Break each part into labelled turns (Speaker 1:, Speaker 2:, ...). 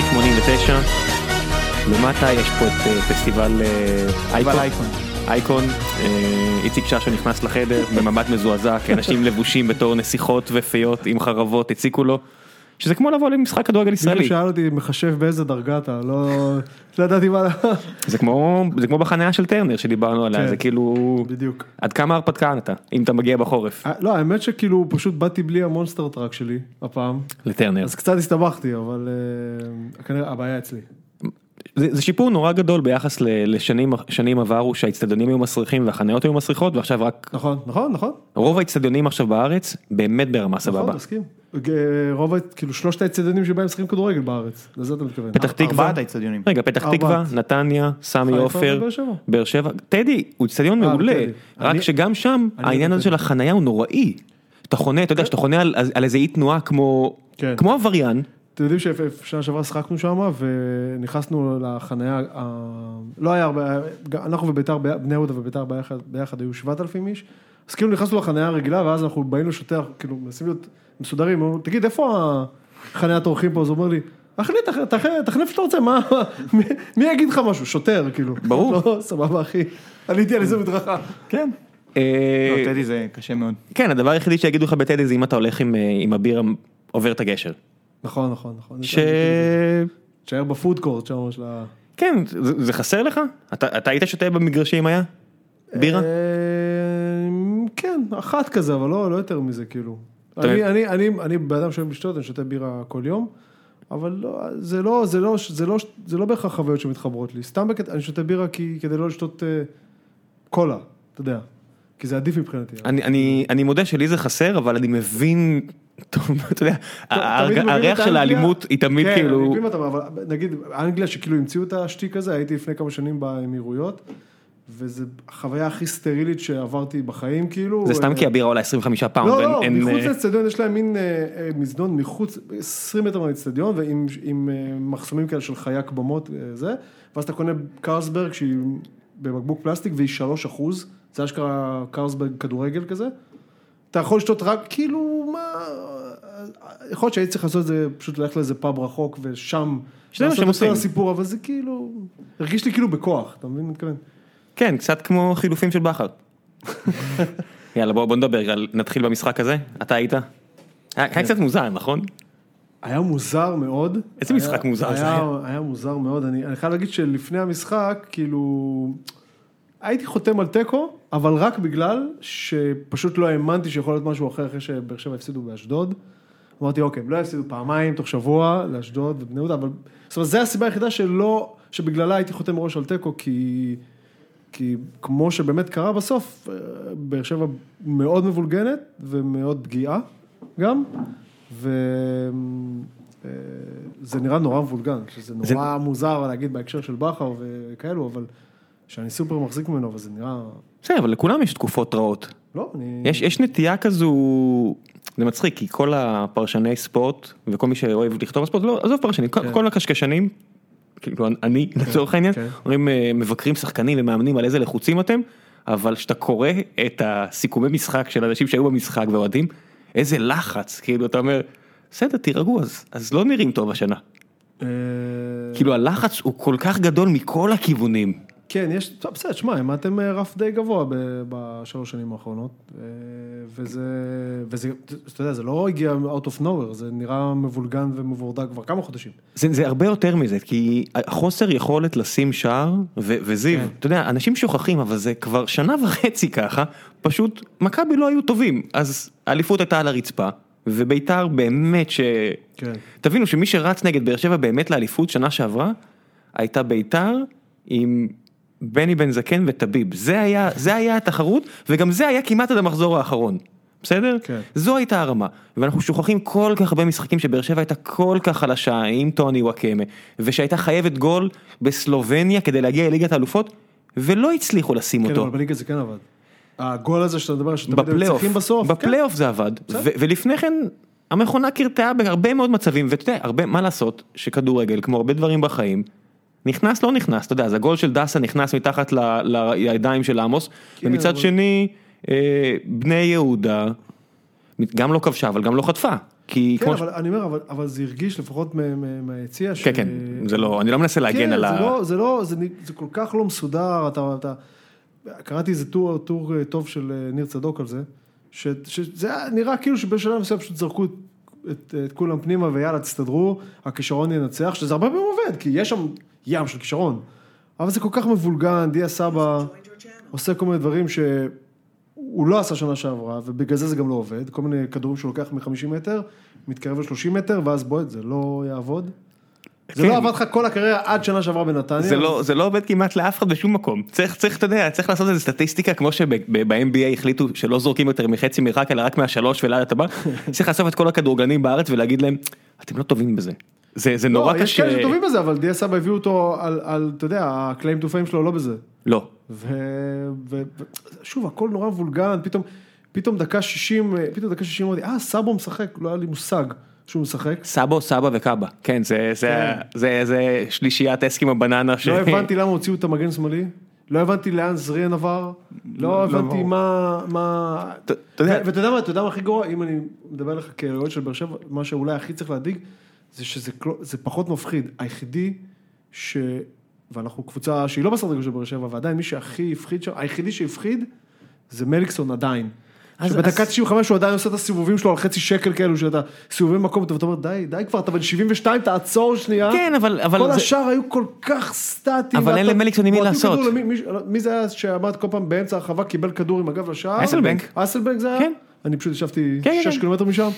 Speaker 1: ב-99. למטה יש פה את אה, פסטיבל אה,
Speaker 2: פסטיבל
Speaker 1: אייקון. אייקון, אה, איציק ששו נכנס לחדר במבט מזועזע, כי אנשים לבושים בתור נסיכות ופיות עם חרבות הציקו לו, שזה כמו לבוא למשחק כדורגל
Speaker 3: מישהו
Speaker 1: ישראלי.
Speaker 3: שאל אותי מחשב באיזה דרגה אתה, לא לא ידעתי מה,
Speaker 1: זה כמו, זה כמו בחניה של טרנר שדיברנו עליה,
Speaker 3: כן.
Speaker 1: זה כאילו,
Speaker 3: בדיוק.
Speaker 1: עד כמה הרפתקן אתה, אם אתה מגיע בחורף
Speaker 3: אה, לא, האמת שכאילו פשוט באתי בלי המונסטר טראק שלי הפעם,
Speaker 1: לטרנר.
Speaker 3: אז קצת הסתבכתי, אבל אה, כנראה הבעיה אצלי.
Speaker 1: זה, זה שיפור נורא גדול ביחס ל- לשנים שנים עברו שהאצטדיונים היו מסריחים והחניות היו מסריחות ועכשיו רק
Speaker 3: נכון, נכון, נכון.
Speaker 1: רוב האצטדיונים עכשיו בארץ באמת ברמה סבבה.
Speaker 3: נכון, מסכים. אה, רוב, ה- כאילו שלושת האצטדיונים שבהם משחקים כדורגל בארץ, לזה אתה מתכוון. אה?
Speaker 1: פתח תקווה,
Speaker 2: ארבעת האיצטדיונים.
Speaker 1: רגע פתח
Speaker 3: ארבעת.
Speaker 1: תקווה, נתניה, סמי
Speaker 3: חיפה
Speaker 1: עופר,
Speaker 3: ובאר שבע.
Speaker 1: באר שבע, טדי הוא אצטדיון
Speaker 3: אה,
Speaker 1: מעולה,
Speaker 3: טדי.
Speaker 1: רק
Speaker 3: אני-
Speaker 1: שגם שם
Speaker 3: אני
Speaker 1: העניין
Speaker 3: לא
Speaker 1: הזה של החנייה הוא נוראי. אתה חונה, אתה יודע שאתה חונה על, על איזה אי תנועה כמו,
Speaker 3: כן.
Speaker 1: כמו עבריין,
Speaker 3: אתם יודעים ששנה שעברה שחקנו שם ונכנסנו לחניה, ה- לא היה הרבה, אנחנו וביתר, בני יהודה וביתר ביחד, ביחד היו 7,000 איש, אז כאילו נכנסנו לחניה הרגילה ואז אנחנו באים לשוטר, כאילו מנסים להיות מסודרים, אמרו, תגיד איפה החניית האורחים פה? אז הוא אומר לי, אחי, תח- תח- תחליף שאתה רוצה, מה, מי- מי יגיד לך משהו? שוטר, כאילו.
Speaker 1: ברור.
Speaker 3: לא, סבבה אחי, עליתי על איזה מדרכה.
Speaker 2: כן.
Speaker 1: אה,
Speaker 2: לא, טדי זה קשה מאוד.
Speaker 1: כן הדבר היחידי שיגידו לך בטדי זה אם אתה הולך עם, אה, עם הבירה עובר את הגשר.
Speaker 3: נכון, נכון, נכון.
Speaker 1: ש...
Speaker 3: תשאר בפודקורט שם של ה...
Speaker 1: כן, זה, זה חסר לך? אתה, אתה היית שותה במגרשים היה? בירה?
Speaker 3: אה, כן, אחת כזה, אבל לא, לא יותר מזה, כאילו.
Speaker 1: אתה
Speaker 3: אני,
Speaker 1: מבין?
Speaker 3: אני, אני, אני בן אדם שאוהב לשתות, אני שותה בירה כל יום, אבל לא, זה לא, זה לא, זה לא, זה לא בהכרח חוויות שמתחברות לי. סתם בקטע, אני שותה בירה כי, כדי לא לשתות אה, קולה, אתה יודע. כי זה עדיף מבחינתי.
Speaker 1: אני, אני, אני מודה שלי זה חסר, אבל אני מבין, טוב, אתה יודע,
Speaker 3: תמיד
Speaker 1: הריח
Speaker 3: מביאים את
Speaker 1: הריח של
Speaker 3: האנגליה-
Speaker 1: האלימות היא תמיד
Speaker 3: כן, אני
Speaker 1: כאילו,
Speaker 3: מבין אותם, אבל נגיד, אנגליה שכאילו המציאו את השטיק הזה, הייתי לפני כמה שנים באמירויות, וזו החוויה הכי סטרילית שעברתי בחיים, כאילו.
Speaker 1: זה סתם
Speaker 3: אה,
Speaker 1: כי הבירה עולה 25 פאונד,
Speaker 3: לא,
Speaker 1: ואין-
Speaker 3: לא,
Speaker 1: אין,
Speaker 3: מחוץ
Speaker 1: אה,
Speaker 3: לאצטדיון יש להם מין אה, אה, מזנון מחוץ, 20 מטר מהאצטדיון, ועם עם, אה, מחסומים כאלה של חייק במות, אה, זה, ואז אתה קונה קרסברג שהיא בבקבוק פלסטיק והיא 3 אחוז, זה אשכרה קרסברג כדורגל כזה. אתה יכול לשתות רק, כאילו, מה... יכול להיות שהייתי צריך לעשות את זה, פשוט ללכת לאיזה פאב רחוק ושם.
Speaker 1: שזה מה
Speaker 3: לעשות
Speaker 1: שהם
Speaker 3: את כל
Speaker 1: עושים.
Speaker 3: הסיפור, אבל זה כאילו, הרגיש לי כאילו בכוח, אתה מבין מה אני מתכוון?
Speaker 1: כן, קצת כמו חילופים של בכר. יאללה בוא, בוא נדבר, על, נתחיל במשחק הזה, אתה היית? היה, היה
Speaker 3: כן.
Speaker 1: קצת מוזר, נכון?
Speaker 3: היה מוזר מאוד.
Speaker 1: איזה
Speaker 3: היה-
Speaker 1: משחק מוזר זה
Speaker 3: היה? היה מוזר מאוד, אני, אני חייב להגיד שלפני המשחק, כאילו, הייתי חותם על תיקו, אבל רק בגלל שפשוט לא האמנתי שיכול להיות משהו אחר אחרי שבאר שבע הפסידו באשדוד. אמרתי, אוקיי, הם לא יפסידו פעמיים תוך שבוע לאשדוד ובני יהודה, אבל... זאת אומרת, זו הסיבה היחידה שלא, שבגללה הייתי חותם מראש על תיקו, כי... כי כמו שבאמת קרה בסוף, אה, באר שבע מאוד מבולגנת ומאוד פגיעה גם, וזה נראה נורא מבולגן, שזה נורא מוזר להגיד בהקשר של בכר וכאלו, אבל שאני סופר מחזיק ממנו, אבל זה נראה...
Speaker 1: בסדר, אבל לכולם יש תקופות רעות.
Speaker 3: לא, אני...
Speaker 1: יש, יש נטייה כזו, זה מצחיק, כי כל הפרשני ספורט וכל מי שאוהב לכתוב על ספורט, לא, עזוב פרשנים, כל, כל הקשקשנים, כאילו אני לצורך העניין,
Speaker 3: כן.
Speaker 1: אומרים אה, מבקרים שחקנים ומאמנים על איזה לחוצים אתם, אבל כשאתה קורא את הסיכומי משחק של אנשים שהיו במשחק ואוהדים, איזה לחץ, כאילו אתה אומר, בסדר תירגעו אז, אז לא נראים טוב השנה,
Speaker 3: כן. אה,
Speaker 1: כאילו הלחץ הוא כל כך גדול מכל הכיוונים.
Speaker 3: כן, יש, טוב, בסדר, שמע, העמדתם אה, רף די גבוה ב- בשלוש שנים האחרונות, אה, וזה, וזה, אתה יודע, זה לא הגיע out of nowhere, זה נראה מבולגן ומבורדק כבר כמה חודשים.
Speaker 1: זה, זה הרבה יותר מזה, כי חוסר יכולת לשים שער, ו- וזיו, כן. אתה יודע, אנשים שוכחים, אבל זה כבר שנה וחצי ככה, פשוט מכבי לא היו טובים, אז האליפות הייתה על הרצפה, וביתר באמת ש...
Speaker 3: כן.
Speaker 1: תבינו שמי שרץ נגד באר שבע באמת לאליפות שנה שעברה, הייתה ביתר עם בני בן זקן וטביב, זה היה, זה היה התחרות, וגם זה היה כמעט עד המחזור האחרון. בסדר?
Speaker 3: כן.
Speaker 1: זו הייתה הרמה, ואנחנו שוכחים כל כך הרבה משחקים שבאר שבע הייתה כל כך חלשה עם טוני וואקמה, ושהייתה חייבת גול בסלובניה כדי להגיע לליגת האלופות, ולא הצליחו לשים
Speaker 3: כן,
Speaker 1: אותו.
Speaker 3: אבל בליגה זה כן עבד. הגול הזה שאתה מדבר, שתמיד הם
Speaker 1: בפלייאוף,
Speaker 3: צריכים בסוף, כן.
Speaker 1: בפלייאוף זה עבד, ו- ולפני כן המכונה קרטעה בהרבה מאוד מצבים, ואתה יודע, הרבה, מה לעשות, שכדורגל, כמו הרבה דברים בחיים, נכנס לא נכנס, אתה יודע, אז הגול של דסה נכנס מתחת ל- ל- לידיים של עמוס, ומצד
Speaker 3: כן, אבל-
Speaker 1: שני, אה, בני יהודה, גם לא כבשה, אבל גם לא חטפה. כי
Speaker 3: כן,
Speaker 1: כמו... ש-
Speaker 3: אבל אני אומר, אבל- אבל זה הרגיש לפחות מה- מה- מהיציע, ש-
Speaker 1: כן, כן, זה לא, אני לא מנסה להגן
Speaker 3: כן,
Speaker 1: על
Speaker 3: זה
Speaker 1: ה...
Speaker 3: לא, זה לא, זה, נ- זה כל כך לא מסודר, אתה, אתה... קראתי איזה טור, טור אה, טוב של אה, ניר צדוק על זה, ש, שזה היה נראה כאילו שבשלב מסוים פשוט זרקו את, את, את כולם פנימה ויאללה, תסתדרו, הכישרון ינצח, שזה הרבה פעמים עובד, כי יש שם ים של כישרון. אבל זה כל כך מבולגן, דיה סבא עושה כל מיני דברים ש... הוא לא עשה שנה שעברה, ובגלל זה זה גם לא עובד. כל מיני כדורים שהוא לוקח מ-50 מטר, מתקרב ל-30 מטר, ואז בועט, זה לא יעבוד. זה
Speaker 1: כן.
Speaker 3: לא עבד לך כל הקריירה עד שנה שעברה בנתניה.
Speaker 1: זה לא, זה לא עובד כמעט לאף אחד בשום מקום. צריך, צריך, אתה יודע, צריך לעשות איזה סטטיסטיקה, כמו שב-NBA החליטו שלא זורקים יותר מחצי מרחק, אלא רק מהשלוש ולעד הטבע. צריך לאסוף את כל הכדורגלנים בארץ ולהגיד להם, אתם לא טובים בזה. זה, זה נורא
Speaker 3: לא, יש
Speaker 1: קשה.
Speaker 3: כאלה שטובים בזה, אבל דיה סבא הביאו אותו על, על, אתה יודע, ה-claim to fame שלו לא בזה.
Speaker 1: לא.
Speaker 3: ושוב, הכל נורא וולגן, פתאום, פתאום דקה 60, אה, פתאום דקה 60 אמרתי, אה, סבו משחק, לא היה לי מושג שהוא משחק.
Speaker 1: סבו, סבא וקאבה. כן, זה, זה,
Speaker 3: כן.
Speaker 1: זה, זה שלישיית אסקימה בננה. ש-
Speaker 3: לא הבנתי למה הוציאו את המגן השמאלי, לא הבנתי לאן זריאן עבר, לא הבנתי
Speaker 1: ברור.
Speaker 3: מה, מה,
Speaker 1: ת- אתה יודע-
Speaker 3: ו- ואתה יודע מה, אתה יודע מה הכי גרוע, אם אני מדבר עליך כאוהד של באר שבע, מה שאולי הכי צריך להדאיג, זה שזה כל- זה פחות מפחיד, היחידי ש... ואנחנו קבוצה שהיא לא בסדר של באר שבע, ועדיין מי שהכי הפחיד שם, היחידי שהפחיד זה מליקסון עדיין.
Speaker 1: אז-
Speaker 3: שבדקה
Speaker 1: אז-
Speaker 3: 95 הוא עדיין עושה את הסיבובים שלו על חצי שקל כאלו, שאתה סיבובי מקום, ואתה אומר די, די כבר, אתה בן 72, תעצור שנייה.
Speaker 1: כן, אבל- אבל
Speaker 3: אה? כל
Speaker 1: זה-
Speaker 3: השאר היו כל כך סטטיים.
Speaker 1: אבל
Speaker 3: ואתה-
Speaker 1: אין למליקסון עם מי
Speaker 3: בועטים כדור
Speaker 1: לעשות.
Speaker 3: למי- מי- מי זה היה שעמד כל פעם באמצע הרחבה, קיבל כדור עם הגב לשער?
Speaker 1: אסלבנק.
Speaker 3: אסלבנק זה היה?
Speaker 1: כן.
Speaker 3: אני פשוט ישבתי
Speaker 1: כן, כן,
Speaker 3: 6
Speaker 1: כן.
Speaker 3: קילומטר משם.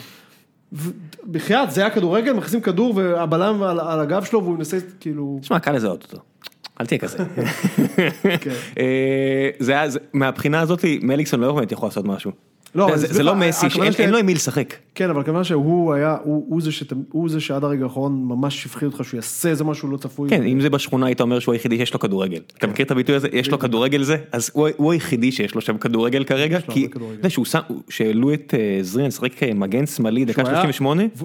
Speaker 3: ו- בחייאת, זה היה כדורגל, מכניסים כדור והבלם על על הגב שלו והוא מנסה כאילו...
Speaker 1: תשמע, קל לזהות אותו. אל תהיה כזה.
Speaker 3: כן.
Speaker 1: אה, זה היה, זה- מהבחינה הזאת, מליקסון לא באמת יכול לעשות משהו. אתה
Speaker 3: לא,
Speaker 1: יודע,
Speaker 3: אני
Speaker 1: זה
Speaker 3: אסביר
Speaker 1: זה לא
Speaker 3: לך,
Speaker 1: מסי,
Speaker 3: הכוונה
Speaker 1: שאין-
Speaker 3: שלי-
Speaker 1: אין לו עם מי לשחק.
Speaker 3: כן, אבל כמובן שהוא היה, הוא הוא זה שאתה- הוא זה שעד הרגע האחרון ממש הפחיד אותך שהוא יעשה איזה משהו לא צפוי.
Speaker 1: כן, אם זה בשכונה היית אומר שהוא היחידי שיש לו כדורגל.
Speaker 3: כן.
Speaker 1: אתה מכיר את הביטוי הזה? יש לו כדורגל זה? אז הוא- הוא היחידי שיש לו שם כדורגל כרגע,
Speaker 3: לו
Speaker 1: כי
Speaker 3: הרבה כדורגל.
Speaker 1: אתה יודע, שהוא שם, הוא- שהעלו את אה, זריאן לשחק מגן שמאלי דקה
Speaker 3: שהוא היה-
Speaker 1: 38,
Speaker 3: ו-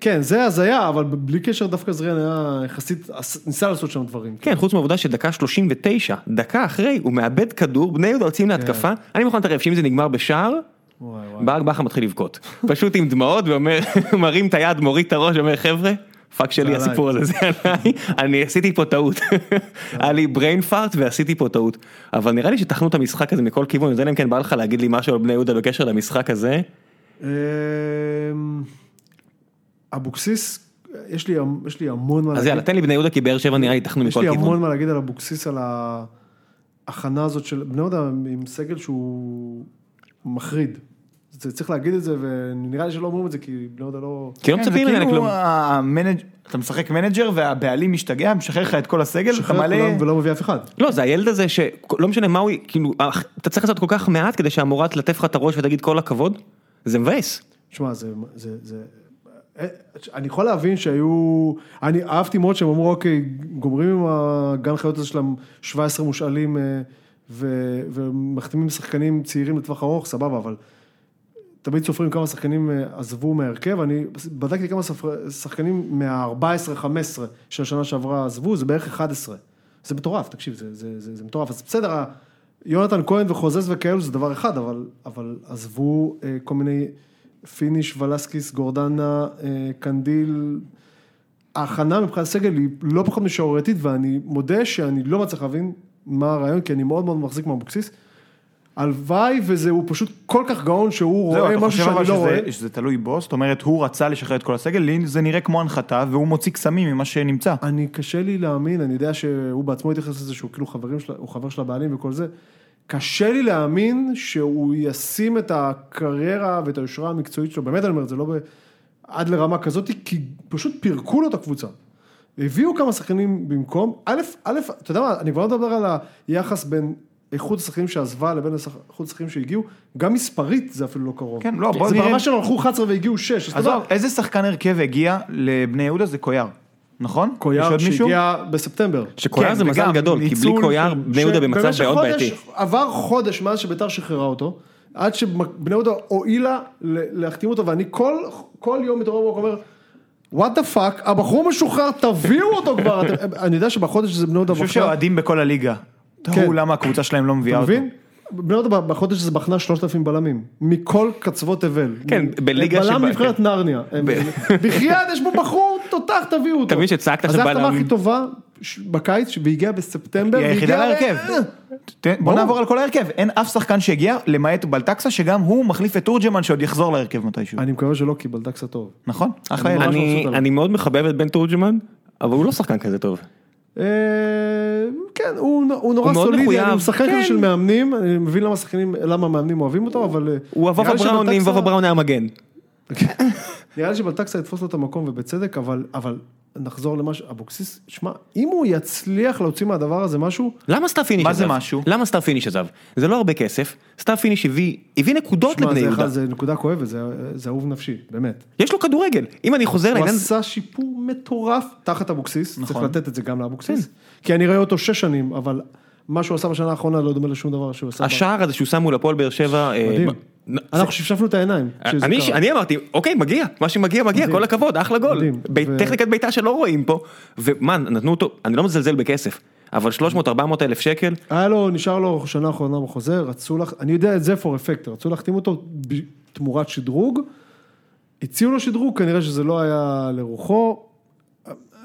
Speaker 3: כן, זה הזיה, אבל בלי קשר דווקא זריאן היה יחסית, עש- ניסה לעשות שם דברים.
Speaker 1: כן, חוץ מהעובדה שדקה 39, דקה אחרי, הוא מאבד כדור, בני יהודה יוצאים
Speaker 3: כן.
Speaker 1: להתקפה, אני מוכן להתערב שאם זה נגמר בשער,
Speaker 3: וואי, וואי.
Speaker 1: ברק בכר מתחיל לבכות. פשוט עם דמעות ואומר, מרים את היד, מוריד את הראש, אומר חבר'ה, פאק שלי
Speaker 3: עליי."
Speaker 1: הסיפור הזה, זה עליי, אני עשיתי פה טעות. היה לי brain fart ועשיתי פה טעות. אבל נראה לי שתחנו את המשחק הזה מכל כיוון, אז אלא אם כן בא לך להגיד לי משהו על בני יהודה בקשר למשחק הזה.
Speaker 3: אמ, אבוקסיס, יש לי, המ- יש לי המון מה
Speaker 1: אז
Speaker 3: להגיד.
Speaker 1: יאללה, תן לי בני יהודה כי באר שבע נראה לי תחנו
Speaker 3: יש
Speaker 1: מכל
Speaker 3: לי
Speaker 1: כיוון.
Speaker 3: המון מה להגיד על אבוקסיס, על ההכנה הזאת של בני יהודה עם סגל שהוא מחריד. זה, צריך להגיד את זה, ונראה לי שלא אומרים את זה, כי בני יהודה לא...
Speaker 1: כי לא
Speaker 2: כן, זה
Speaker 1: מצפים ממנה
Speaker 2: כאילו
Speaker 1: כלום.
Speaker 2: המנג'- אתה משחק מנג'ר והבעלים משתגע, משחרר לך את כל הסגל, אתה
Speaker 3: שחרר את
Speaker 2: מלא...
Speaker 3: כולם ולא מביא אף אחד.
Speaker 1: לא, זה הילד הזה שלא משנה מה הוא, כאילו, אך, אתה צריך לעשות כל כך מעט כדי שהמורה תלטף לך את הראש ותגיד כל הכבוד, זה מבאס.
Speaker 3: שמע, זה, זה, זה... אה, אני יכול להבין שהיו... אני אהבתי מאוד שהם אמרו, אוקיי, גומרים עם הגן חיות הזה שלהם 17 מושאלים אה, ו... ומחתימים שחקנים צעירים לטווח ארוך, סבבה, אבל תמיד סופרים כמה שחקנים אה, עזבו מהרכב, אני בדקתי כמה ספר... שחקנים מה-14-15 של השנה שעברה עזבו, זה בערך 11. זה מטורף, תקשיב, זה, זה, זה, זה מטורף. אז בסדר, ה- יונתן כהן וחוזז וכאלו זה דבר אחד, אבל, אבל עזבו אה, כל מיני פיניש, ולסקיס, גורדנה, אה, קנדיל. ההכנה מבחינת סגל היא לא פחות משעורייתית, ואני מודה שאני לא מצליח להבין מה הרעיון, כי אני מאוד מאוד מחזיק מאבוקסיס. הלוואי וזה, הוא פשוט כל כך גאון שהוא
Speaker 2: זהו,
Speaker 3: רואה
Speaker 2: אתה
Speaker 3: משהו
Speaker 2: חושב אבל
Speaker 3: שאני לא רואה.
Speaker 2: שזה- שזה תלוי בו, זאת אומרת, הוא רצה לשחרר את כל הסגל, לי זה נראה כמו הנחתה, והוא מוציא קסמים ממה שנמצא.
Speaker 3: אני, קשה לי להאמין, אני יודע שהוא בעצמו התייחס לזה שהוא כאילו חברים של, הוא חבר של הבעלים וכל זה. קשה לי להאמין שהוא ישים את הקריירה ואת היושרה המקצועית שלו, באמת אני אומר את זה, לא ב... עד לרמה כזאת, כי פשוט פירקו לו את הקבוצה. הביאו כמה שחקנים במקום, א', א', אתה יודע מה, אני כבר לא מדבר על היחס בין איכות השחקנים שעזבה לבין השח- איכות השחקנים שהגיעו, גם מספרית זה אפילו לא קרוב.
Speaker 2: כן, לא, בוא
Speaker 3: זה
Speaker 2: נראה-
Speaker 3: ברמה שהם הלכו 11 והגיעו 6, אז אתה
Speaker 2: עזוב,
Speaker 3: יודע,
Speaker 2: אוקיי, איזה שחקן הרכב הגיע לבני יהודה זה קויאר, נכון? יש
Speaker 3: קויאר
Speaker 2: עוד מישהו?
Speaker 3: שהגיע בספטמבר.
Speaker 1: שקויאר
Speaker 2: כן,
Speaker 1: זה מזל
Speaker 2: וגם
Speaker 1: גדול, כי בלי
Speaker 2: ניצול
Speaker 1: קויאר
Speaker 2: של-
Speaker 1: בני יהודה במצב
Speaker 3: שבמשך
Speaker 1: מאוד בעייתי.
Speaker 3: חודש, עבר חודש מאז שביתר שחררה אותו, עד שבני יהודה הואילה ל- להחתים אותו, ואני כל, כל יום מתעורר בבוקר אומר, וואט דה פאק, הבחור משוחרר, תביאו אותו כבר. אתם- אני יודע שבחודש הזה בני יהודה
Speaker 2: אני חושב שאוהדים בכל הליגה, תראו למה הקבוצה שלהם לא מביאה
Speaker 3: כן. אתה
Speaker 2: אותו.
Speaker 3: מבין? בני יהודה בחודש הזה בחנה 3,000 בלמים, מכל קצוות תבל.
Speaker 1: כן,
Speaker 3: מ-
Speaker 1: בליגה
Speaker 3: בלם
Speaker 1: שבה- כן.
Speaker 3: נבחרת נרניה. הם- בחייאת, יש בו בחור תותח, תביאו אותו.
Speaker 1: אתה מבין שצעקת
Speaker 3: אז זו
Speaker 1: שבלם-
Speaker 3: ההחתמה הכי טובה ש- בקיץ, והגיעה בספטמבר.
Speaker 2: היא היחידה
Speaker 3: והגיעה-
Speaker 2: להרכב. ת- בוא
Speaker 3: ברור.
Speaker 2: נעבור על כל ההרכב, אין אף שחקן שהגיע, למעט בלטקסה, שגם הוא מחליף את תורג'מן שעוד יחזור להרכב מתישהו.
Speaker 3: אני מקווה שלא, כי בלדק קצת טוב.
Speaker 2: נכון? אחלה ילד.
Speaker 3: ממש לא
Speaker 1: אני,
Speaker 3: מבסוט עליו.
Speaker 1: אני מאוד מחבב את בן תורג'מן, אבל הוא לא שחקן כזה טוב.
Speaker 3: אה, כן, הוא נ- הוא נורא
Speaker 1: מאוד
Speaker 3: סולידי,
Speaker 1: מחויב,
Speaker 3: אני משחק
Speaker 1: כן.
Speaker 3: כזה של מאמנים, אני מבין למה שחקנים, למה המאמנים אוהבים אותו, אבל... אה,
Speaker 1: הוא
Speaker 3: נראה
Speaker 1: הוובה
Speaker 3: לי
Speaker 1: בראון, אם
Speaker 3: שבלטקסה-
Speaker 1: וובה בראון היה מגן.
Speaker 3: נראה לי שבלטקסה יתפוס לו את המקום ובצדק, אבל, אבל נחזור למה ש... אבוקסיס, שמע, אם הוא יצליח להוציא מהדבר הזה משהו,
Speaker 1: למה סטאר פיניש
Speaker 2: מה
Speaker 1: עזב?
Speaker 2: זה משהו?
Speaker 1: למה סטאר פיניש עזב? זה לא הרבה כסף, סטאר פיניש הביא, הביא נקודות
Speaker 3: שמע,
Speaker 1: לבני
Speaker 3: זה,
Speaker 1: יהודה. אה,
Speaker 3: אחד- זה נקודה כואבת, זה, זה אהוב נפשי, באמת.
Speaker 1: יש לו כדורגל. אם אני חוזר
Speaker 3: הוא
Speaker 1: לעניין...
Speaker 3: עשה שיפור מטורף תחת אבוקסיס, צריך
Speaker 2: נכון.
Speaker 3: לתת את זה גם
Speaker 1: כן.
Speaker 3: לאבוקסיס, כי אני רואה אותו שש שנים, אבל מה שהוא עשה בשנה האחרונה לא דומה לשום דבר שהוא עשה.
Speaker 1: השער הזה שהוא שם מול הפועל באר שבע... אה,
Speaker 3: מדהים.
Speaker 1: ב- נ- אה,
Speaker 3: אנחנו שפשפנו את העיניים. כשזה
Speaker 1: אני,
Speaker 3: קרה.
Speaker 1: אני אמרתי, אוקיי, מגיע, מה שמגיע מגיע, כל הכבוד, אחלה גול.
Speaker 3: מדהים.
Speaker 1: בית-
Speaker 3: ו-
Speaker 1: טכניקת בעיטה שלא רואים פה, ומה, נתנו אותו, אני לא מזלזל בכסף, אבל 300-400 אלף שקל,
Speaker 3: היה לו, נשאר לו שנה האחרונה בחוזה, רצו לך, אני יודע את זה for effect, רצו להחתים אותו תמורת שדרוג, הציעו לו שדרוג, כנראה שזה לא היה לרוחו,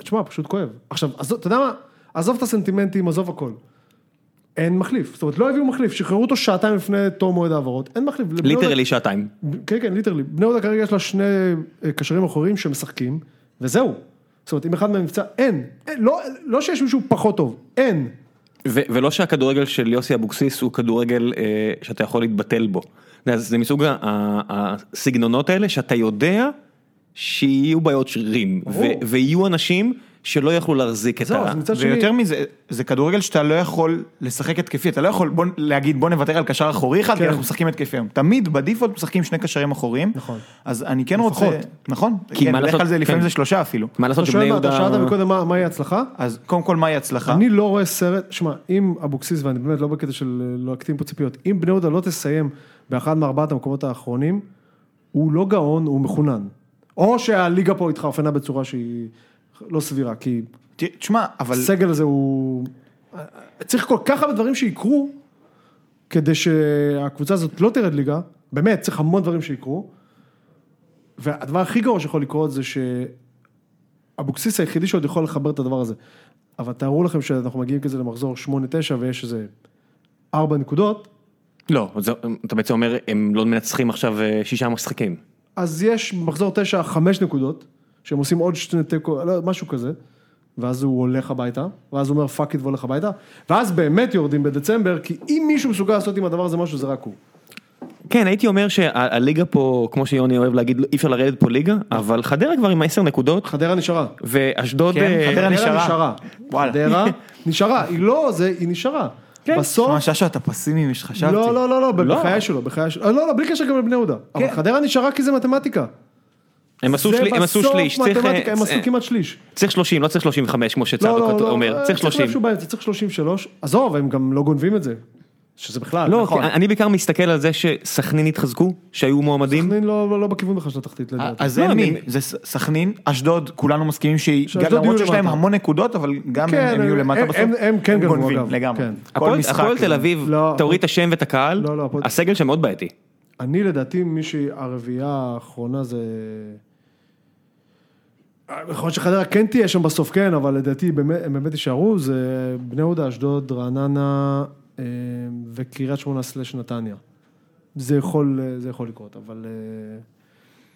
Speaker 3: תשמע, פשוט כואב. עכשיו, עזוב, אתה יודע מה? עזוב את הסנטימנטים, עזוב הכל. אין מחליף, זאת אומרת, לא הביאו מחליף, שחררו אותו שעתיים לפני תום מועד ההעברות, אין מחליף. לבני יהודה-
Speaker 1: ליטרלי שעתיים.
Speaker 3: כן, כן, ליטרלי. בני יהודה כרגע יש לה שני אה, קשרים אחוריים שמשחקים, וזהו. זאת אומרת, אם אחד מהם נפצע, אין. אין, לא, לא שיש מישהו פחות טוב, אין.
Speaker 1: ו- ולא שהכדורגל של יוסי אבוקסיס הוא כדורגל אה, שאתה יכול להתבטל בו. אתה יודע, זה מסוג ה- ה- הסגנונות האלה שאתה יודע שיהיו בעיות שרירים,
Speaker 3: ברור.
Speaker 1: ו- ויהיו אנשים שלא יכלו להחזיק את
Speaker 3: זהו,
Speaker 1: ה...
Speaker 3: אז מצד שני...
Speaker 2: ויותר מזה, זה כדורגל שאתה לא יכול לשחק התקפי, אתה לא יכול בוא, להגיד בוא נוותר על קשר אחורי אחד, כי
Speaker 3: כן.
Speaker 2: אנחנו משחקים התקפי היום. תמיד בדיפולט משחקים שני קשרים אחוריים.
Speaker 3: נכון.
Speaker 2: אז אני כן
Speaker 3: לפחות.
Speaker 2: רוצה, נכון?
Speaker 1: כי
Speaker 2: כן,
Speaker 1: מה
Speaker 2: בדרך
Speaker 1: לעשות,
Speaker 2: כלל זה לפעמים
Speaker 1: כן.
Speaker 2: זה שלושה אפילו.
Speaker 1: מה לעשות
Speaker 3: אתה
Speaker 1: שבני
Speaker 3: שואל מה, אתה
Speaker 1: יהודה... אה.
Speaker 3: שאלת מקודם מה- מהי הצלחה?
Speaker 2: אז קודם כל מהי הצלחה?
Speaker 3: אני לא רואה סרט, שמע, אם אבוקסיס, ואני באמת לא בקטע של אה, להקטין פה ציפיות, אם בני יהודה לא תסיים באחד מארבעת המקומות האחרונים, הוא לא גאון, הוא מחונן. או שהליגה פה התחרפנה בצורה שהיא לא סבירה, כי
Speaker 2: ת- תשמע, אבל
Speaker 3: הסגל הזה הוא... צריך כל כך הרבה דברים שיקרו, כדי שהקבוצה הזאת לא תרד ליגה, באמת, צריך המון דברים שיקרו. והדבר הכי גרוע שיכול לקרות זה שאבוקסיס היחידי שעוד יכול לחבר את הדבר הזה. אבל תארו לכם שאנחנו מגיעים כזה למחזור 8-9 ויש איזה 4 נקודות,
Speaker 1: לא, זה- אתה בעצם אומר, הם לא מנצחים עכשיו אה, שישה משחקים.
Speaker 3: אז יש במחזור 9 5 נקודות, שהם עושים עוד שני תיקו, לא, משהו כזה, ואז הוא הולך הביתה, ואז הוא אומר פאק איט והולך הביתה, ואז באמת יורדים בדצמבר, כי אם מישהו מסוגל לעשות עם הדבר הזה משהו זה רק הוא.
Speaker 1: כן, הייתי אומר שהליגה פה, כמו שיוני אוהב להגיד, אי אפשר לרדת פה ליגה, אבל חדרה כבר עם 10 נקודות,
Speaker 3: חדרה נשארה.
Speaker 1: ואשדוד...
Speaker 2: כן,
Speaker 1: אה,
Speaker 2: חדרה נשארה. וואלה.
Speaker 3: חדרה נשארה, היא לא זה, היא נשארה.
Speaker 1: כן.
Speaker 3: בסוף,
Speaker 2: מה שאשו אתה פסימי ממה שחשבתי.
Speaker 3: לא, לא, לא, לא,
Speaker 1: לא.
Speaker 3: בחיי שלו, בחיי שלו, לא, לא, בלי קשר גם לבני יהודה. אבל
Speaker 2: כן.
Speaker 3: חדרה נשארה כי זה מתמטיקה.
Speaker 1: הם עשו
Speaker 3: זה
Speaker 1: שלי- הם עשו
Speaker 3: בסוף
Speaker 1: שליש, צריך, אה,
Speaker 3: מתמטיקה, הם עשו
Speaker 1: אה,
Speaker 3: כמעט שליש.
Speaker 1: צריך 30, לא צריך 35 כמו
Speaker 3: לא,
Speaker 1: שצרוק
Speaker 3: לא, לא,
Speaker 1: אומר,
Speaker 3: אה,
Speaker 1: צריך 30.
Speaker 3: משהו באמצע, צריך 33. עזוב, הם גם לא גונבים את זה. שזה בכלל,
Speaker 1: לא,
Speaker 3: נכון.
Speaker 1: כי אני בעיקר מסתכל על זה שסכנין התחזקו, שהיו מועמדים.
Speaker 3: סכנין לא, לא, לא בכיוון בכלל של התחתית לדעתי.
Speaker 2: אז
Speaker 1: לא,
Speaker 2: אין
Speaker 1: אני-
Speaker 2: מי, זה ס- סכנין, אשדוד, כולנו מסכימים שהיא,
Speaker 3: שאשדוד
Speaker 2: גם- למרות
Speaker 3: יהיו
Speaker 2: שיש להם
Speaker 3: למטה.
Speaker 2: המון נקודות, אבל גם הם-
Speaker 3: כן,
Speaker 2: הם יהיו
Speaker 3: הם-
Speaker 2: למטה
Speaker 3: הם-
Speaker 2: בסוף.
Speaker 3: הם- הם כן גנבו,
Speaker 2: גונבים,
Speaker 3: אגב.
Speaker 2: לגמרי.
Speaker 3: כן.
Speaker 2: כל
Speaker 1: הפועל
Speaker 2: משחק
Speaker 1: הפועל
Speaker 2: זה-
Speaker 1: תל אביב,
Speaker 3: לא,
Speaker 1: תוריד
Speaker 3: הפועל-
Speaker 1: את השם ואת הקהל,
Speaker 3: לא, לא, הפועל-
Speaker 1: הסגל שם מאוד בעייתי.
Speaker 3: אני לדעתי מישהי, הרביעייה האחרונה זה... יכול להיות שחדרה כן תהיה שם בסוף, כן, אבל לדעתי באמת- הם באמת יישארו, זה בני יהודה, אשדוד, רעננה אה, וקריית שמונה סלש נתניה. זה יכול, אה, זה יכול לקרות, אבל... אה,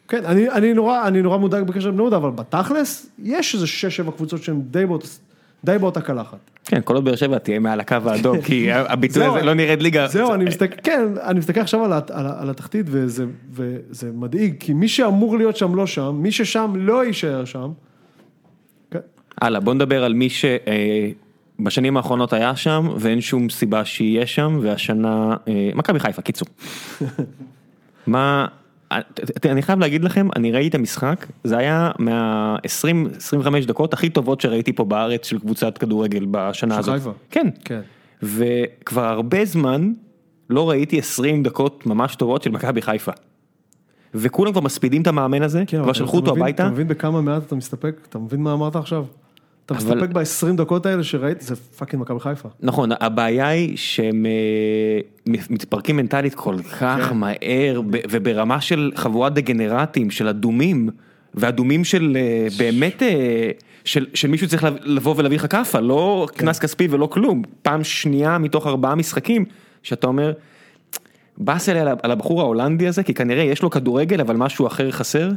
Speaker 3: כן, אני, אני, נורא, אני נורא מודאג בקשר לבני יהודה, אבל בתכלס, יש איזה שש-שבע קבוצות שהן די, באות, די באותה קלחת.
Speaker 1: כן, כל עוד באר שבע תהיה מעל הקו האדום, כי הביטוי
Speaker 3: זהו,
Speaker 1: הזה לא נרד ליגה.
Speaker 3: זהו, אני מסתכל, כן, אני מסתכל עכשיו על, הת- על, ה- על התחתית, וזה, וזה מדאיג, כי מי שאמור להיות שם לא שם, מי ששם לא יישאר שם. כן,
Speaker 1: הלאה, בוא נדבר על מי שבשנים האחרונות היה שם, ואין שום סיבה שיהיה שם, והשנה, אה, מכבי חיפה, קיצור. מה, אה, ת- ת- אני חייב להגיד לכם, אני ראיתי את המשחק, זה היה מה-20-25 דקות הכי טובות שראיתי פה בארץ של קבוצת כדורגל בשנה
Speaker 3: של
Speaker 1: הזאת.
Speaker 3: חיפה.
Speaker 1: כן.
Speaker 3: כן.
Speaker 1: וכבר הרבה זמן לא ראיתי 20 דקות ממש טובות של מכבי חיפה. וכולם כבר מספידים את המאמן הזה,
Speaker 3: כן, אבל
Speaker 1: כבר
Speaker 3: אתה-
Speaker 1: שלחו אותו
Speaker 3: אתה מבין-
Speaker 1: הביתה.
Speaker 3: אתה מבין בכמה מעט אתה מסתפק? אתה מבין מה אמרת עכשיו? אתה
Speaker 1: אבל-
Speaker 3: מסתפק ב-20 דקות האלה שראית, זה פאקינג מכבי חיפה.
Speaker 1: נכון, הבעיה היא שהם אה, מתפרקים מנטלית כל כך מהר, ב- וברמה של חבורת דגנרטים, של אדומים, ואדומים של אה, באמת, אה, של של מישהו צריך לב- לבוא ולהביא לך כאפה, לא קנס כספי ולא כלום. פעם שנייה מתוך ארבעה משחקים, שאתה אומר, באס אלי על ה- על הבחור ההולנדי הזה, כי כנראה יש לו כדורגל, אבל משהו אחר חסר.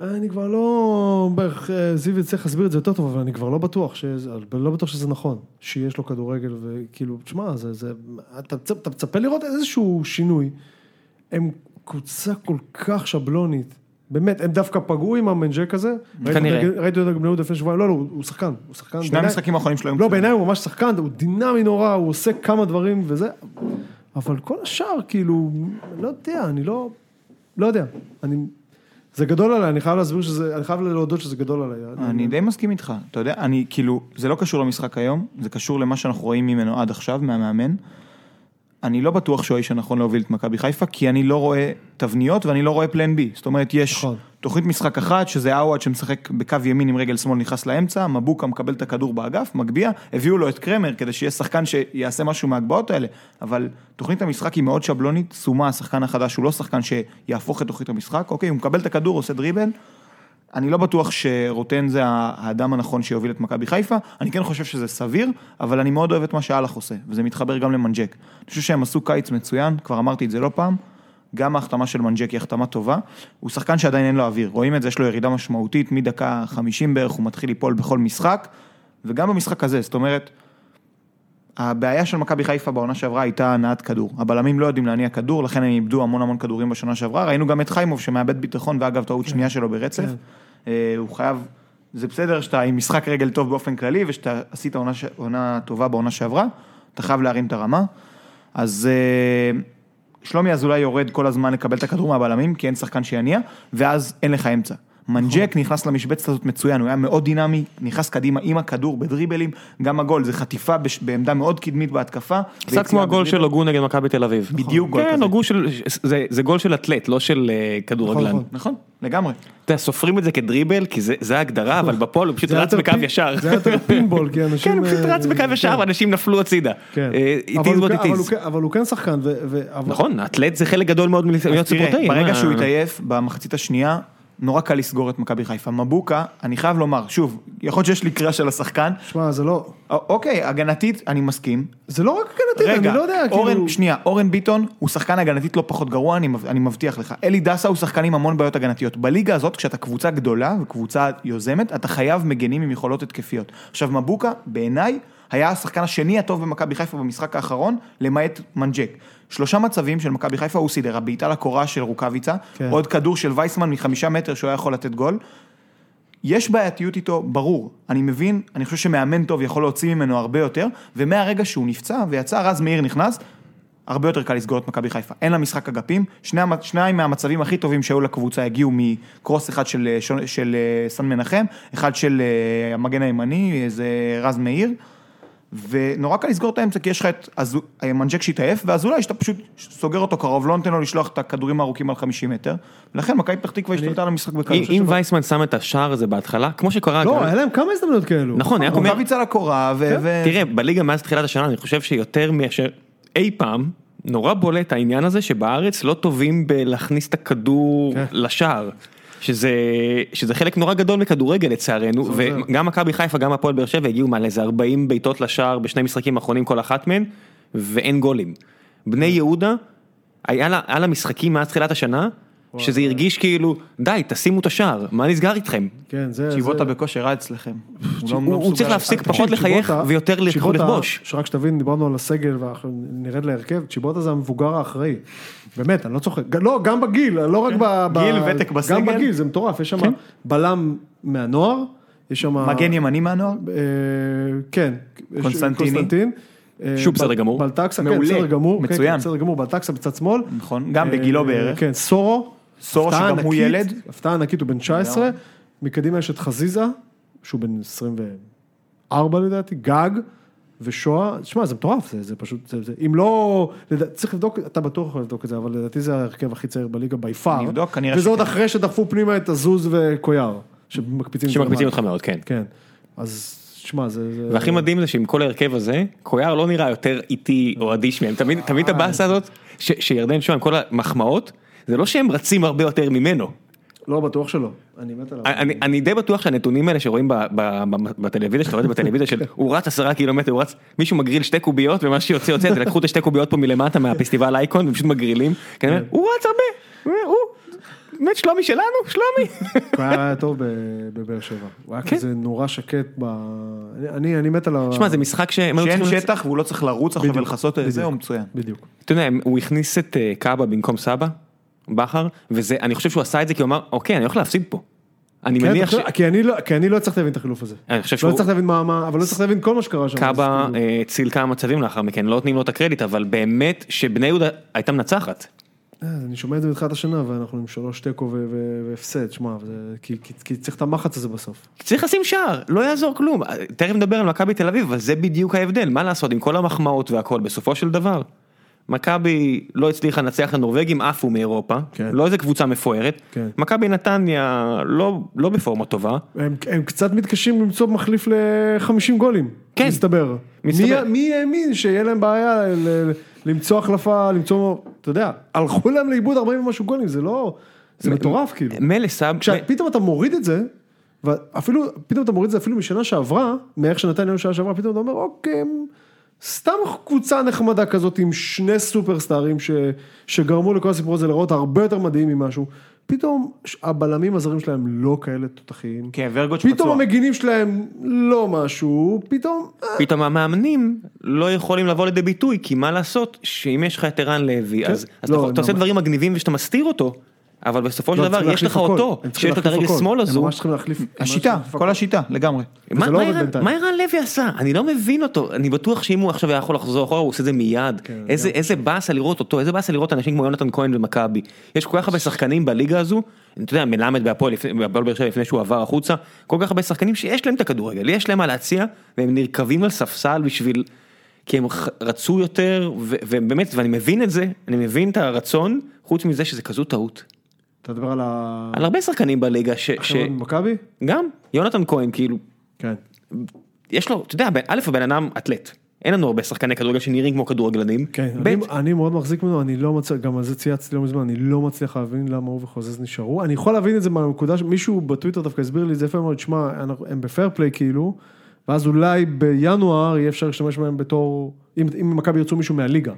Speaker 3: אני כבר לא, בערך, אה, זיו יצטרך להסביר את זה יותר טוב, אבל אני כבר לא בטוח, שזה, לא בטוח שזה נכון, שיש לו כדורגל, וכאילו, תשמע, זה, זה, אתה, מצ- אתה מצפה לראות איזשהו שינוי. הם קבוצה כל כך שבלונית, באמת, הם דווקא פגעו עם המנג'ק הזה. ראיתי אותו
Speaker 1: כנראה.
Speaker 3: נגד- ראיתי אותו גם בני יהודה לפני שבועיים, לא, לא, הוא הוא שחקן, הוא שחקן.
Speaker 2: שני
Speaker 3: בעיניי-
Speaker 2: המשחקים האחרונים שלו היו
Speaker 3: לא,
Speaker 2: מצוינים.
Speaker 3: בעיניי הוא ממש שחקן, הוא דינמי נורא, הוא עושה כמה דברים וזה, אבל כל השאר, כאילו, לא יודע, אני לא, לא יודע, אני, זה גדול עליי, אני חייב להסביר שזה, אני חייב להודות שזה גדול
Speaker 1: אה,
Speaker 3: עליי.
Speaker 2: אני די מסכים איתך, אתה יודע, אני כאילו, זה לא קשור למשחק היום, זה קשור למה שאנחנו רואים ממנו עד עכשיו, מהמאמן. אני לא בטוח שהוא האיש הנכון להוביל את מכבי חיפה, כי אני לא רואה תבניות ואני לא רואה פלן בי. זאת אומרת, יש
Speaker 3: נכון.
Speaker 2: תוכנית משחק אחת, שזה עווד שמשחק בקו ימין עם רגל שמאל נכנס לאמצע, מבוקה מקבל את הכדור באגף, מגביה, הביאו לו את קרמר כדי שיהיה שחקן שיעשה משהו מהגבהות האלה, אבל תוכנית המשחק היא מאוד שבלונית, סומה השחקן החדש, הוא לא שחקן שיהפוך את תוכנית המשחק, אוקיי, הוא מקבל את הכדור, עושה דריבל, אני לא בטוח שרוטן זה האדם הנכון שיוביל את מכבי חיפה, אני כן חושב שזה סביר, אבל אני מאוד אוהב את מה שאלח עושה, וזה מתחבר גם למנג'ק. אני חושב שהם עשו קיץ מצוין, כבר אמרתי את זה לא פעם, גם ההחתמה של מנג'ק היא החתמה טובה, הוא שחקן שעדיין אין לו אוויר, רואים את זה, יש לו ירידה משמעותית, מדקה 50 בערך הוא מתחיל ליפול בכל משחק, וגם במשחק הזה, זאת אומרת, הבעיה של מכבי חיפה בעונה שעברה הייתה הנעת כדור. הבלמים לא יודעים להניע כדור, לכן הם איבדו המון המון כדורים בשנה שעברה. ראינו גם את חיימוב שמאבד ביטחון, ואגב, טעות שנייה שלו ברצף. אה, הוא חייב, זה בסדר שאתה עם משחק רגל טוב באופן כללי, ושאתה עשית עונה ש- עונה טובה בעונה שעברה, אתה חייב להרים את הרמה. אז אה, שלומי אזולאי יורד כל הזמן לקבל את הכדור מהבלמים, כי אין שחקן שיניע, ואז אין לך אמצע. מנג'ק
Speaker 1: נכון.
Speaker 2: נכנס למשבצת הזאת מצוין, הוא היה מאוד דינמי, נכנס קדימה עם הכדור בדריבלים, גם הגול, זה חטיפה בש... בעמדה מאוד קדמית בהתקפה.
Speaker 1: קצת כמו הגול של הוגו נגד מכבי תל אביב.
Speaker 2: בדיוק גול
Speaker 1: כן,
Speaker 2: כזה.
Speaker 1: הוגו של, זה- זה גול של אתלט, לא של אה, כדורגלן.
Speaker 3: נכון.
Speaker 2: נכון, לגמרי.
Speaker 1: אתה יודע, סופרים את זה כדריבל, כי זה- זה ההגדרה, אבל בפועל הוא פשוט
Speaker 3: זה היה
Speaker 1: רץ
Speaker 3: יותר
Speaker 1: בקו
Speaker 3: פין-
Speaker 1: ישר.
Speaker 3: זה היה יותר פינבול, כי אנשים...
Speaker 1: כן, הוא פשוט
Speaker 3: אה,
Speaker 1: רץ בקו
Speaker 3: כן,
Speaker 1: ישר, ואנשים נפלו הצידה.
Speaker 3: כן.
Speaker 1: אה, It
Speaker 3: אבל
Speaker 1: is
Speaker 3: הוא
Speaker 1: what it
Speaker 3: כן- אבל הוא
Speaker 1: is.
Speaker 3: כן- אבל הוא כן שחקן, ו- ו- אבל-
Speaker 1: נכון, אתלט זה חלק גדול מאוד מלהיות ספורטאי.
Speaker 2: תראה, ברגע
Speaker 1: מה-
Speaker 2: שהוא התעייף, במחצית השנייה, נורא קל לסגור את מכבי חיפה. מבוקה, אני חייב לומר, שוב, יכול להיות שיש לי קריאה של השחקן,
Speaker 3: שמע, זה לא,
Speaker 2: א- אוקיי, הגנתית, אני מסכים.
Speaker 3: זה לא רק הגנתי, אני
Speaker 2: רגע,
Speaker 3: לא יודע,
Speaker 2: אורן,
Speaker 3: כאילו...
Speaker 2: שנייה, אורן ביטון הוא שחקן הגנתית לא פחות גרוע, אני, מב- אני מבטיח לך. אלי דסה הוא שחקן עם המון בעיות הגנתיות. בליגה הזאת, כשאתה קבוצה גדולה וקבוצה יוזמת, אתה חייב מגנים עם יכולות התקפיות. עכשיו, מבוקה, בעיניי, היה השחקן השני הטוב במכבי חיפה במשחק האחרון, למעט מנג'ק. שלושה מצבים של מכבי חיפה הוא סידר, הבעיטה לקורה של רוקאביצה,
Speaker 3: כן.
Speaker 2: עוד כדור של וייסמן מחמישה מטר שהוא היה יכול לתת גול, יש בעייתיות איתו, ברור. אני מבין, אני חושב שמאמן טוב יכול להוציא ממנו הרבה יותר, ומהרגע שהוא נפצע ויצא, רז מאיר נכנס, הרבה יותר קל לסגור את מכבי חיפה. אין לה משחק אגפים, שני, המ- שניים מהמצבים הכי טובים שהיו לקבוצה הגיעו מקרוס אחד של, אה, שון- של אה, סן מנחם, אחד של אה, המגן הימני, אה, זה רז מאיר. ונורא קל לסגור את האמצע, כי יש לך את הזו- מנג'ק שהתעייף, ואזולאי שאתה פשוט סוגר אותו קרוב, לא נותן לו לשלוח את הכדורים הארוכים על 50 מטר, ולכן מכבי פתח תקווה השתלטה על המשחק בקלות.
Speaker 1: אם- אם וייסמן שם את השער הזה בהתחלה, כמו שקרה,
Speaker 3: לא,
Speaker 1: גם-
Speaker 3: היה להם כמה הזדמנויות כאלו.
Speaker 1: נכון, היה קומר,
Speaker 2: רוקאביצה לקורה, ו... ו-
Speaker 1: תראה, בליגה מאז תחילת השנה, אני חושב שיותר מאשר אי פעם, נורא בולט העניין הזה שבארץ לא טובים בלהכניס את הכדור
Speaker 3: כן.
Speaker 1: לשער. שזה, שזה חלק נורא גדול מכדורגל לצערנו,
Speaker 3: עוזר.
Speaker 1: וגם מכבי חיפה, גם הפועל באר שבע הגיעו מעל איזה 40 בעיטות לשער בשני משחקים האחרונים כל אחת מהן, ואין גולים. בני
Speaker 3: כן.
Speaker 1: יהודה, היה לה, היה לה משחקים מאז תחילת השנה, שזה הרגיש כאילו, די, תשימו את השער, מה נסגר איתכם?
Speaker 3: כן, זה...
Speaker 2: צ'יבוטה
Speaker 3: זה-
Speaker 2: בכושר רע אצלכם. הוא לא-
Speaker 1: הוא-
Speaker 2: לא
Speaker 1: הוא צריך
Speaker 2: מסוגל.
Speaker 1: להפסיק
Speaker 3: תקשיב,
Speaker 1: פחות לחייך
Speaker 3: צ'יבוטה-
Speaker 1: ויותר לכ-
Speaker 3: צ'יבוטה,
Speaker 1: לכבוש.
Speaker 3: שרק שתבין, דיברנו על הסגל ואנחנו נרד להרכב, צ'יבוטה זה המבוגר האחראי. באמת, אני לא צוחק. ג- לא, גם בגיל, לא רק ב... ב-
Speaker 2: גיל, ותק בסגל.
Speaker 3: גם בגיל, זה מטורף. יש שם בלם מהנוער, יש שם...
Speaker 2: מגן ימני מהנוער?
Speaker 3: אה, כן. יש-
Speaker 2: קונסטנטיני.
Speaker 3: קונסטנטין. אה,
Speaker 1: שהוא
Speaker 3: ב-
Speaker 1: בסדר גמור.
Speaker 3: בלטקסה, כן,
Speaker 2: מעולה.
Speaker 3: בסדר גמור. כן,
Speaker 2: מצוין.
Speaker 3: כן, בסדר גמור, בלטקסה בצד שמאל.
Speaker 2: נכון, גם בגילו
Speaker 3: אה,
Speaker 2: בערך.
Speaker 3: כן, סורו.
Speaker 2: סורו
Speaker 3: הפתעה
Speaker 2: שגם הוא
Speaker 3: ענקית,
Speaker 2: ילד.
Speaker 3: הפתעה ענקית, הוא בן 19. מקדימה יש את חזיזה, שהוא בן 24 לדעתי, גג, ושואה. תשמע, זה מטורף, זה, זה פשוט, זה, זה, אם לא, לדע, צריך לבדוק, אתה בטוח יכול לבדוק את זה, אבל לדעתי זה ההרכב הכי צעיר בליגה בי פאר.
Speaker 2: נבדוק, כנראה
Speaker 3: וזה עוד
Speaker 2: שכן.
Speaker 3: אחרי שדחפו פנימה את הזוז וקויאר, שמקפיצים את זה
Speaker 1: שמקפיצים
Speaker 3: למעלה.
Speaker 1: אותך מאוד, כן.
Speaker 3: כן, אז שמע, זה... זה-
Speaker 1: והכי מדהים זה שעם כל ההרכב הזה, קויאר לא נראה יותר איטי או אדיש מהם, תמיד תמיד את הבאסה הזאת, ש- שירדן שואה עם כל המחמאות, זה לא שהם רצים הרבה יותר ממנו.
Speaker 3: לא, בטוח שלא. אני מת עליו.
Speaker 1: אה, אני, אני די בטוח שהנתונים האלה שרואים ב, ב, ב, בטלוויזיה, שאתה רואה את זה בטלוויזיה של הוא רץ עשרה קילומטר, הוא רץ, מישהו מגריל שתי קוביות ומה שיוצא יוצא, אז לקחו את השתי קוביות פה מלמטה מהפסטיבל אייקון ופשוט מגרילים, כי אני אומר, הוא רץ הרבה, אה, הוא, באמת שלומי שלנו, שלומי.
Speaker 3: הוא היה טוב ב- בבאר שבע. הוא היה
Speaker 1: כן.
Speaker 3: כזה נורא שקט ב... אני, אני מת על ה...
Speaker 1: שמע זה משחק שהם היו
Speaker 2: שאין
Speaker 1: צריכים לצ-
Speaker 2: שטח והוא לא צריך לרוץ עכשיו
Speaker 3: בדיוק,
Speaker 2: ולכסות את זה,
Speaker 3: בדיוק.
Speaker 2: הוא מצוין.
Speaker 3: בדיוק.
Speaker 1: אתה יודע, הוא הכניס את אה, קאבה במקום סבא, בכר, וזה, אני חושב שהוא עשה את זה כי הוא אמר, אוקיי, אני הולך להפסיד פה. אני
Speaker 3: כן,
Speaker 1: מניח
Speaker 3: אתה חושב- כי אני לא, כי אני לא הצלחתי להבין את החילוף הזה.
Speaker 1: אני חושב
Speaker 3: לא
Speaker 1: שהוא-
Speaker 3: הצלחתי להבין מה, מה, אבל לא הצלחתי להבין כל מה שקרה שם.
Speaker 1: שקאבה
Speaker 3: אז כאילו-
Speaker 1: אה, הציל כמה מצבים לאחר מכן, לא נותנים לו את הקרדיט, אבל באמת שבני יהודה הייתה מנצחת.
Speaker 3: אה, אז אני שומע את זה מתחילת השנה, ואנחנו עם שלוש תיקו ו- ו- והפסד, שמע, זה- כי- כי- כי צריך את המחץ הזה בסוף.
Speaker 1: צריך לשים שער, לא יעזור כלום. תכף נדבר על מכבי תל אביב, אבל זה בדיוק ההבדל, מה לעשות עם כל המחמאות והכל, בסופו של דבר. מכבי לא הצליחה לנצח את הנורבגים, עפו מאירופה,
Speaker 3: כן.
Speaker 1: לא איזה קבוצה מפוארת.
Speaker 3: כן.
Speaker 1: מכבי נתניה לא, לא בפורמה טובה,
Speaker 3: הם, הם קצת מתקשים למצוא מחליף ל-50 גולים,
Speaker 1: כן.
Speaker 3: מסתבר.
Speaker 1: מסתבר.
Speaker 3: מי, מי האמין שיהיה להם בעיה ל- ל- למצוא החלפה, למצוא, אתה יודע, הלכו להם לאיבוד 40 ומשהו גולים, זה לא, זה מטורף כאילו.
Speaker 1: מילא סאב,
Speaker 3: כשפתאום אתה מוריד את זה, ואפילו, פתאום אתה מוריד את זה אפילו משנה שעברה, מאיך שנתניה שנה שעברה, פתאום אתה אומר, אוקיי, הם סתם קבוצה נחמדה כזאת עם שני סופרסטארים ש, שגרמו לכל הסיפור הזה להיראות הרבה יותר מדהים ממשהו. פתאום ש- הבלמים הזרים שלהם לא כאלה תותחיים.
Speaker 2: כן, ורגוץ' פצוע.
Speaker 3: פתאום המגינים שלהם לא משהו, פתאום... אה,
Speaker 1: פתאום המאמנים לא יכולים לבוא לידי ביטוי, כי מה לעשות, שאם יש לך את ערן לוי,
Speaker 3: כן.
Speaker 1: אז, אז
Speaker 3: לא,
Speaker 1: אתה, אתה עושה
Speaker 3: ממש.
Speaker 1: דברים מגניבים ושאתה מסתיר אותו, אבל בסופו של
Speaker 3: לא,
Speaker 1: דבר
Speaker 3: צריכים
Speaker 1: יש לך
Speaker 3: להחליף הכל.
Speaker 1: אותו,
Speaker 3: הם צריכים
Speaker 1: שיש לו את
Speaker 3: להחליף
Speaker 1: הרגל
Speaker 3: הכל.
Speaker 1: שמאל
Speaker 3: הם
Speaker 1: הזו,
Speaker 3: ממש צריכים להחליף... הם ממש
Speaker 2: השיטה,
Speaker 3: צריכים
Speaker 2: כל
Speaker 3: להחליף
Speaker 2: השיטה, לגמרי.
Speaker 1: מה
Speaker 3: וזה לא
Speaker 1: מה
Speaker 3: עובד
Speaker 1: ערן-
Speaker 3: בינתיים.
Speaker 1: מה ערן לוי עשה? אני לא מבין אותו, אני בטוח שאם הוא עכשיו היה יכול לחזור אחורה, הוא עושה את זה מיד.
Speaker 3: כן,
Speaker 1: איזה-
Speaker 3: גם.
Speaker 1: איזה באסה לראות אותו, איזה באסה לראות אנשים כמו יונתן כהן ומכבי. יש כל כך הרבה שחקנים בליגה הזו, אתה יודע, מלמד בהפועל לפני- בהפועל באר שבע לפני שהוא עבר החוצה, כל כך הרבה שחקנים שיש להם את הכדורגל, יש להם מה להציע, והם נרקבים על ספסל בשביל... כי הם ח- רצו יותר, ו- והם באמת, ואני מבין את זה, אני מבין את הרצון, חוץ מזה שזה כזו טעות.
Speaker 3: אתה מדבר על ה...
Speaker 1: על הרבה שחקנים בליגה ש... ש-
Speaker 3: חבר'ה ממכבי?
Speaker 1: גם, יונתן כהן, כאילו,
Speaker 3: כן.
Speaker 1: יש לו, אתה יודע, א' הבן אדם אתלט. אין לנו הרבה שחקני כדורגל שנראים כמו כדורגלנים.
Speaker 3: כן,
Speaker 1: ב',
Speaker 3: אני, אני מאוד מחזיק ממנו, אני לא מצליח, גם על זה צייצתי לא מזמן, אני לא מצליח להבין למה הוא וחוזז נשארו. אני יכול להבין את זה מהנקודה, ש- מישהו בטוויטר דווקא הסביר לי את זה יפה מאוד, שמע, אנחנו- הם בפייר פליי כאילו, ואז אולי בינואר יהיה אפשר להשתמש בהם בתור, אם, אם מכבי ירצו מישהו מהליגה.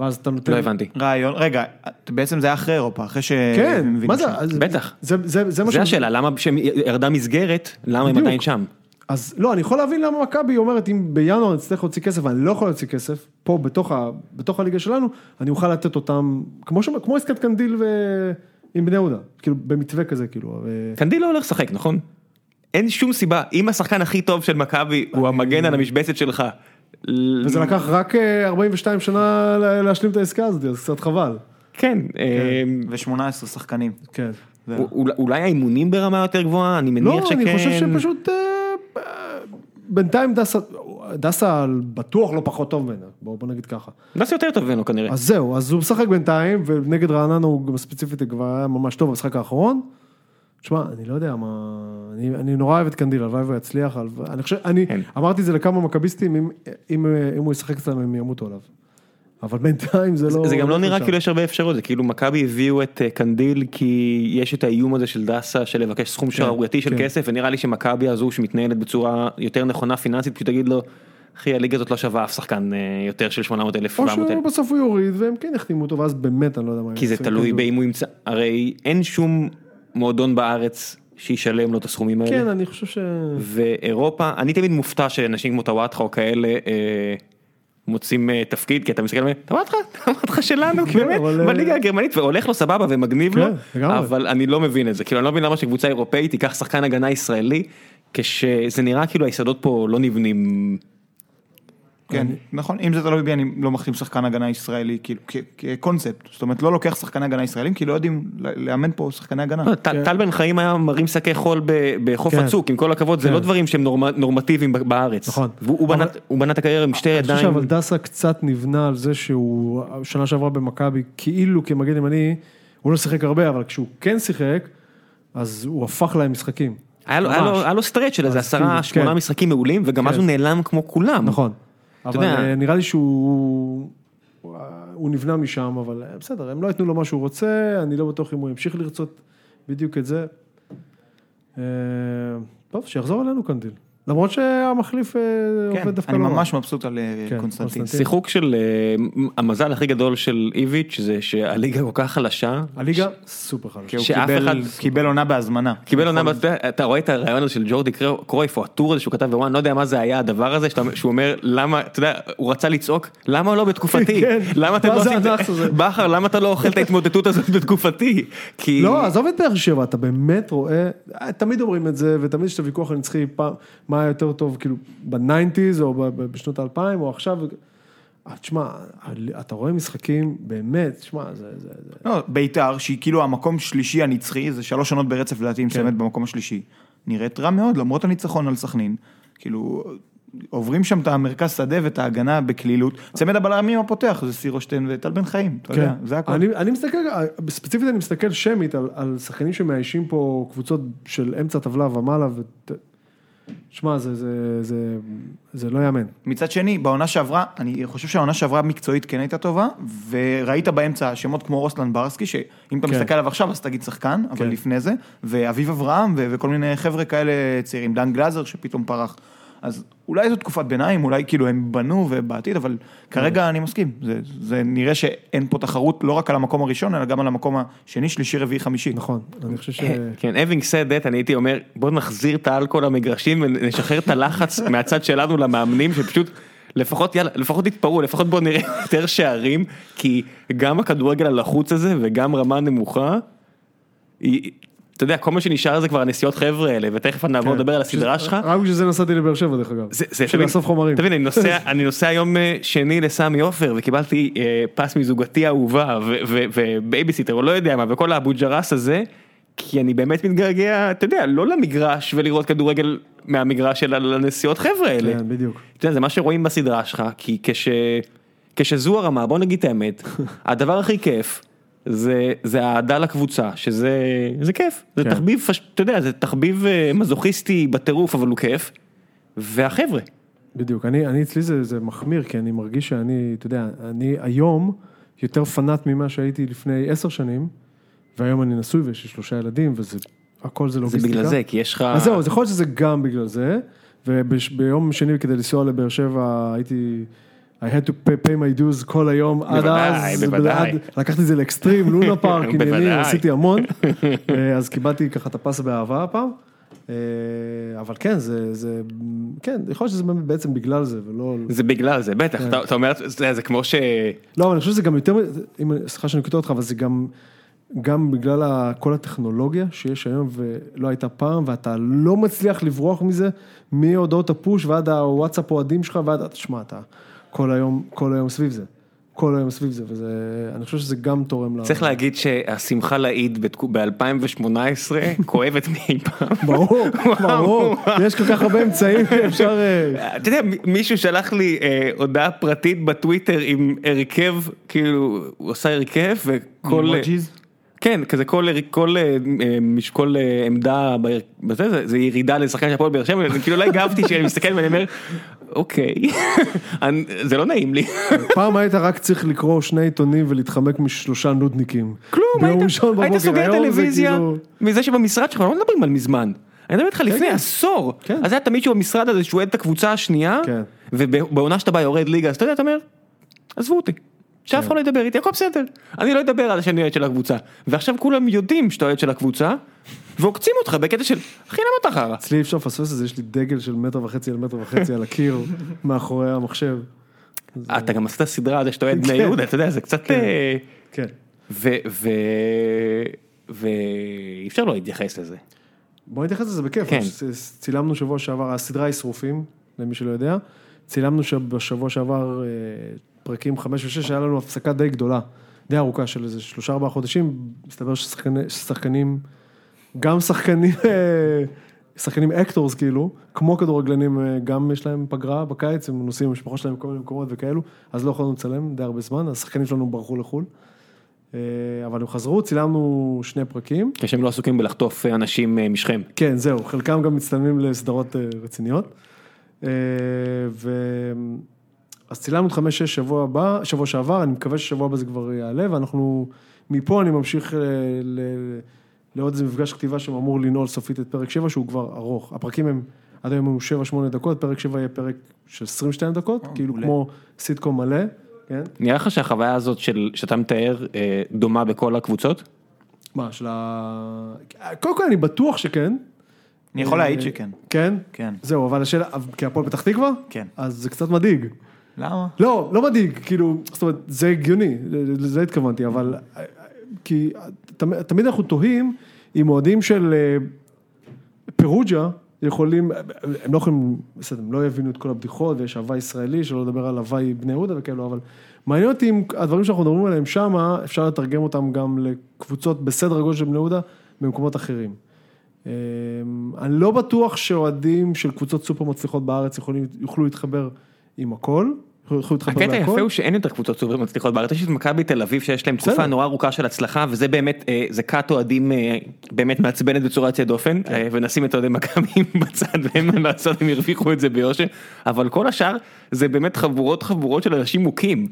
Speaker 3: ואז אתה נותן...
Speaker 1: לא הבנתי.
Speaker 2: רעיון, רגע, בעצם זה היה אחרי אירופה, אחרי ש...
Speaker 3: כן,
Speaker 2: מבינים
Speaker 3: מה זה?
Speaker 2: שם.
Speaker 3: אז-
Speaker 1: בטח.
Speaker 3: זה, זה, זה מה
Speaker 1: זה
Speaker 3: שאני-
Speaker 1: השאלה, למה כשירדה מסגרת, למה הם
Speaker 3: בדיוק.
Speaker 1: עדיין שם?
Speaker 3: אז לא, אני יכול להבין למה מכבי אומרת, אם בינואר נצטרך להוציא כסף, ואני לא יכול להוציא כסף, פה בתוך, ה, בתוך הליגה שלנו, אני אוכל לתת אותם, כמו, ש, כמו עסקת קנדיל ו... עם בני יהודה, כאילו במתווה כזה, כאילו, ו...
Speaker 1: קנדיל לא הולך לשחק, נכון? אין שום סיבה, אם השחקן הכי טוב של מכבי הוא המגן על המשבצת שלך. ל-
Speaker 3: וזה לקח רק אה, 42 שנה לה- להשלים את העסקה הזאת, אז קצת חבל.
Speaker 1: כן, אמ,
Speaker 2: ו-18 שחקנים.
Speaker 3: כן.
Speaker 2: זה-
Speaker 1: אול- אולי האימונים ברמה יותר גבוהה, אני מניח
Speaker 3: לא,
Speaker 1: שכן.
Speaker 3: אני חושב שפשוט, אה, אה, בינתיים דסה, דסה בטוח לא פחות טוב ממנה, בוא, בוא נגיד ככה.
Speaker 1: נעשה יותר טוב ממנו כנראה.
Speaker 3: אז זהו, אז הוא משחק בינתיים, ונגד רעננה הוא גם ספציפית כבר היה ממש טוב במשחק האחרון. תשמע, אני לא יודע מה... אני, אני נורא אוהב את קנדיל, הלוואי והוא יצליח, הלוואי- אני חושב, אני
Speaker 1: כן.
Speaker 3: אמרתי את זה לכמה מכביסטים, אם, אם, אם הוא ישחק אצלם הם ימותו עליו. אבל בינתיים זה לא...
Speaker 1: זה גם לא נראה
Speaker 3: שם.
Speaker 1: כאילו יש הרבה אפשרויות, זה כאילו מכבי הביאו את אה, קנדיל כי יש את האיום הזה של דסה של לבקש סכום שערורייתי של
Speaker 3: כן.
Speaker 1: כסף, ונראה לי שמכבי הזו שמתנהלת בצורה יותר נכונה פיננסית, פשוט תגיד לו, אחי הליגה הזאת לא שווה אף שחקן אה, יותר של 800 אלף,
Speaker 3: או
Speaker 1: 700 אלף,
Speaker 3: שבסוף הוא יוריד, והם כן יחתימו אותו, ואז באמת אני לא יודע מה... הם
Speaker 1: כי זה
Speaker 3: יעשו עם
Speaker 1: תלוי
Speaker 3: קנדיל.
Speaker 1: באם הוא ימצא, הרי אין שום מועדון בארץ שישלם לו את הסכומים האלה.
Speaker 3: כן, אני חושב ש...
Speaker 1: ואירופה, אני תמיד מופתע שאנשים כמו טוואטחה או כאלה אה, מוצאים אה, תפקיד, כי אתה מסתכל עליהם, טוואטחה, טוואטחה שלנו, כי
Speaker 3: כן,
Speaker 1: באמת,
Speaker 3: אבל, אה,
Speaker 1: בליגה הגרמנית, והולך לו סבבה ומגניב
Speaker 3: כן,
Speaker 1: לו,
Speaker 3: לגמרי.
Speaker 1: אבל אני לא מבין את זה, כאילו אני לא מבין למה שקבוצה אירופאית תיקח שחקן הגנה ישראלי, כשזה נראה כאילו היסודות פה לא נבנים,
Speaker 2: כן, נכון, אם זה תלוי בי אני לא מחתים שחקן הגנה ישראלי, כאילו, כ- כקונספט, זאת אומרת לא לוקח שחקן הגנה ישראלים, כי לא יודעים ל- לאמן פה שחקני הגנה.
Speaker 1: לא, טל טל בן חיים היה מרים שקי חול ב- בחוף
Speaker 3: אה, כן.
Speaker 1: הצוק, עם כל הכבוד, זה
Speaker 3: כן.
Speaker 1: לא דברים שהם נורמ- נורמטיביים ב- בארץ,
Speaker 3: נכון.
Speaker 1: והוא הוא בנה-
Speaker 3: אבל-
Speaker 1: הוא בנה את הקריירה עם שתי
Speaker 3: אני חושב
Speaker 1: ידיים,
Speaker 3: שאבל דסה קצת נבנה על זה שהוא, שנה שעברה במכבי, כאילו כמגן ימני, הוא לא שיחק הרבה, אבל כשהוא כן שיחק, אז הוא הפך להם משחקים.
Speaker 1: היה לו- היה
Speaker 3: ממש.
Speaker 1: לו- היה לו סטרץ' של איזה
Speaker 3: אז
Speaker 1: עשרה,
Speaker 3: כאילו,
Speaker 1: שמונה
Speaker 3: כן.
Speaker 1: משחקים מעולים, וגם אז
Speaker 3: כן.
Speaker 1: הוא נעלם כמו כולם.
Speaker 3: נכון. אבל
Speaker 1: יודע-
Speaker 3: אה, נראה לי שהוא... הוא נבנה משם, אבל אה, בסדר, הם לא ייתנו לו מה שהוא רוצה, אני לא בטוח אם הוא ימשיך לרצות בדיוק את זה. אה, טוב, שיחזור אלינו קנדיל. למרות שהמחליף אה, עובד
Speaker 2: כן,
Speaker 3: דווקא
Speaker 2: אני
Speaker 3: לא רע.
Speaker 2: ממש מבסוט על אה,
Speaker 3: כן,
Speaker 2: קונסטנטין.
Speaker 3: קונסטנטין.
Speaker 1: שיחוק של אה, המזל הכי גדול של איביץ' זה שהליגה כל כך חלשה,
Speaker 3: הליגה סופר חלשה.
Speaker 2: כי הוא
Speaker 1: שאף
Speaker 2: קיבל-
Speaker 1: אחד-
Speaker 2: קיבל עונה בהזמנה.
Speaker 1: קיבל עונה,
Speaker 3: נכון.
Speaker 1: אתה- אתה רואה את הרעיון הזה של ג'ורדי קרו- קרויף או הטור הזה שהוא כתב בוואן, לא יודע מה זה היה הדבר הזה, שאתה- שהוא אומר למה, אתה יודע, הוא רצה לצעוק, למה לא בתקופתי,
Speaker 3: כן,
Speaker 1: למה אתם
Speaker 3: מה
Speaker 1: לא
Speaker 3: זה
Speaker 1: עושים, את
Speaker 3: הנאצ הזה?"
Speaker 1: בכר למה אתה לא אוכל את ההתמודדות הזאת בתקופתי, כי,
Speaker 3: לא, עזוב את באר שבע, אתה באמת רואה, תמיד אומרים את זה, ותמיד יש את הוויכוח הנצחי, פעם, מה היה יותר טוב, כאילו, בניינטיז, או ב- ב- בשנות האלפיים, או עכשיו. אה, תשמע, ה- אתה רואה משחקים, באמת, תשמע, זה... זה, זה.
Speaker 2: לא, ביתר, שהיא כאילו המקום שלישי הנצחי, זה שלוש עונות ברצף לדעתי, היא מסיימת במקום השלישי. נראית רע מאוד, למרות הניצחון על סכנין. כאילו, עוברים שם את המרכז שדה ואת ההגנה בקלילות. צמד הבלמים הפותח זה סירושטיין וטל בן חיים, אתה יודע, זה
Speaker 3: כן.
Speaker 2: הכל.
Speaker 3: אני, אני מסתכל, אה, ספציפית אני מסתכל שמית על, על שחקנים שמאיישים פה קבוצות של אמצע טבלה ומעלה, ו... שמע, זה, זה, זה, זה לא יאמן.
Speaker 2: מצד שני, בעונה שעברה, אני חושב שהעונה שעברה מקצועית כן הייתה טובה, וראית באמצע שמות כמו רוסלן ברסקי, שאם אתה
Speaker 3: כן.
Speaker 2: מסתכל עליו עכשיו אז תגיד שחקן, אבל
Speaker 3: כן.
Speaker 2: לפני זה, ואביב אברהם ו- וכל מיני חבר'ה כאלה צעירים, דן גלאזר שפתאום פרח. אז אולי זו תקופת ביניים, אולי כאילו הם בנו ובעתיד, אבל כרגע אני מסכים. זה, זה נראה שאין פה תחרות לא רק על המקום הראשון, אלא גם על המקום השני, שלישי, רביעי, חמישי.
Speaker 3: נכון, אני חושב ש...
Speaker 1: כן, having said that, אני הייתי אומר, בוא נחזיר את האלכוהול למגרשים ונשחרר את הלחץ מהצד שלנו למאמנים, שפשוט, לפחות יאללה, לפחות תתפרעו, לפחות בוא נראה יותר שערים, כי גם הכדורגל הלחוץ הזה וגם רמה נמוכה, היא- אתה יודע, כל מה שנשאר זה כבר הנסיעות חבר'ה האלה, ותכף אני
Speaker 3: כן.
Speaker 1: אעבור לדבר על הסדרה שלך.
Speaker 3: רק בשביל זה נסעתי לבאר שבע, דרך אגב.
Speaker 1: זה, זה,
Speaker 3: בשביל לאסוף חומרים.
Speaker 1: תבין, אני נוסע, אני נוסע יום אה, שני לסמי עופר וקיבלתי אה, פס מזוגתי האהובה ו- ו- ובייביסיטר או לא יודע מה וכל האבו ג'רס הזה. כי אני באמת מתגעגע, אתה יודע, לא למגרש ולראות כדורגל מהמגרש אלא לנסיעות חבר'ה האלה.
Speaker 3: כן, בדיוק.
Speaker 1: אתה יודע, זה מה שרואים בסדרה שלך, כי כש... כשזו הרמה, בוא נגיד את האמת, הדבר הכי כיף זה, זה האהדה לקבוצה, שזה זה כיף, זה
Speaker 3: כן.
Speaker 1: תחביב, פש- אתה יודע, זה תחביב אה, מזוכיסטי בטירוף, אבל הוא כיף, והחבר'ה,
Speaker 3: בדיוק, אני, אני אצלי זה, זה מחמיר, כי אני מרגיש שאני, אתה יודע, אני היום יותר פנאט ממה שהייתי לפני עשר שנים, והיום אני נשוי ויש לי שלושה ילדים, וזה, הכל זה
Speaker 1: זה
Speaker 3: לוגיסטיקה.
Speaker 1: בגלל זה, כי יש לך...
Speaker 3: אז זהו, אז יכול להיות שזה גם בגלל זה, וביום שני כדי לנסוע לבאר שבע הייתי... I had to pay, pay my dues כל היום, עד
Speaker 1: בוודאי,
Speaker 3: אז,
Speaker 1: בוודאי.
Speaker 3: עד- לקחתי את זה לאקסטרים, לונה פארק, עניינים,
Speaker 1: בוודאי.
Speaker 3: עשיתי המון, אה, אז קיבלתי ככה את הפס באהבה הפעם, אה, אבל כן, זה, זה, כן, יכול להיות שזה באמת בעצם בגלל זה, ולא,
Speaker 1: זה בגלל זה, בטח, אתה, אתה אומר, זה, זה כמו ש...
Speaker 3: לא, אבל אני חושב שזה גם יותר, אם- סליחה שאני קוטע אותך, אבל זה גם, גם בגלל ה- כל הטכנולוגיה שיש היום ולא הייתה פעם, ואתה לא מצליח לברוח מזה, מהודעות הפוש ועד הוואטסאפ אוהדים שלך, ועד, תשמע, אתה כל היום, כל היום סביב זה. כל היום סביב זה, וזה, אני חושב שזה גם תורם ל...
Speaker 1: צריך להגיד שהשמחה לאיד ב-2018 כואבת מאי פעם.
Speaker 3: ברור, ברור, יש כל כך הרבה אמצעים, אפשר... אה,
Speaker 1: אתה יודע, מ- מישהו שלח לי אה, הודעה פרטית בטוויטר עם הרכב, כאילו, הוא עשה הרכב וכל...
Speaker 2: אימוג'יז?
Speaker 1: כן, כזה כל, הר- כל אה, אה, משקול אה, עמדה, בהר- בזה, זה, זה ירידה לשחקן של הפועל באר שבע, אני כאילו לא הגבתי שאני מסתכל ואני אומר, אוקיי, אני- זה לא נעים לי.
Speaker 3: פעם היית רק צריך לקרוא שני עיתונים ולהתחמק משלושה נודניקים.
Speaker 1: כלום,
Speaker 3: ביום
Speaker 1: היית,
Speaker 3: ראשון
Speaker 1: היית
Speaker 3: בבוקר,
Speaker 1: סוגר
Speaker 3: היום זה
Speaker 1: טלוויזיה,
Speaker 3: כאילו-
Speaker 1: מזה שבמשרד שלך, לא מדברים על מזמן. אני מדבר איתך לפני
Speaker 3: כן.
Speaker 1: עשור,
Speaker 3: כן.
Speaker 1: אז היה תמיד שהוא במשרד הזה שהוא אוהד את הקבוצה השנייה,
Speaker 3: כן.
Speaker 1: ובעונה שאתה בא יורד ליגה, אז אתה יודע, אתה אומר, עזבו אותי,
Speaker 3: כן.
Speaker 1: שאף אחד לא ידבר איתי, הכל בסדר, אני לא אדבר על שאני אוהד של הקבוצה. ועכשיו כולם יודעים שאתה אוהד של הקבוצה, ועוקצים אותך בקטע של, אחי למה אתה חרא?
Speaker 3: אצלי אי אפשר לפספס את זה, יש לי דגל של מטר וחצי על מטר וחצי על הקיר מאחורי המחשב.
Speaker 1: אה, אתה גם עשית סדרה על זה שאתה אוהד בני
Speaker 3: כן.
Speaker 1: יהודה, אתה יודע, זה קצת... אה,
Speaker 3: כן.
Speaker 1: ו... ו... ואי אפשר לא להתייחס לזה.
Speaker 3: בוא נתייחס לזה בכיף.
Speaker 1: כן.
Speaker 3: ש- ש- צילמנו שבוע שעבר, הסדרה היא שרופים, למי שלא יודע. צילמנו שב- בשבוע שעבר אה, פרקים 5 ו-6, היה לנו הפסקה די גדולה, די ארוכה של איזה שלושה ארבעה חודשים. מסתבר ששחקני- ששחקנים, גם שחקנים, אה, שחקנים אקטורס כאילו, כמו כדורגלנים, אה, גם יש להם פגרה בקיץ, הם נוסעים עם המשפחות שלהם לכל מיני מקומות וכאלו, אז לא יכולנו לצלם די הרבה זמן, השחקנים שלנו ברחו לחו"ל. אה, אבל הם חזרו, צילמנו שני פרקים.
Speaker 1: כשהם לא עסוקים בלחטוף אה, אנשים אה, משכם.
Speaker 3: כן, זהו, חלקם גם מצטלמים לסדרות אה, רציניות. אה, ו... אז צילמנו את חמש, שש שבוע הבא, שבוע שעבר, אני מקווה ששבוע הבא זה כבר יעלה, ואנחנו, מפה אני ממשיך אה, ל... לעוד איזה מפגש כתיבה שאמור לנעול סופית את פרק 7, שהוא כבר ארוך. הפרקים הם, עד היום הם 7-8 דקות, פרק 7 יהיה פרק של 22 דקות, כאילו
Speaker 2: מעולה.
Speaker 3: כמו סיטקום מלא, כן?
Speaker 1: נראה לך שהחוויה הזאת של, שאתה מתאר אה, דומה בכל הקבוצות?
Speaker 3: מה, של ה... קודם כל אני בטוח שכן.
Speaker 2: אני יכול להעיד
Speaker 3: אה,
Speaker 2: שכן.
Speaker 3: כן?
Speaker 2: כן.
Speaker 3: זהו, אבל השאלה, אבל כהפועל פתח תקווה?
Speaker 2: כן.
Speaker 3: אז זה קצת מדאיג.
Speaker 2: למה?
Speaker 3: לא, לא מדאיג, כאילו, זאת אומרת, זה הגיוני, לזה התכוונתי, אבל... אה, אה, כי תמ- תמיד אנחנו תוהים אם אוהדים של אה, פירוג'ה יכולים, הם לא יכולים, בסדר, הם לא יבינו את כל הבדיחות, ויש הוואי ישראלי, שלא לדבר על הוואי בני יהודה וכאלו, אבל מעניין אותי אם הדברים שאנחנו מדברים עליהם שמה, אפשר לתרגם אותם גם לקבוצות בסדר הגודל של בני יהודה במקומות אחרים. אמ, אני לא בטוח שאוהדים של קבוצות סופר מצליחות בארץ יכולים, יוכלו להתחבר עם הכל. יוכלו להתחבר
Speaker 1: הקטע היפה
Speaker 3: להכל.
Speaker 1: הוא שאין יותר קבוצות סופר מצליחות בארץ, יש את מכבי תל אביב שיש להם
Speaker 3: בסדר.
Speaker 1: תקופה נורא ארוכה של הצלחה וזה באמת, אה, זה כת אוהדים אה, באמת מעצבנת בצורה יוצאת דופן,
Speaker 3: כן.
Speaker 1: אה, ונשים את אוהדי מכבי בצד ואין מה לעשות, הם הרוויחו את זה ביושר, אבל כל השאר זה באמת חבורות חבורות של אנשים מוכים,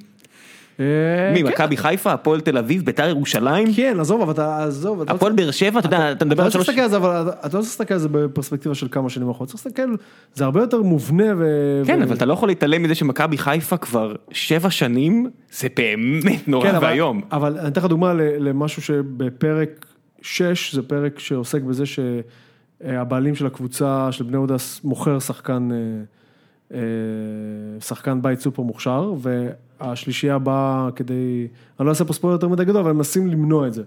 Speaker 3: אה,
Speaker 1: מי,
Speaker 3: כן.
Speaker 1: מכבי חיפה, הפועל תל אביב, ביתר ירושלים,
Speaker 3: כן, עזוב, אבל אתה, עזוב, אתה לא
Speaker 1: הפועל באר שבע, אתה יודע, אתה
Speaker 3: אתה
Speaker 1: מדבר
Speaker 3: לא
Speaker 1: על
Speaker 3: צריך
Speaker 1: שלוש...
Speaker 3: להסתכל על זה, אבל אתה לא צריך להסתכל על זה בפרספקטיבה של כמה שנים אחרות, צריך להסתכל, זה הרבה יותר מובנה ו...
Speaker 1: כן,
Speaker 3: ו-
Speaker 1: אבל אתה לא יכול להתעלם מזה שמכבי חיפה כבר שבע שנים, זה באמת נורא
Speaker 3: כן, אבל-
Speaker 1: ואיום.
Speaker 3: אבל אני אתן לך דוגמה ל- למשהו שבפרק 6, זה פרק שעוסק בזה שהבעלים של הקבוצה של בני יהודה מוכר שחקן, אה, אה, שחקן בית סופר מוכשר, והשלישייה באה כדי, אני לא אעשה פה ספוילר יותר מדי גדול, אבל הם מנסים למנוע את זה.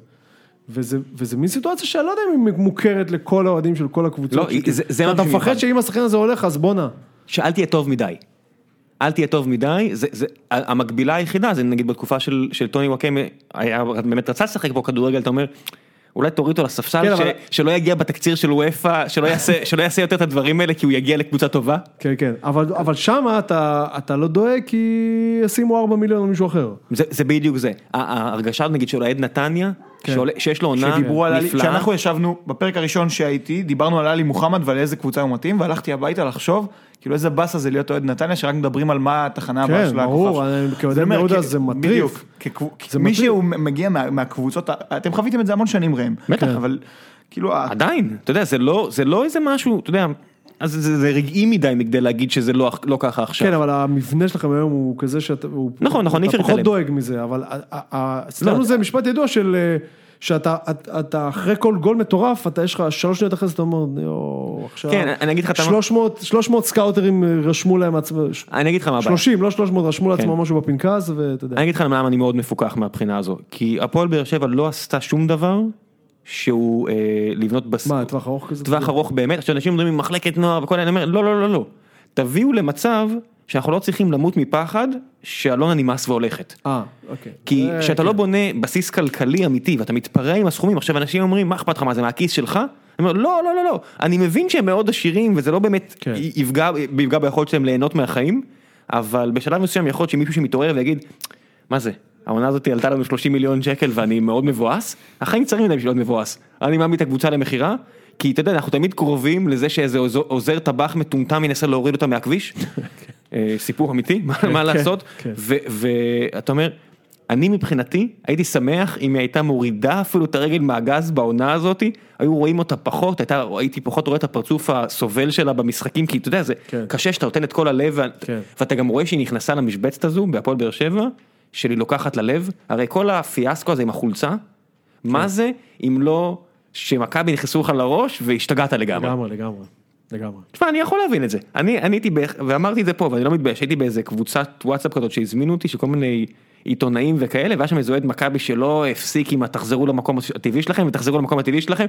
Speaker 3: וזה, וזה מין סיטואציה שאני לא יודע אם היא מוכרת לכל האוהדים של כל הקבוצות.
Speaker 1: לא,
Speaker 3: שכאילו,
Speaker 1: זה- זה מה
Speaker 3: אתה
Speaker 1: שמיוחד.
Speaker 3: מפחד שאם השחקן הזה הולך, אז בואנה.
Speaker 1: שאל תהיה טוב מדי. אל תהיה טוב מדי, זה, זה, ה- המקבילה היחידה זה נגיד בתקופה של, של טוני וואקמה, היה באמת רצה לשחק פה כדורגל, אתה אומר, אולי תוריד אותו לספסל,
Speaker 3: כן,
Speaker 1: ש,
Speaker 3: אבל-
Speaker 1: שלא יגיע בתקציר של וופא, שלא, יעשה- שלא יעשה יותר את הדברים האלה כי הוא יגיע לקבוצה טובה.
Speaker 3: כן, כן, אבל, אבל שמה אתה, אתה לא דואג כי ישימו 4 מיליון על מישהו אחר.
Speaker 1: זה, זה בדיוק זה. ה- ההרגשה נגיד של אוהד נתניה,
Speaker 3: כן.
Speaker 1: שעולה, שיש לו עונה
Speaker 2: שדיברו על עלי,
Speaker 1: נפלאה,
Speaker 2: כשאנחנו ישבנו בפרק הראשון שהייתי, דיברנו על עלי מוחמד ועל איזה קבוצה הוא מתאים, והלכתי הביתה לחשוב, כאילו איזה באסה זה להיות אוהד נתניה, שרק מדברים על מה התחנה הבאה
Speaker 3: כן,
Speaker 2: של הכוכב.
Speaker 3: ברור, אני- כאוהד
Speaker 2: אני
Speaker 3: בני
Speaker 2: אומר,
Speaker 3: יהודה
Speaker 2: כ-
Speaker 3: זה מטריף.
Speaker 2: בדיוק, כקב-
Speaker 3: זה
Speaker 2: מי
Speaker 3: מטריף.
Speaker 2: שהוא מגיע מה- מהקבוצות, ה- אתם חוויתם את זה המון שנים ראם. כן.
Speaker 1: בטח.
Speaker 2: אבל כאילו, ה-
Speaker 1: עדיין, אתה יודע, זה לא, זה לא איזה משהו, אתה יודע, אז זה, זה רגעי מדי מכדי להגיד שזה לא, לא ככה עכשיו.
Speaker 3: כן, אבל המבנה שלכם היום הוא כזה שאתה... הוא-
Speaker 1: נכון, נכון, אי אפשר
Speaker 3: אתה פחות
Speaker 1: להתעלם.
Speaker 3: דואג מזה, אבל ה- ה- ה-
Speaker 1: לא,
Speaker 3: אצלנו זה משפט ידוע של... אה, שאתה את- אתה אחרי כל גול מטורף, אתה יש לך שלוש שניות אחרי זה, אתה אומר, יואו, עכשיו...
Speaker 1: כן, אני אגיד לך, אתה-
Speaker 3: 300 300 סקאוטרים אה, רשמו להם עצמם,
Speaker 1: אני אגיד לך מה הבעיה.
Speaker 3: 30, לא 300, רשמו לעצמם
Speaker 1: כן.
Speaker 3: משהו בפנקס, ואתה יודע.
Speaker 1: אני אגיד לך למה אני מאוד מפוקח מהבחינה הזו, כי הפועל באר שבע לא עשתה שום דבר שהוא אה, לבנות בס...
Speaker 3: מה, טווח ארוך כזה?
Speaker 1: טווח ארוך באמת, עכשיו אנשים מדברים עם מחלקת נוער וכל, אני אומר, לא, לא, לא, לא, תביאו למצב שאנחנו לא צריכים למות מפחד שאלונה נמאס והולכת.
Speaker 3: אה, אוקיי.
Speaker 1: כי
Speaker 3: אה,
Speaker 1: כשאתה
Speaker 3: כן.
Speaker 1: לא בונה בסיס כלכלי אמיתי ואתה מתפרע עם הסכומים, עכשיו אנשים אומרים, מה אכפת לך, מה זה מהכיס שלך? אני אומר, לא, לא, לא, לא, אני מבין שהם מאוד עשירים וזה לא באמת
Speaker 3: כן.
Speaker 1: י- יפגע, יפגע ביכולת שלהם ליהנות מהחיים, אבל בשלב מסוים יכול להיות שמישהו שמתעורר ויגיד, מה זה, העונה הזאת עלתה לנו 30 מיליון שקל ואני מאוד מבואס, החיים צרים מדי בשביל להיות מבואס, אני מעמיד את הקבוצה למכירה. כי אתה יודע, אנחנו תמיד קרובים לזה שאיזה עוז- עוזר טבח מטומטם ינסה להוריד אותה מהכביש. אה, סיפור אמיתי, מה- מה לעשות?
Speaker 3: כן.
Speaker 1: ואתה אומר, אני מבחינתי הייתי שמח אם היא הייתה מורידה אפילו את הרגל מהגז בעונה הזאתי, היו רואים אותה פחות, הייתה, הייתי פחות רואה את הפרצוף הסובל שלה במשחקים, כי אתה יודע, זה
Speaker 3: כן.
Speaker 1: קשה שאתה נותן את כל הלב, ואת-
Speaker 3: כן.
Speaker 1: ואתה גם רואה שהיא נכנסה למשבצת הזו בהפועל באר שבע, שהיא לוקחת ללב, הרי כל הפיאסקו הזה עם החולצה,
Speaker 3: כן.
Speaker 1: מה זה אם לא שמכבי נכנסו לך לראש והשתגעת לגמרי.
Speaker 3: לגמרי, לגמרי, לגמרי.
Speaker 1: תשמע, אני יכול להבין את זה. אני, אני הייתי, באח- ואמרתי את זה פה, ואני לא מתבייש, הייתי באיזה קבוצת וואטסאפ כזאת שהזמינו אותי, של כל מיני עיתונאים וכאלה, והיה שם איזה אוהד מכבי שלא הפסיק עם התחזרו למקום הטבעי שלכם, ותחזרו למקום הטבעי שלכם.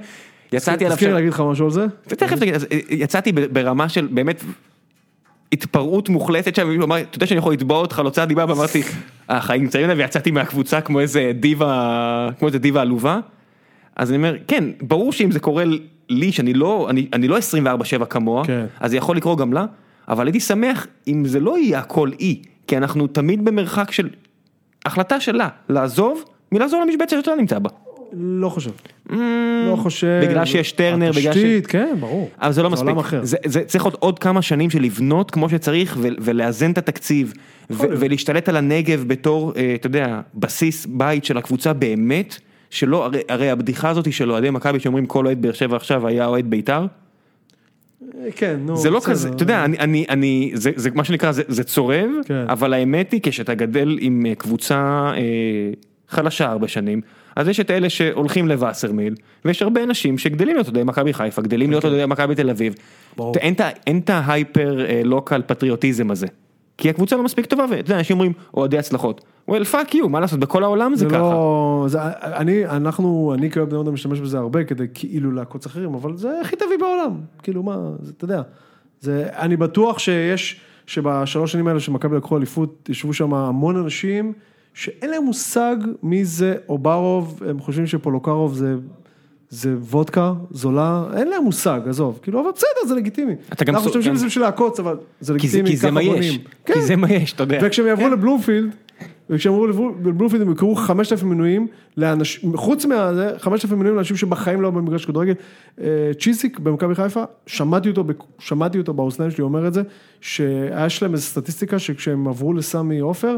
Speaker 1: יצאתי עליו...
Speaker 3: תזכיר לי
Speaker 1: שם-
Speaker 3: להגיד לך משהו על זה?
Speaker 1: ותכף תגיד, אז אה, יצאתי ב- ברמה של באמת התפרעות מוחלטת שם, מישהו אמר, אתה יודע שאני יכול לתבוע אותך על הוצאת דיבה, ואמרתי, "אה, החיים קצרים לה, ויצאתי מהקבוצה כמו איזה דיבה, כמו איזה דיבה עלובה. אז אני אומר, כן, ברור שאם זה קורה לי, שאני לא, אני, אני לא 24-7 כמוה,
Speaker 3: כן.
Speaker 1: אז זה יכול לקרות גם לה, אבל הייתי שמח אם זה לא יהיה הכל אי, כי אנחנו תמיד במרחק של החלטה שלה, לעזוב מילה זו על המשבצת שאתה נמצא בה.
Speaker 3: לא חושב. לא חושב.
Speaker 1: בגלל שיש טרנר, בגלל ש-
Speaker 3: התשתית, כן, ברור.
Speaker 1: אבל זה לא מספיק.
Speaker 3: זה עולם אחר.
Speaker 1: זה, זה צריך עוד עוד כמה שנים של לבנות כמו שצריך ו- ולאזן את התקציב ו- ולהשתלט על הנגב בתור, אה, אתה יודע, בסיס בית של הקבוצה באמת, שלא, הרי, הרי הבדיחה הזאת היא של אוהדי מכבי שאומרים כל אוהד באר שבע עכשיו היה אוהד בית"ר,
Speaker 3: כן, נו.
Speaker 1: זה לא
Speaker 3: בסדר.
Speaker 1: כזה, אתה יודע, אני, אני, אני זה, זה מה שנקרא, זה, זה צורב,
Speaker 3: כן.
Speaker 1: אבל האמת היא כשאתה גדל עם אה, קבוצה אה, חלשה הרבה שנים, אז יש את אלה שהולכים לווסרמיל, ויש הרבה אנשים שגדלים להיות אוהדי מכבי חיפה, גדלים להיות אוהדי מכבי תל אביב.
Speaker 3: כן. ברור.
Speaker 1: אתה- אין את ה- אין את ההייפר אה, לוקל פטריוטיזם הזה. כי הקבוצה לא מספיק טובה, ואתה יודע, אנשים אומרים, אוהדי הצלחות. well, fuck you, מה לעשות, בכל העולם זה
Speaker 3: זה
Speaker 1: ככה.
Speaker 3: לא, זה, אני, אנחנו, אני כאוהד בני יהודה משתמש בזה הרבה כדי כאילו לעקוץ אחרים, אבל זה הכי טבעי בעולם, כאילו מה, זה, אתה יודע, זה, אני בטוח שיש, שבשלוש שנים האלה שמכבי לקחו אליפות, ישבו שם המון אנשים שאין להם מושג מי זה אוברוב, הם חושבים שפולוקרוב זה, זה וודקה זולה, אין להם מושג, עזוב, כאילו, אבל בסדר, זה לגיטימי.
Speaker 1: אתה גם
Speaker 3: אנחנו
Speaker 1: סו-
Speaker 3: חושבים
Speaker 1: גם-
Speaker 3: שזה בשביל לעקוץ, אבל זה
Speaker 1: כי זה-
Speaker 3: לגיטימי,
Speaker 1: כי זה
Speaker 3: ככה
Speaker 1: מה יש,
Speaker 3: בונים. כן.
Speaker 1: כי זה מה יש, אתה יודע.
Speaker 3: וכשהם יעברו לבלומפילד, וכשהם יעברו לב- לבלומפילד הם יקראו 5,000 מנויים, לאנשים, חוץ מה... זה, 5,000 מנויים לאנשים שבחיים לא היו במגרש כדורגל. אה, צ'יסיק במכבי חיפה, שמעתי אותו, בק- שמעתי אותו באוזניים שלי אומר את זה, שיש להם איזו סטטיסטיקה שכשהם עברו לסמי עופר,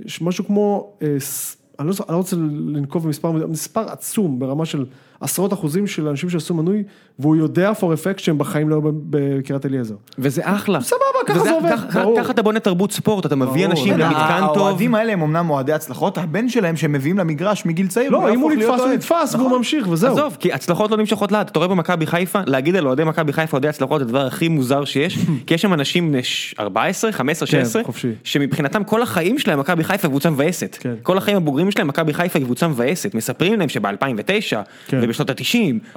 Speaker 3: יש משהו כמו, אה, ס- אני לא, זוכ- אני לא רוצה לנקוב במספר, מספר עצום ברמה של עשרות אחוזים של אנשים שעשו מנוי, והוא יודע for a fact שהם בחיים לא היו ב- בקריית אליעזר.
Speaker 1: וזה אחלה.
Speaker 3: סבבה, ככה
Speaker 1: וזה-
Speaker 3: זה עובד,
Speaker 1: ככה-
Speaker 3: ברור.
Speaker 1: ככה אתה בונה תרבות ספורט, אתה מביא
Speaker 3: ברור,
Speaker 1: אנשים
Speaker 3: בסדר,
Speaker 1: למתקן טוב.
Speaker 2: כן, האוהדים האלה הם אמנם אוהדי הצלחות, הבן שלהם שהם מביאים למגרש מגיל צעיר,
Speaker 3: לא, אם הוא
Speaker 2: יהפוך להיות
Speaker 3: נתפס, הוא
Speaker 2: אוהד.
Speaker 3: נתפס, והוא ממשיך, וזהו.
Speaker 1: עזוב, כי הצלחות לא נמשכות לעד, אתה רואה במכבי חיפה, להגיד על אוהדי מכבי חיפה אוהדי הצלחות זה הדבר הכי מוזר שיש, כי יש שם אנשים בני ש- 14, 15,
Speaker 3: כן,
Speaker 1: 16,
Speaker 3: חופשי.
Speaker 1: שמבחינתם כל החיים שלהם מכבי חיפה קבוצה מבאסת.
Speaker 3: כן.
Speaker 1: כל החיים הבוגרים שלהם מכבי חיפה קבוצה מבאסת, מספרים להם שב-2009
Speaker 3: כן.
Speaker 1: ובשנות ה-90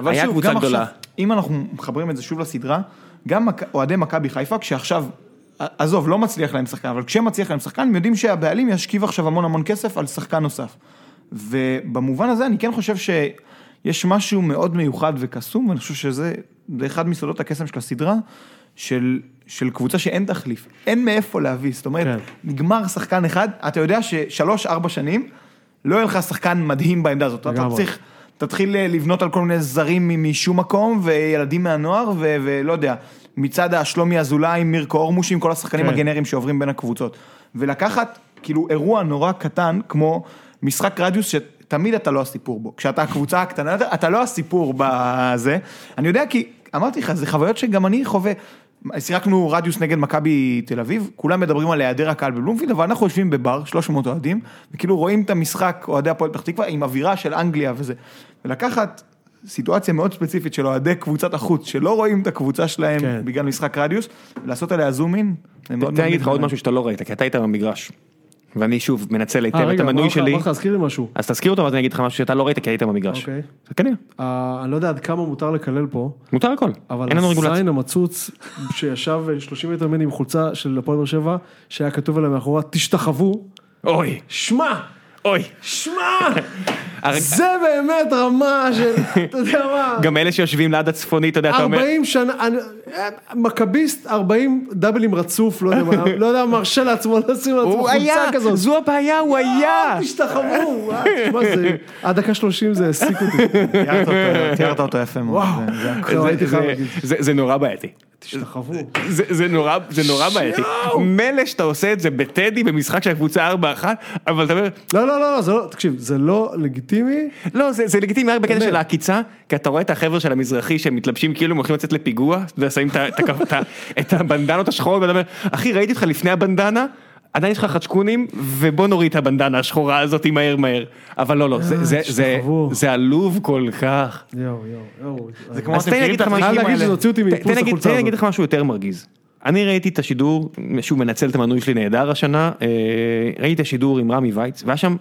Speaker 2: אבל
Speaker 1: היה
Speaker 2: שוב,
Speaker 1: קבוצה
Speaker 2: גם
Speaker 1: גדולה.
Speaker 2: עכשיו, אם אנחנו מחברים את זה שוב לסדרה, גם מכ- אוהדי מכבי חיפה, כשעכשיו, עזוב, לא מצליח להם שחקן, אבל כשמצליח להם שחקן, הם יודעים שהבעלים ישכיב עכשיו המון המון כסף על שחקן נוסף. ובמובן הזה אני כן חושב שיש משהו מאוד מיוחד וקסום, ואני חושב שזה זה אחד מסודות הקסם של הסדרה, של, של קבוצה שאין תחליף, אין מאיפה להביא, זאת אומרת,
Speaker 3: כן.
Speaker 2: נגמר שחקן אחד, אתה יודע ששלוש, ארבע שנים, לא יהיה לך שחקן מדהים בעמדה הזאת, אתה
Speaker 3: לגמרי.
Speaker 2: צריך תתחיל אה, לבנות על כל מיני זרים מ- משום מקום, וילדים מהנוער, ו- ולא יודע, מצד השלומי אזולאי, מירקו אורמושים, כל השחקנים
Speaker 3: כן.
Speaker 2: הגנריים שעוברים בין הקבוצות. ולקחת, כאילו, אירוע נורא קטן, כמו משחק רדיוס, שתמיד אתה לא הסיפור בו. כשאתה הקבוצה הקטנה, יותר, אתה לא הסיפור בזה. אני יודע כי, אמרתי לך, זה חוויות שגם אני חווה. שיחקנו רדיוס נגד מכבי תל אביב, כולם מדברים על היעדר הקהל בבלומפילד, אבל אנחנו יושבים בבר, 300 אוהדים, וכאילו רואים את המשחק, אוהדי הפועל פתח תקווה, עם אווירה של אנגליה וזה. ולקחת סיטואציה מאוד ספציפית של אוהדי קבוצת החוץ, שלא רואים את הקבוצה שלהם
Speaker 3: כן.
Speaker 2: בגלל משחק רדיוס, לעשות עליה זום אין, זה
Speaker 3: לא,
Speaker 2: מאוד
Speaker 1: תן לי
Speaker 2: מגניב.
Speaker 1: להגיד לך עוד משהו שאתה לא ראית, כי אתה היית במגרש. ואני שוב מנצל
Speaker 3: אה,
Speaker 1: היטב את
Speaker 3: רגע, אמר
Speaker 1: המנוי
Speaker 3: לך-
Speaker 1: שלי,
Speaker 3: אמר לך, להזכיר לי משהו.
Speaker 1: אז תזכיר אותו ואז אני אגיד לך משהו שאתה לא ראית כי היית במגרש.
Speaker 3: אוקיי.
Speaker 1: כנראה,
Speaker 3: אה, אני לא יודע עד כמה מותר לקלל פה,
Speaker 1: מותר הכל, אין
Speaker 3: אבל
Speaker 1: לנו רגולציה.
Speaker 3: הזין המצוץ שישב 30 מטר ממני עם חולצה של הפועל באר שבע, שהיה כתוב עליה מאחורה, תשתחוו,
Speaker 1: אוי,
Speaker 3: שמע,
Speaker 1: אוי.
Speaker 3: שמע,
Speaker 1: הר-
Speaker 3: זה באמת רמה של, אתה יודע מה,
Speaker 1: גם אלה שיושבים ליד הצפוני, אתה יודע, אתה אומר,
Speaker 3: 40 שנה, אני- אה, מכביסט 40 דאבלים רצוף, לא יודע מה, לא יודע, מרשה לעצמו לשים לעצמו
Speaker 1: הוא
Speaker 3: חולצה
Speaker 1: היה,
Speaker 3: כזאת. "אה,
Speaker 1: זו הבעיה, הוא היה.
Speaker 3: תשתחוו, אה, תשמע, זה, עד דקה 30 זה העסיק אותי,
Speaker 2: תיארת אותו- לא, תיארת אותו יפה מאוד.
Speaker 3: וואו,
Speaker 2: זה- זה-
Speaker 3: עכשיו הייתי
Speaker 1: זה-
Speaker 3: חייב
Speaker 1: זה-
Speaker 3: להגיד,
Speaker 1: זה- זה נורא בעייתי.
Speaker 3: תשתחוו.
Speaker 1: זה זה נורא זה נורא בעייתי. מילא שאתה עושה את זה בטדי במשחק של הקבוצה 4-1, אבל אתה אומר,
Speaker 3: לא, לא, לא, לא, זה לא, תקשיב, זה לא לגיטימי.
Speaker 1: לא, זה זה לגיטימי רק בקטע
Speaker 3: באמת.
Speaker 1: של העקיצה, כי אתה רואה את החבר'ה של המזרחי שהם מתלבשים כאילו הם הולכים לצאת לפיגוע, ושמים את הבנדנות השחורות, ואתה אומר, אחי, ראיתי אותך לפני הבנדנה. עדיין יש לך חדשקונים, ובוא נוריד את הבנדנה השחורה הזאת מהר מהר. אבל לא, לא, זה- זה- זה-
Speaker 3: שחרור.
Speaker 1: זה עלוב כל כך.
Speaker 3: יואו, יואו, יואו.
Speaker 2: זה כמו
Speaker 1: אז תן לי להגיד לך
Speaker 2: אתם מכירים את
Speaker 1: משהו.
Speaker 3: חייב
Speaker 2: הטריקים
Speaker 3: להגיד
Speaker 2: האלה.
Speaker 3: שהוציאו אותי
Speaker 1: ת- תן
Speaker 3: מדפוס
Speaker 1: להגיד-
Speaker 3: החולצה
Speaker 1: תן להגיד
Speaker 3: הזאת.
Speaker 1: לך משהו יותר מרגיז. אני ראיתי את השידור, שהוא מנצל את המנוי שלי נהדר השנה, אה, ראיתי את השידור עם רמי וייץ, והיה שם,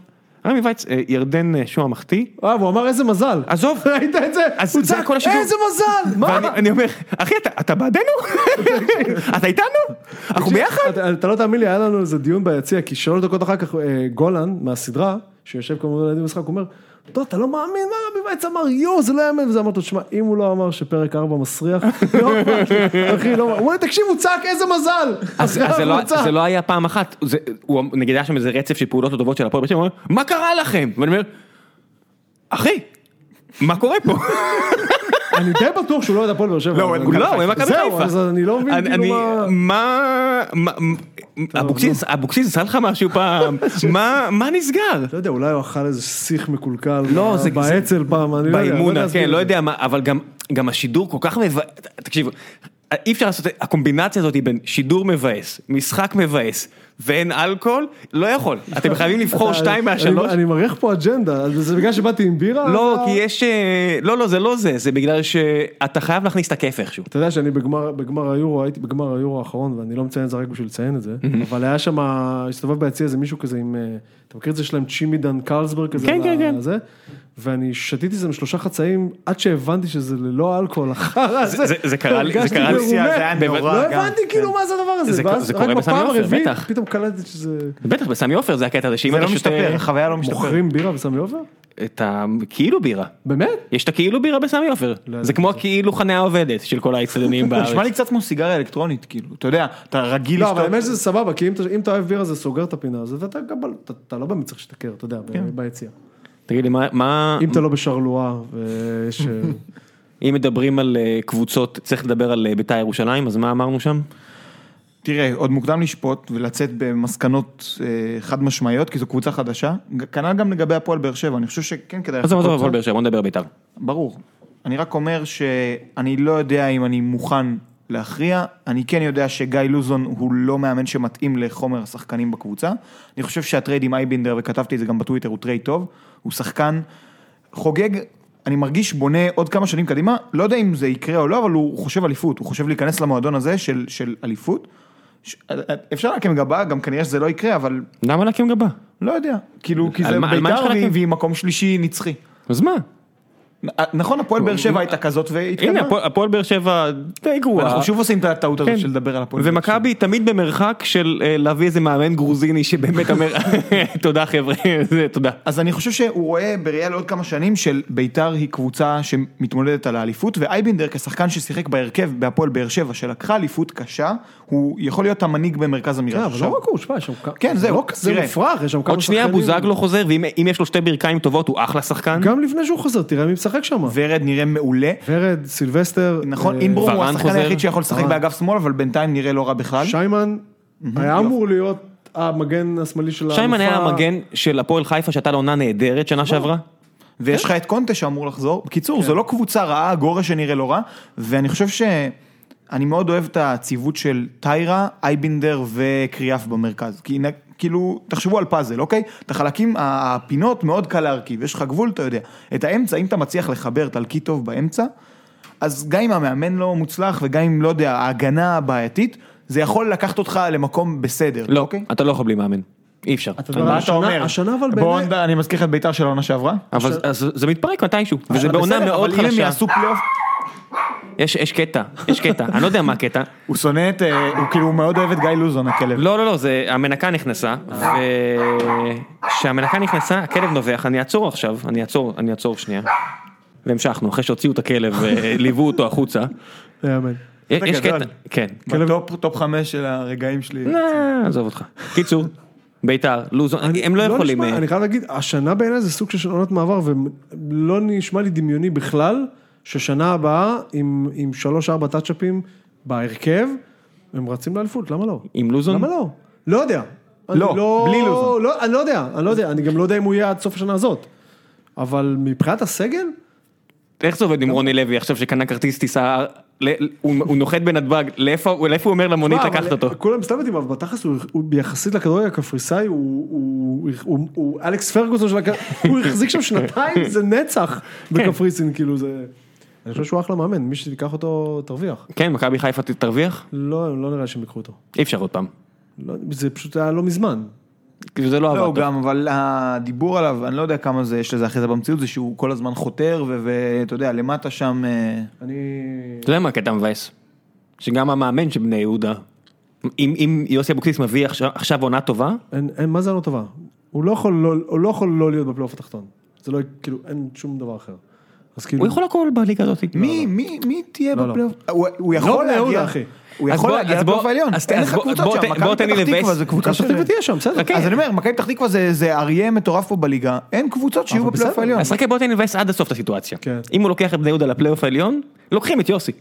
Speaker 1: רמי וייץ, אה, ירדן אה, שועה מחטיא,
Speaker 3: אה, והוא אמר איזה מזל.
Speaker 1: עזוב,
Speaker 3: ראית את זה?
Speaker 1: אז
Speaker 3: הוא
Speaker 1: זה
Speaker 3: צעק,
Speaker 1: כל השידור.
Speaker 3: איזה מזל! מה?
Speaker 1: ואני אני אומר, אחי, אתה- אתה בעדנו? אתה איתנו? אנחנו ביחד?
Speaker 3: אתה- אתה לא תאמין לי, היה לנו איזה דיון ביציע, כי שלוש דקות אחר כך אה, גולן מהסדרה, שיושב כמובן לידי במשחק, הוא אומר, טוב, אתה לא מאמין מה רבי וייץ אמר, יואו, זה לא יאמן, וזה אמר לו, תשמע, אם הוא לא אמר שפרק 4 מסריח, לא אמרתי, אחי, לא אמרתי, הוא אומר, תקשיב, הוא צעק, איזה מזל!
Speaker 1: אז
Speaker 3: אחרי
Speaker 1: אז זה לא-
Speaker 3: הקבוצה.
Speaker 1: זה אמ- לא היה פעם אחת, זה- הוא נגיד היה שם איזה רצף של פעולות לא טובות של הפועל באר שבע, הוא אומר, מה קרה לכם? ואני אומר, אחי, מה קורה פה?
Speaker 3: אני די בטוח שהוא לא אוהד הפועל באר שבע.
Speaker 2: לא,
Speaker 3: אבל-
Speaker 2: מכבי
Speaker 1: לא,
Speaker 2: חיפה.
Speaker 1: הם מכבי
Speaker 3: זהו,
Speaker 1: חיפה.
Speaker 3: אז אני לא מבין
Speaker 1: אני-
Speaker 3: כאילו
Speaker 1: אני-
Speaker 3: מה-
Speaker 1: מה... מה- אבוקסיס, אבוקסיס עשה לך משהו פעם? מה מה נסגר?
Speaker 3: לא יודע, אולי הוא אכל איזה שיח מקולקל.
Speaker 1: לא, זה-
Speaker 3: באצ"ל פעם, אני לא יודע.
Speaker 1: באימון, כן, לא
Speaker 3: להסביר את זה.
Speaker 1: יודע מה, אבל גם- גם השידור כל כך מבאס, תקשיב, אי אפשר לעשות, הקומבינציה הזאת היא בין שידור מבאס, משחק מבאס, ואין אלכוהול, לא יכול. אתם חייבים לבחור
Speaker 3: אתה-
Speaker 1: שתיים
Speaker 3: אני-
Speaker 1: מהשלוש.
Speaker 3: אני מריח פה אג'נדה, אז זה בגלל שבאתי עם בירה?
Speaker 1: לא,
Speaker 3: אתה-
Speaker 1: כי יש... אה, לא, לא, זה לא זה, זה בגלל שאתה חייב להכניס את הכיף איכשהו.
Speaker 3: אתה יודע שאני בגמר, בגמר היורו, הייתי בגמר היורו האחרון, ואני לא מציין את זה רק בשביל לציין את זה, אבל היה שם, הסתובב ביציע איזה מישהו כזה עם, אה, אתה מכיר את זה שלהם צ'ימידן קרלסברג כזה?
Speaker 1: כן, כן,
Speaker 3: ל-
Speaker 1: כן.
Speaker 3: זה? ואני שתיתי איזה שלושה חצאים, עד שהבנתי שזה ללא אלכוהול, אחר הזה.
Speaker 1: זה- זה קרה לי- זה
Speaker 3: הרגשתי
Speaker 1: קרה לי,
Speaker 3: מרומה.
Speaker 2: זה היה נורא
Speaker 3: לא
Speaker 2: גם,
Speaker 3: הבנתי
Speaker 2: כן.
Speaker 3: כאילו מה זה הדבר הזה,
Speaker 1: זה ק-
Speaker 3: ואז
Speaker 1: זה
Speaker 3: רק
Speaker 1: קורה בסמי
Speaker 3: בפעם
Speaker 1: עופר,
Speaker 3: הרביעית,
Speaker 1: בטח.
Speaker 3: פתאום קלטתי שזה...
Speaker 1: בטח, בסמי עופר זה הקטע הזה, שאם
Speaker 2: זה
Speaker 1: אתה
Speaker 2: לא
Speaker 1: שותה
Speaker 2: משתפר, החוויה לא משתפרת.
Speaker 3: מוכרים בירה בסמי עופר?
Speaker 1: את הכאילו בירה,
Speaker 3: באמת?
Speaker 1: יש את הכאילו בירה בסמי עופר,
Speaker 3: לא
Speaker 1: זה
Speaker 3: ידעתי
Speaker 1: כמו כאילו חניה עובדת של כל האצטדיונים בארץ.
Speaker 2: נשמע לי קצת כמו סיגריה אלקטרונית, כאילו, אתה יודע, אתה רגיל
Speaker 3: לא, אבל האמת שזה סבבה, כי אם אתה- אם אתה אוהב בירה זה סוגר את הפינה הזאת, ואתה גם, ב- אתה- אתה לא באמת צריך לשתכר, אתה יודע, ב- ביציע.
Speaker 1: תגיד לי, מה- מה,
Speaker 3: אם אתה לא בשרלואה, ויש... אה,
Speaker 1: אם מדברים על אה, קבוצות, צריך לדבר על אה, בית"ר ירושלים, אז מה אמרנו שם?
Speaker 2: תראה, עוד מוקדם לשפוט ולצאת במסקנות אה, חד משמעיות, כי זו קבוצה חדשה. ג- כנ"ל גם לגבי הפועל באר שבע, אני חושב שכן כדאי...
Speaker 1: עזוב,
Speaker 2: לחכות
Speaker 1: עזוב,
Speaker 2: קצת.
Speaker 1: הפועל באר שבע, בוא נדבר בית"ר.
Speaker 2: ברור. אני רק אומר שאני לא יודע אם אני מוכן להכריע, אני כן יודע שגיא לוזון הוא לא מאמן שמתאים לחומר השחקנים בקבוצה. אני חושב שהטרייד עם אייבינדר, וכתבתי את זה גם בטוויטר, הוא טרייד טוב, הוא שחקן חוגג, אני מרגיש בונה עוד כמה שנים קדימה, לא יודע אם זה יקרה או לא, אבל הוא חושב אליפות, הוא חושב להיכנס למועדון הזה של, של אליפות. ש- אפשר להקים גבה, גם כנראה שזה לא יקרה, אבל
Speaker 1: למה להקים גבה?
Speaker 2: לא יודע, כאילו, כי
Speaker 1: על
Speaker 2: זה
Speaker 1: מה- על מה יש
Speaker 2: בית"ר
Speaker 1: לך להקים?
Speaker 2: והיא- והיא מקום שלישי נצחי.
Speaker 1: אז מה?
Speaker 2: נכון, הפועל באר שבע הייתה כזאת
Speaker 1: לא, אה, הנה,
Speaker 2: והתקדמה.
Speaker 1: הפועל- הפועל באר שבע כן, די גרועה.
Speaker 2: אנחנו שוב עושים את הטעות
Speaker 1: כן.
Speaker 2: הזאת של לדבר על הפועל. באר
Speaker 1: ומכבי תמיד במרחק של אה, להביא איזה מאמן גרוזיני שבאמת אומר, תודה חבר'ה, זה, תודה.
Speaker 2: שבע. אז אני חושב שהוא רואה בראייה לעוד כמה שנים של ביתר היא קבוצה שמתמודדת על האליפות, ואייבינדר כשחקן ששיחק בהרכב בהפועל באר שבע שלקחה אליפות קשה, הוא יכול להיות המנהיג במרכז
Speaker 3: כן,
Speaker 2: המגרש
Speaker 3: אבל לא
Speaker 2: עכשיו.
Speaker 3: רק הוא, שמע, יש שם כמה...
Speaker 2: כן,
Speaker 3: זה
Speaker 2: זהו,
Speaker 3: לא כזה
Speaker 2: תראה.
Speaker 3: מופרך, יש שם כמה
Speaker 1: עוד שנייה בוזגלו חוזר, ואם אם יש לו שתי ברכיים טובות הוא אחלה שחקן.
Speaker 3: גם לפני שהוא חוזר, תראה מי משחק שם.
Speaker 2: ורד נראה מעולה.
Speaker 3: ורד, סילבסטר,
Speaker 2: נכון,
Speaker 3: אה,
Speaker 2: אינברום הוא
Speaker 1: ורן
Speaker 2: השחקן
Speaker 1: חוזר.
Speaker 2: היחיד שיכול לשחק
Speaker 3: אה.
Speaker 2: באגף שמאל, אבל בינתיים נראה לא רע בכלל.
Speaker 3: שיימן, היה אמור להיות המגן השמאלי של האלופה.
Speaker 1: שיימן היה המגן של הפועל חיפה שהייתה לה עונה נהדרת שנה שעברה.
Speaker 2: ויש לך את קונטה שאמור לחזור. בקיצור, זו לא קבוצה רעה, גורה שנראה לא רע, ואני חושב ש... אני מאוד אוהב את הציוות של טיירה, אייבינדר וקריאף במרכז. כי נ- כאילו, תחשבו על פאזל, אוקיי? את החלקים, ה- הפינות מאוד קל להרכיב, יש לך גבול, אתה יודע. את האמצע, אם אתה מצליח לחבר תלקי טוב באמצע, אז גם אם המאמן לא מוצלח וגם אם, לא יודע, ההגנה הבעייתית, זה יכול לקחת אותך למקום בסדר,
Speaker 1: לא,
Speaker 2: אוקיי?
Speaker 1: אתה לא יכול בלי מאמן. אי אפשר.
Speaker 3: אתה יודע, השנה- השנה אבל
Speaker 2: בוא,
Speaker 3: באמת...
Speaker 2: אני מזכיר לך את בית"ר של העונה שעברה.
Speaker 1: אבל אז זה מתפרק מתישהו, וזה
Speaker 2: בסדר,
Speaker 1: בעונה מאוד
Speaker 2: אבל אם הם
Speaker 1: חלשה.
Speaker 2: יעשו פלייאוף,
Speaker 1: יש יש קטע, יש קטע, אני לא יודע מה הקטע.
Speaker 2: הוא שונא את, אה, הוא כאילו הוא מאוד אוהב את גיא לוזון הכלב.
Speaker 1: לא, לא, לא, זה המנקה נכנסה, וכשהמנקה נכנסה, הכלב נובח, אני אעצור עכשיו, אני אעצור, אני אעצור שנייה. והמשכנו, אחרי שהוציאו את הכלב, אה, ליוו אותו החוצה.
Speaker 3: לא יאמן.
Speaker 1: יש יש
Speaker 2: גדול.
Speaker 1: קטע, כן.
Speaker 2: בטופ טופ חמש של הרגעים שלי.
Speaker 1: אה, עזוב אותך. קיצור, ביתר, לוזון, הם לא יכולים.
Speaker 3: נשמע,
Speaker 1: אה,
Speaker 3: אני חייב להגיד, השנה בעיניי זה סוג של עונות מעבר, ולא נשמע לי דמיוני בכלל, ששנה הבאה עם עם שלוש-ארבע טאצ'אפים בהרכב, הם רצים לאליפות, למה לא?
Speaker 1: עם לוזון?
Speaker 3: למה לא? לא יודע. אני
Speaker 2: לא, בלי לוזון.
Speaker 3: לא, אני לא יודע, אני לא יודע, אני גם לא יודע אם הוא יהיה עד סוף השנה הזאת. אבל מבחינת הסגל,
Speaker 1: איך זה עובד עם רוני לוי עכשיו שקנה כרטיס טיסה, ל- הוא הוא נוחת בנתב"ג, לאיפה לאיפה הוא אומר למונית
Speaker 3: מה,
Speaker 1: לקחת
Speaker 3: אבל
Speaker 1: אותו?
Speaker 3: כולם מסתלבטים, אבל בתכלס הוא, הוא יחסית לכדורגל הקפריסאי, הוא, הוא, הוא, הוא אלכס פרגוסון של הכ... הוא החזיק שם שנתיים, זה נצח בקפריסין, כאילו זה... אני חושב שהוא אחלה מאמן, מי שתיקח אותו תרוויח.
Speaker 1: כן, מכבי חיפה תרוויח?
Speaker 3: לא, לא נראה שהם יקחו אותו.
Speaker 1: אי אפשר עוד פעם.
Speaker 3: לא, זה פשוט היה לא מזמן.
Speaker 1: כאילו זה לא עבד.
Speaker 2: לא,
Speaker 1: טוב.
Speaker 2: גם, אבל הדיבור עליו, אני לא יודע כמה זה, יש לזה אחרי זה במציאות, זה שהוא כל הזמן חותר, ו- ואתה יודע, למטה שם... אה,
Speaker 3: אני...
Speaker 1: אתה יודע מה הקטע מבאס? שגם המאמן של בני יהודה, אם, אם יוסי אבוקסיס מביא עכשיו, עכשיו עונה טובה,
Speaker 3: אין, אין, מה זה לא טובה? הוא לא יכול לא, הוא לא, יכול לא להיות בפלייאוף התחתון. זה לא, כאילו, אין שום דבר אחר. אז כאילו...
Speaker 1: הוא יכול הכל בליגה הזאת. לא,
Speaker 2: מי, מי, מי תהיה
Speaker 3: לא, לא.
Speaker 2: בפלייאוף? הוא- הוא יכול
Speaker 3: בני יהודה,
Speaker 2: להגיע,
Speaker 3: אחי.
Speaker 2: הוא
Speaker 1: אז
Speaker 2: יכול
Speaker 1: בוא-
Speaker 2: להגיע
Speaker 1: אז בוא-
Speaker 2: לפלייאוף העליון.
Speaker 1: אז-
Speaker 2: אין
Speaker 1: אז
Speaker 2: לך
Speaker 1: בוא-
Speaker 2: קבוצות
Speaker 1: בוא
Speaker 2: שם,
Speaker 1: ת-
Speaker 2: מכבי
Speaker 1: בוא תן לי
Speaker 2: פתח תקווה
Speaker 1: לבאס.
Speaker 2: זה קבוצה אוקיי.
Speaker 3: מכבי פתח תקווה
Speaker 2: של-
Speaker 3: תהיה שם, בסדר.
Speaker 1: חכה.
Speaker 2: אז אני אומר, מכבי פתח תקווה זה זה אריה מטורף פה בליגה, אין קבוצות שיהיו
Speaker 3: אבל
Speaker 2: בפלייאוף
Speaker 3: בסדר.
Speaker 2: העליון.
Speaker 1: לא. אז חכה בוא תנבס עד הסוף את הסיטואציה.
Speaker 3: כן.
Speaker 1: אם הוא לוקח את בני יהודה לפלייאוף העליון, לוקחים את יוסי.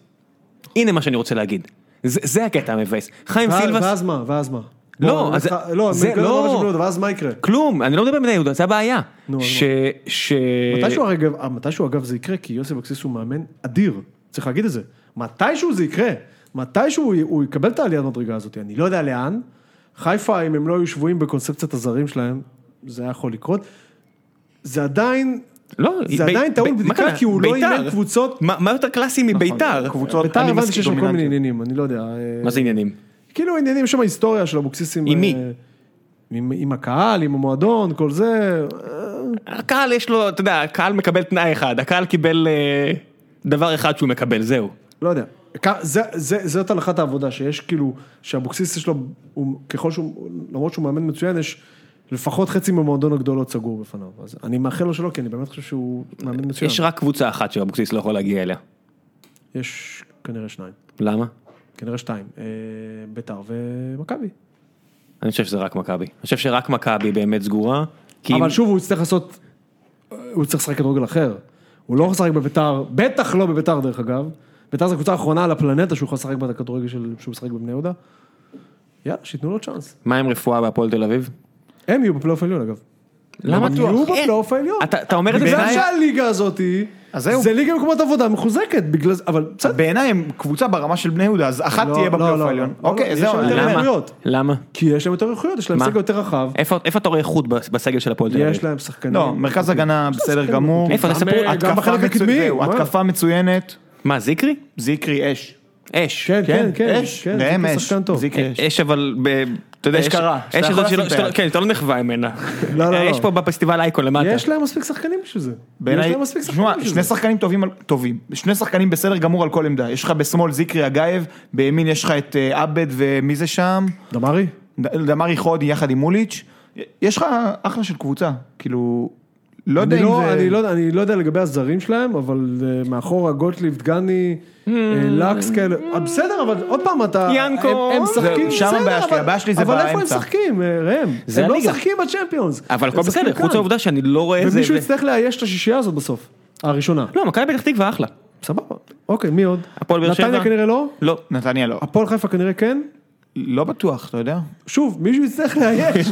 Speaker 1: הנה מה שאני רוצה להגיד. זה- זה הקטע המבאס. חיים
Speaker 3: ואז-
Speaker 1: סילבס,
Speaker 3: ואז מה? ואז מה?
Speaker 1: לא,
Speaker 3: בוא, אני
Speaker 1: אז-
Speaker 3: אומר לך- לא,
Speaker 1: זה-
Speaker 3: מנקודת
Speaker 1: לא.
Speaker 3: המבט של בני יהודה, ואז מה יקרה?
Speaker 1: כלום, אני לא מדבר על בני יהודה, זה הבעיה.
Speaker 3: נו, אז מה?
Speaker 1: ש... ש...
Speaker 3: מתישהו אגב, אה, מתישהו אגב זה יקרה, כי יוסי אבקסיס הוא מאמן אדיר, צריך להגיד את זה. מתישהו זה יקרה, מתישהו הוא- הוא יקבל את העליית מדרגה הזאת, אני לא יודע לאן. חיפה, אם הם לא היו שבויים בקונספציית הזרים שלהם, זה היה יכול לקרות. זה עדיין,
Speaker 1: לא,
Speaker 3: זה
Speaker 1: ב-
Speaker 3: עדיין
Speaker 1: ב-
Speaker 3: טעון
Speaker 1: מה
Speaker 3: בדיקה,
Speaker 1: קרה?
Speaker 3: כי הוא לא
Speaker 1: בית"ר.
Speaker 3: אימן קבוצות. נכון,
Speaker 1: מה מה יותר קלאסי מביתר?
Speaker 2: קבוצות,
Speaker 3: בית"ר
Speaker 2: אני
Speaker 3: הבנתי שיש
Speaker 2: מסכים,
Speaker 3: שם כל מיני
Speaker 2: דומיננטיות.
Speaker 3: עניינים, אני לא יודע. אה,
Speaker 1: מה זה עניינים?
Speaker 3: כאילו עניינים שם היסטוריה של אבוקסיסים.
Speaker 1: עם מי?
Speaker 3: אה, עם, עם הקהל, עם המועדון, כל זה. אה,
Speaker 1: הקהל יש לו, אתה יודע, הקהל מקבל תנאי אחד, הקהל קיבל אה, דבר אחד שהוא מקבל, זהו.
Speaker 3: לא יודע. כ- זה, זה, זאת הנחת העבודה, שיש כאילו, שאבוקסיס יש לו, הוא, ככל שהוא, למרות שהוא מאמן מצוין, יש לפחות חצי ממועדון הגדולות סגור בפניו. אז אני מאחל לו שלא, כי אני באמת חושב שהוא מאמן מצוין.
Speaker 1: יש רק קבוצה אחת שאבוקסיס לא יכול להגיע אליה.
Speaker 3: יש כנראה שניים,
Speaker 1: למה?
Speaker 3: כנראה שתיים. אה, ביתר ומכבי.
Speaker 1: אני חושב שזה רק מכבי. אני חושב שרק מכבי באמת סגורה. כי
Speaker 3: אבל
Speaker 1: אם-
Speaker 3: שוב, הוא יצטרך לעשות, הוא צריך לשחק כדורגל אחר. הוא לא יכול לשחק בביתר, בטח לא בביתר דרך אגב. ביתר זו הקבוצה האחרונה על הפלנטה שהוא יכול לשחק בה את הכדורגל של- שהוא משחק בבני יהודה. יאללה, שייתנו לו צ'אנס.
Speaker 1: מה עם רפואה בהפועל תל אביב?
Speaker 3: הם יהיו בפלייאוף העליון אגב.
Speaker 1: למה אה,
Speaker 3: הם יהיו בפלייאוף העליון.
Speaker 1: לא אתה אתה אומר את זה
Speaker 3: בגלל
Speaker 1: בעיניי?
Speaker 3: שהליגה הזאת,
Speaker 2: אז זהו.
Speaker 3: זה ליגה במקומות עבודה מחוזקת, בגלל זה, אבל בסדר.
Speaker 2: בעיניי הם קבוצה ברמה של בני יהודה, אז אחת
Speaker 3: לא,
Speaker 2: תהיה
Speaker 3: לא,
Speaker 2: בפלייאוף
Speaker 3: לא,
Speaker 2: העליון.
Speaker 3: לא,
Speaker 2: אוקיי,
Speaker 3: יש
Speaker 2: זהו,
Speaker 3: שם
Speaker 2: אני-
Speaker 3: יותר
Speaker 1: למה?
Speaker 3: מהירויות.
Speaker 1: למה?
Speaker 3: כי יש להם יותר איכויות, יש להם
Speaker 1: מה?
Speaker 3: סגל יותר רחב,
Speaker 1: איפה איפה אתה רואה איכות בס- בסגל של הפועל תל אביב?
Speaker 3: יש להם שחקנים. אוקיי.
Speaker 2: לא, מרכז הגנה בסדר גמור.
Speaker 1: איפה,
Speaker 3: גם-
Speaker 1: תספרו,
Speaker 3: גם
Speaker 2: התקפה
Speaker 3: בחלק
Speaker 2: מצו-
Speaker 3: הקדמי.
Speaker 2: זהו,
Speaker 3: מה?
Speaker 2: התקפה מצוינת,
Speaker 1: מה, זיקרי?
Speaker 2: זיקרי אש.
Speaker 1: אש.
Speaker 3: כן, כן, כן,
Speaker 2: אש,
Speaker 3: כן,
Speaker 2: ראם
Speaker 3: זיקרי
Speaker 2: אש,
Speaker 3: שחקן טוב.
Speaker 2: זיקרי אש.
Speaker 1: אש אבל, ב- אתה יודע,
Speaker 2: אש קרה, שאתה
Speaker 1: אש
Speaker 2: יכול
Speaker 1: הזאת שלא,
Speaker 2: לשים את
Speaker 1: שאתה-
Speaker 2: היד.
Speaker 1: כן, אתה לא נחווה ממנה.
Speaker 3: לא, לא.
Speaker 1: יש פה בפסטיבל אייקון למטה.
Speaker 3: יש להם מספיק שחקנים בשביל זה. יש
Speaker 2: בעיניי,
Speaker 3: להם מספיק שחקנים
Speaker 2: תשמע,
Speaker 3: בשביל
Speaker 2: שני
Speaker 3: זה.
Speaker 2: שחקנים טובים, על- טובים, שני שחקנים בסדר גמור על כל עמדה, יש לך בשמאל זיקרי אגייב, בימין יש לך את אה, עבד ומי זה שם,
Speaker 3: דמרי?
Speaker 2: ד- דמרי חודי יחד עם מוליץ', יש לך אחלה של קבוצה, כאילו, לא יודע
Speaker 3: אני
Speaker 2: אם
Speaker 3: לא,
Speaker 2: זה...
Speaker 3: אני, לא, אני לא יודע לגבי הזרים שלהם, אבל uh, מאחורה גוטליב, דגני, אה, לקס כאלה, אה, בסדר, אבל עוד פעם אתה,
Speaker 1: Mm. ינקו.
Speaker 3: הם, הם משחקים,
Speaker 2: זהו, שם
Speaker 3: בסדר,
Speaker 2: הבעיה שלי,
Speaker 3: אבל-
Speaker 2: הבעיה שלי זה
Speaker 3: אבל איפה הם
Speaker 2: באמצע.
Speaker 3: משחקים, אה, ראם?
Speaker 1: זה
Speaker 3: הם לא
Speaker 1: הליגה.
Speaker 3: משחקים בצ'מפיונס.
Speaker 1: אבל הכל
Speaker 3: הם משחקים
Speaker 1: בסדר,
Speaker 3: כאן.
Speaker 1: חוץ מהעובדה שאני לא רואה איזה...
Speaker 3: ומישהו יצטרך לאייש את השישייה הזאת בסוף, הראשונה.
Speaker 1: לא, מכבי פתח תקווה אחלה.
Speaker 3: סבבה. אוקיי, מי עוד?
Speaker 1: הפועל באר שבע?
Speaker 3: נתניה כנראה לא,
Speaker 1: לא.
Speaker 2: נתניה לא.
Speaker 3: הפועל חיפה כנראה כן.
Speaker 2: לא בטוח, אתה יודע.
Speaker 3: שוב, מישהו יצטרך לאייש,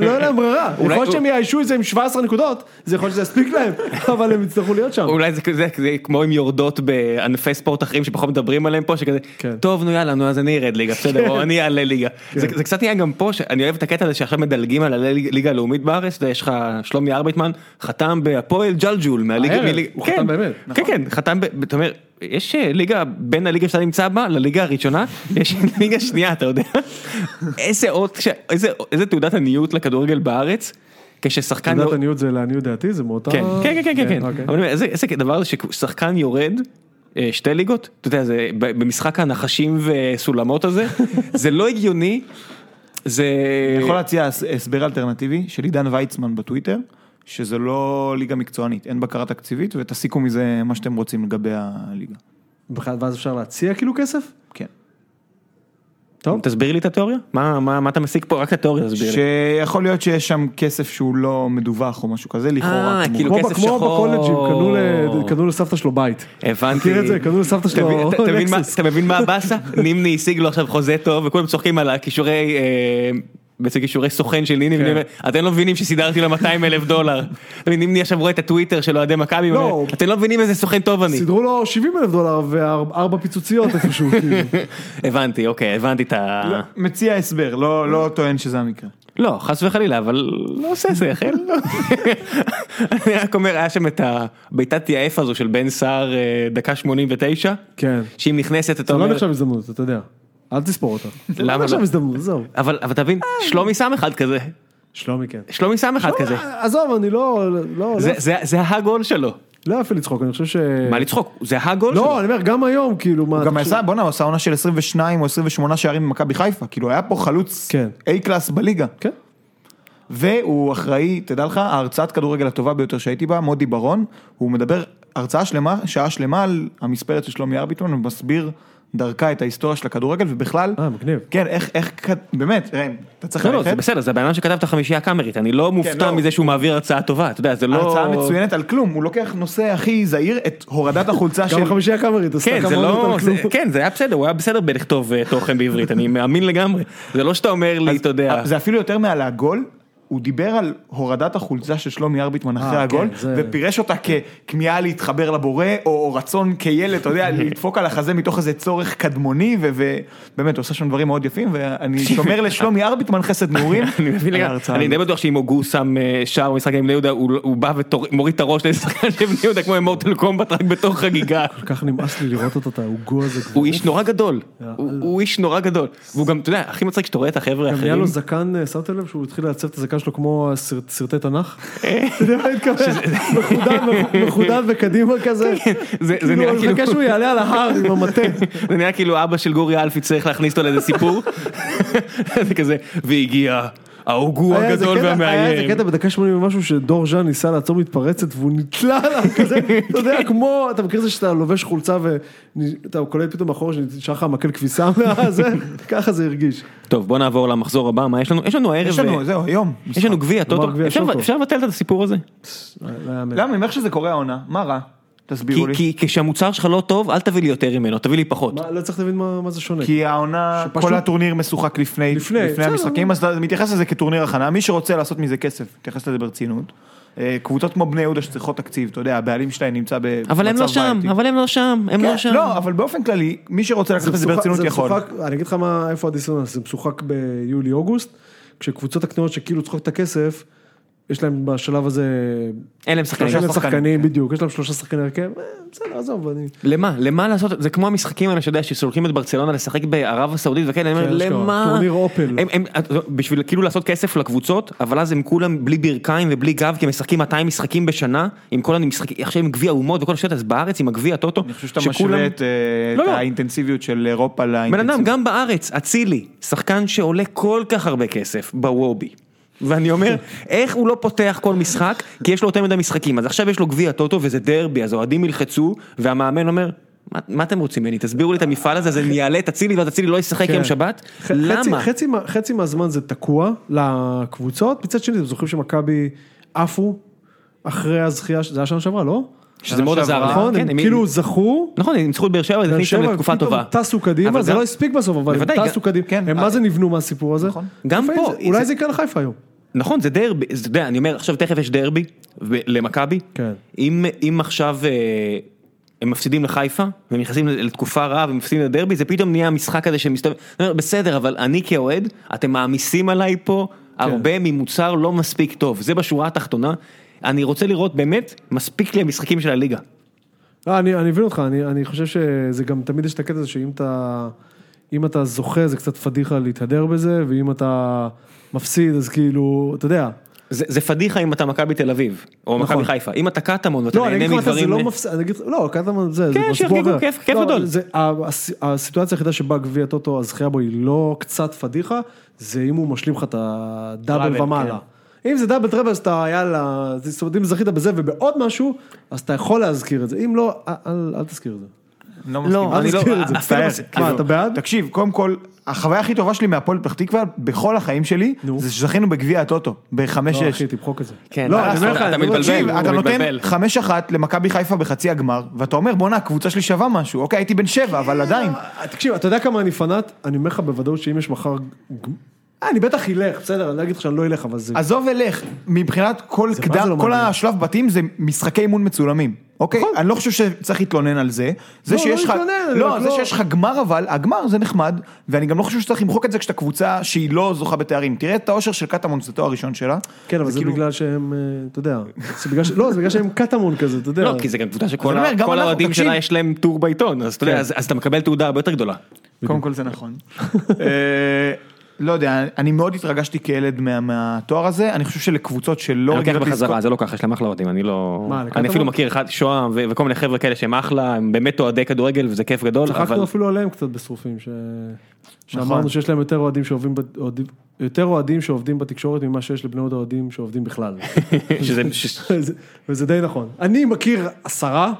Speaker 3: לא יהיה להם ברירה, יכול להיות שהם יאיישו את זה עם 17 נקודות, זה יכול להיות שזה יספיק להם, אבל הם יצטרכו להיות שם.
Speaker 1: אולי זה כזה, זה כמו עם יורדות בענפי ספורט אחרים שפחות מדברים עליהם פה, שכזה,
Speaker 3: כן.
Speaker 1: טוב נו יאללה נו אז אני ארד ליגה, בסדר, או אני אעלה ליגה. זה זה קצת נהיה גם פה, שאני אוהב את הקטע הזה שעכשיו מדלגים על הליגה הלאומית בארץ, אתה יודע, יש לך שלומי ארביטמן, חתם בהפועל ג'לג'ול מהליגה,
Speaker 3: הערב,
Speaker 1: מליג-
Speaker 3: הוא
Speaker 1: כן,
Speaker 3: חתם באמת, נכון.
Speaker 1: כן כן, חתם, ב- אתה אומר, יש אה, ליגה, בין הליגה שאתה נמצא בה לליגה הראשונה, יש ליגה שנייה, אתה יודע. איזה אות, ש- איזה- איזה תעודת עניות לכדורגל בארץ, כששחקן...
Speaker 3: תעודת
Speaker 1: לא-
Speaker 3: עניות זה לעניות דעתי, זה מאותה...
Speaker 1: כן, כן, כן, כן, כן.
Speaker 3: אוקיי.
Speaker 1: אבל אני אומר, איזה איזה דבר זה ששחקן יורד. אה, שתי ליגות, אתה יודע, זה ב- במשחק הנחשים וסולמות הזה, זה לא הגיוני, זה...
Speaker 2: אני יכול להציע הס- הסבר אלטרנטיבי של עידן ויצמן בטוויטר, שזה לא ליגה מקצוענית, אין בקרה תקציבית, ותסיקו מזה מה שאתם רוצים לגבי הליגה.
Speaker 3: בכלל, ואז אפשר להציע כאילו כסף?
Speaker 2: כן.
Speaker 3: טוב.
Speaker 1: תסביר לי את התיאוריה? מה, מה, מה אתה מסיק פה? רק את התיאוריה תסביר לי.
Speaker 2: שיכול להיות שיש שם כסף שהוא לא מדווח או משהו כזה, לכאורה.
Speaker 1: אה,
Speaker 2: כמו-
Speaker 1: כאילו-
Speaker 3: כמו
Speaker 1: כסף
Speaker 3: ב- כמו
Speaker 1: שחור.
Speaker 3: בקולג'ים, קנו ל- קנו לסבתא שלו בית.
Speaker 1: הבנתי.
Speaker 3: מכיר את זה? קנו לסבתא שלו
Speaker 1: אתה- אתה מבין מה-
Speaker 3: לקסוס.
Speaker 1: אתה מבין מה הבאסה? נימני השיג לו עכשיו חוזה טוב, וכולם צוחקים על הכישורי... אה, בעצם כישורי סוכן של
Speaker 3: כן.
Speaker 1: נימני, ואני אומר, אתם לא מבינים שסידרתי לו 200 אלף דולר. אתה מבין, נימני עכשיו רואה את הטוויטר של אוהדי מכבי,
Speaker 3: לא.
Speaker 1: ואומר, אתם לא מבינים איזה סוכן טוב אני.
Speaker 3: סידרו לו 70 אלף דולר וארבע פיצוציות איפשהו. כאילו.
Speaker 1: הבנתי, אוקיי, הבנתי את ה...
Speaker 2: מציע הסבר, לא לא טוען שזה המקרה.
Speaker 1: לא, חס וחלילה, אבל לא עושה שכל. אני רק אומר, היה שם את הבעיטת יעף הזו של בן סער, אה, דקה 89,
Speaker 3: כן.
Speaker 1: שהיא נכנסת, אתה
Speaker 3: זה לא
Speaker 1: אומר,
Speaker 3: נחשב הזדמנות, אתה יודע. אל תספור אותה. זה
Speaker 1: למה
Speaker 3: לא
Speaker 1: לא?
Speaker 3: נחשב הזדמנות, עזוב.
Speaker 1: אבל אבל תבין, שלומי שם אחד כזה,
Speaker 3: שלומי כן.
Speaker 1: שלומי שם אחד כזה,
Speaker 3: עזוב, אני לא... לא,
Speaker 1: זה- זה- זה הגול שלו.
Speaker 3: לא יפה לצחוק, אני חושב ש...
Speaker 1: מה לצחוק, זה הגול שלו.
Speaker 3: לא, אני אומר, גם היום, כאילו, מה...
Speaker 2: הוא גם
Speaker 3: אתה חושב-
Speaker 2: עשה, בואנה, הוא עשה עונה של 22 או 28 שערים במכבי חיפה, כאילו היה פה חלוץ
Speaker 3: כן.
Speaker 2: איי קלאס בליגה.
Speaker 3: כן.
Speaker 2: והוא אחראי, תדע לך, ההרצאת כדורגל הטובה ביותר שהייתי בה, מודי ברון, הוא מדבר הרצאה שלמה, שעה שלמה על המספרת של שלומי ארביטון, הוא מסביר דרכה את ההיסטוריה של הכדורגל, ובכלל,
Speaker 3: אה, מגניב.
Speaker 2: כן, איך, איך, כד- באמת, ראם, אתה צריך
Speaker 1: לא, לא, זה
Speaker 2: ללכת.
Speaker 1: בסדר, זה הבן אדם שכתב את החמישייה הקאמרית, אני לא מופתע
Speaker 2: לא.
Speaker 1: מזה שהוא מעביר הרצאה טובה, אתה יודע, זה לא...
Speaker 2: הרצאה מצוינת על כלום, הוא לוקח נושא הכי זהיר, את הורדת החולצה של...
Speaker 3: גם החמישייה הקאמרית, עשתה
Speaker 1: כן,
Speaker 3: כמה
Speaker 1: זה לא...
Speaker 3: על
Speaker 1: זה-
Speaker 3: כלום.
Speaker 1: כן, זה היה בסדר, הוא היה בסדר בלכתוב אה, תוכן בעברית, אני מאמין לגמרי. זה לא שאתה אומר לי, אתה יודע...
Speaker 2: זה אפילו יותר מעל הגול. הוא דיבר על הורדת החולצה של שלומי ארביטמן אחרי
Speaker 1: אה,
Speaker 3: כן,
Speaker 2: הגול,
Speaker 3: זה-
Speaker 2: ופירש אותה ככמיהה להתחבר לבורא, או רצון כילד, אתה יודע, לדפוק על החזה מתוך איזה צורך קדמוני, ובאמת, הוא עושה שם דברים מאוד יפים, ואני שומר לשלומי ארביטמן חסד נעורים.
Speaker 1: אני מבין
Speaker 2: על
Speaker 1: לגמרי,
Speaker 2: ההרצאה
Speaker 1: אני די
Speaker 2: הזאת.
Speaker 1: בטוח שאם הוגו שם אה, שער במשחק עם בני יהודה, הוא לא- הוא בא ומוריד את הראש לאיזה שחקן של בני יהודה כמו מורטל קומבט רק בתור חגיגה.
Speaker 3: כל כך נמאס לי לראות אותו, את ההוגו הזה. כבר.
Speaker 1: הוא איש נורא גדול, הוא הוא איש נורא גדול, והוא גם, אתה יודע, הכי מצחיק שאתה רואה את החבר'ה
Speaker 3: אה, גם נהיה
Speaker 1: האחרים,
Speaker 3: לו זקן, אה, שמתם לב שהוא התחיל לעצב את הזקן שלו כמו הסרט- סרטי תנ"ך? אתה יודע מה אני מתכוון? מחודד, מחודד וקדימה כזה.
Speaker 1: כן, זה- זה
Speaker 3: כאילו,
Speaker 1: נראה
Speaker 3: אני
Speaker 1: כאילו-
Speaker 3: מחכה שהוא יעלה על ההר עם המטה.
Speaker 1: זה נראה כאילו אבא של גורי אלפי צריך להכניס אותו לאיזה סיפור, זה כזה, והגיע ההוגו
Speaker 3: היה איזה
Speaker 1: הגדול
Speaker 3: קטע- היה איזה
Speaker 1: והמאיים.
Speaker 3: קטע בדקה 80 ומשהו שדור ז'אן ניסה לעצור מתפרצת והוא נתלה עליו כזה, אתה יודע, כמו, אתה מכיר את זה שאתה לובש חולצה ואתה קולט פתאום אחורה שנשאר לך מקל כביסה מהזה, ככה זה הרגיש.
Speaker 1: טוב בוא נעבור למחזור הבא, מה יש לנו? יש לנו הערב, אה,
Speaker 2: יש לנו, זהו, היום.
Speaker 1: יש לנו גביע,
Speaker 3: גמר
Speaker 1: טוטו,
Speaker 3: גביע
Speaker 1: אפשר-
Speaker 3: טוטו.
Speaker 1: אפשר לבטל את הסיפור הזה?
Speaker 3: לא יאמן.
Speaker 2: למה, אני אומר שזה קורה העונה, מה רע? תסבירו
Speaker 1: כי-
Speaker 2: לי.
Speaker 1: כי כשהמוצר שלך לא טוב, אל תביא לי יותר ממנו, תביא לי פחות.
Speaker 3: מה, לא צריך להבין מה מה זה שונה.
Speaker 2: כי העונה,
Speaker 3: שפשוט-
Speaker 2: כל הטורניר משוחק לפני,
Speaker 3: לפני,
Speaker 2: לפני,
Speaker 3: בסדר.
Speaker 2: המשחקים, אז אתה מתייחס לזה כטורניר הכנה, מי שרוצה לעשות מזה כסף, מתייחס לזה ברצינות. אה, קבוצות כמו בני יהודה שצריכות תקציב, אתה יודע, הבעלים שלהם נמצא במצב
Speaker 1: אבל הם לא שם,
Speaker 2: בעייתי.
Speaker 1: אבל הם לא שם, הם
Speaker 2: כן,
Speaker 1: לא שם.
Speaker 2: לא, אבל באופן כללי, מי שרוצה לקחת את זה
Speaker 3: משוחק-
Speaker 2: ברצינות
Speaker 3: זה
Speaker 2: יכול.
Speaker 3: משוחק- אני אגיד לך מה, איפה הדיסוננס, זה משוחק ביולי-אוגוסט, כשקבוצות הקטנות שכאילו צריכות את הכסף, יש להם בשלב הזה,
Speaker 1: אין להם שחקנים.
Speaker 2: שלושה
Speaker 3: אין להם
Speaker 2: שחקנים,
Speaker 3: שחקנים,
Speaker 2: כן.
Speaker 3: בדיוק, יש להם שלושה שחקני הרכב, אה, בסדר, עזוב, אני...
Speaker 1: למה? למה לעשות? זה כמו המשחקים האלה, שאתה יודע, שסולחים את ברצלונה לשחק בערב הסעודית וכאלה, אני אומר,
Speaker 3: כן, אשכרה.
Speaker 1: למה?
Speaker 3: טורניר אופל.
Speaker 1: הם, הם, בשביל כאילו לעשות כסף לקבוצות, אבל אז הם כולם בלי ברכיים ובלי גב, כי הם משחקים 200 משחקים בשנה, עם כל המשחקים, עכשיו עם גביע אומות וכל השטח, אז בארץ עם הגביע הטוטו,
Speaker 2: אני חושב שאתה משווה את אה,
Speaker 1: לא,
Speaker 2: את
Speaker 1: לא.
Speaker 2: האינטנסיביות של אירופה
Speaker 1: בן אדם,
Speaker 2: לאינטנסיביות.
Speaker 1: גם בארץ, אצילי, שחקן שעולה כל כך הרבה כסף בוובי. ואני אומר, איך הוא לא פותח כל משחק, כי יש לו יותר מדי משחקים. אז עכשיו יש לו גביע טוטו וזה דרבי, אז אוהדים ילחצו, והמאמן אומר, מה, מה אתם רוצים ממני? תסבירו לי את המפעל הזה, זה יעלה את אצילי, ואז אצילי לא ישחק יום שבת?
Speaker 3: ח- כן. חצי-
Speaker 1: למה?
Speaker 3: חצי מה- חצי מהזמן זה תקוע לקבוצות, מצד שני, אתם זוכרים שמכבי עפו אחרי הזכייה, ש- זה היה שנה שעברה, לא?
Speaker 1: שזה מאוד עזר
Speaker 2: שעברה,
Speaker 1: להם.
Speaker 3: נכון,
Speaker 1: כן,
Speaker 3: הם כאילו זכו.
Speaker 1: נכון, הם ניצחו את באר שבע, זה הכניס אותם
Speaker 3: שבע,
Speaker 1: לתקופה
Speaker 3: פתאום
Speaker 1: טובה.
Speaker 3: טסו
Speaker 1: אבל
Speaker 3: קדימה, זה
Speaker 1: גם-
Speaker 3: לא הספיק בסוף, אבל
Speaker 1: בוודאי,
Speaker 3: הם טסו
Speaker 1: גם-
Speaker 3: קדימה.
Speaker 2: כן,
Speaker 3: הם
Speaker 2: אה,
Speaker 3: מה זה נבנו מהסיפור הזה?
Speaker 2: נכון.
Speaker 1: גם
Speaker 3: לפעמים
Speaker 1: פה,
Speaker 3: זה- אולי
Speaker 1: זה-
Speaker 3: זה יקרה לחיפה היום.
Speaker 1: נכון, זה דרבי, זה- אתה יודע, אני אומר, עכשיו תכף יש דרבי ו- למכבי.
Speaker 3: כן.
Speaker 1: אם, אם עכשיו אה, הם מפסידים לחיפה, והם נכנסים לתקופה רעה ומפסידים לדרבי, זה פתאום נהיה המשחק הזה שמסתובב. אני אומר, בסדר, אבל אני כאוהד, אתם מעמיסים עליי פה
Speaker 3: כן.
Speaker 1: הרבה ממוצר לא מספיק טוב. זה בשורה התחתונה. אני רוצה לראות באמת, מספיק לי המשחקים של הליגה.
Speaker 3: לא, אני, אני מבין אותך, אני, אני חושב שזה גם, תמיד יש את הקטע הזה שאם אתה, אם אתה זוכה זה קצת פדיחה להתהדר בזה, ואם אתה מפסיד אז כאילו, אתה יודע.
Speaker 1: זה, זה פדיחה אם אתה מכבי תל אביב, או
Speaker 3: נכון.
Speaker 1: מכבי חיפה. אם אתה קטמון ואתה
Speaker 3: לא, אני
Speaker 1: נהנה
Speaker 3: אגיד לך מה, זה
Speaker 1: מדברים... אה,
Speaker 3: לא מפסיד, אני אגיד, לא, קטמון זה, זה
Speaker 1: כן,
Speaker 3: כבר
Speaker 1: שיחגגו,
Speaker 3: אחר.
Speaker 1: כיף- כיף
Speaker 3: לא,
Speaker 1: גדול.
Speaker 3: זה- הס- הסיטואציה היחידה שבה גביע הטוטו, הזכייה בו היא לא קצת פדיחה, זה אם הוא משלים לך את
Speaker 2: טראבל,
Speaker 3: הדאבל ומעלה.
Speaker 1: כן.
Speaker 3: אם זה דאבל טראבל, אז אתה, יאללה, זאת אומרת, אם זכית בזה ובעוד משהו, אז אתה יכול להזכיר את זה. אם לא, אל- אל אל תזכיר את זה.
Speaker 2: לא,
Speaker 1: לא, אני לא...
Speaker 3: תזכיר את זה,
Speaker 1: אפילו-
Speaker 2: מצטער.
Speaker 3: מה,
Speaker 2: כאילו,
Speaker 3: אתה בעד?
Speaker 2: תקשיב, קודם כל, החוויה הכי טובה שלי מהפועל פתח תקווה, בכל החיים שלי,
Speaker 3: נו.
Speaker 2: זה שזכינו בגביע הטוטו, בחמש
Speaker 3: לא,
Speaker 2: שש.
Speaker 3: אחי, תמחוק את זה.
Speaker 1: כן,
Speaker 3: לא,
Speaker 1: מה
Speaker 3: אני
Speaker 1: לעשות,
Speaker 3: אומר לך,
Speaker 1: אתה
Speaker 3: אני אומר,
Speaker 1: מתבלבל.
Speaker 2: תקשיב,
Speaker 1: הוא
Speaker 2: אתה נותן
Speaker 1: מתבלבל.
Speaker 2: 5-1 למכבי חיפה בחצי הגמר, ואתה אומר, בואנה, הקבוצה שלי שווה משהו. אוקיי, הייתי בן 7,
Speaker 3: כן.
Speaker 2: אבל עדיין.
Speaker 3: תקשיב, אתה יודע כמה אני פנאט? אני אומר לך בוודאות שאם יש מחר... אה, אני בטח אלך, בסדר, אני לא אגיד לך שאני לא אלך, אבל זה...
Speaker 2: עזוב אלך, מבחינת כל
Speaker 3: זה מה זה
Speaker 2: קדם,
Speaker 3: לא
Speaker 2: כל
Speaker 3: מעניין?
Speaker 2: השלב בתים זה משחקי אימון מצולמים. אוקיי?
Speaker 3: נכון.
Speaker 2: אני לא חושב שצריך להתלונן על זה. זה
Speaker 3: לא,
Speaker 2: שיש
Speaker 3: לא
Speaker 2: לך...
Speaker 3: להתלונן, אני
Speaker 2: לא,
Speaker 3: רק
Speaker 2: זה
Speaker 3: לא-
Speaker 2: שיש לך גמר אבל, הגמר זה נחמד, ואני גם לא חושב שצריך למחוק את זה כשאתה קבוצה שהיא לא זוכה בתארים. תראה את האושר של קטמון, זה תואר ראשון שלה.
Speaker 3: כן, אבל זה
Speaker 2: כאילו-
Speaker 3: בגלל שהם, אה, אתה יודע, זה בגלל ש- לא, זה בגלל שהם קטמון כזה, אתה יודע.
Speaker 1: לא, כי זה גם קבוצה
Speaker 2: אז
Speaker 1: שכל
Speaker 2: אני אומר,
Speaker 1: ה-
Speaker 2: גם
Speaker 1: כל
Speaker 2: אנחנו,
Speaker 1: האוהדים
Speaker 2: תקשיב. כן.
Speaker 1: שלה יש להם טור בעיתון, אז אתה יודע, אז אז אתה מקבל תעודה הרבה יותר גדולה.
Speaker 2: קודם כל זה נכון. אה, לא יודע, אני מאוד התרגשתי כילד מה- מהתואר הזה, אני חושב שלקבוצות שלא
Speaker 1: אני לוקח
Speaker 2: רגילות
Speaker 1: בחזרה,
Speaker 2: לזכות-
Speaker 1: זה לא ככה, יש להם אחלה אוהדים, אני לא...
Speaker 3: מה, לקטמון?
Speaker 1: אני אפילו מכיר אחד, שוהם ו- וכל מיני חבר'ה כאלה שהם אחלה, הם באמת אוהדי כדורגל וזה כיף גדול, אבל...
Speaker 3: צחקנו אפילו עליהם קצת בשרופים, ש...
Speaker 2: נכון.
Speaker 3: שאמרנו שיש להם יותר אוהדים שעובדים, ב- אוהדים- יותר אוהדים שעובדים בתקשורת ממה שיש לבני יהודה אוהדים שעובדים בכלל.
Speaker 1: שזה... ש-
Speaker 3: וזה- וזה די נכון. אני מכיר עשרה,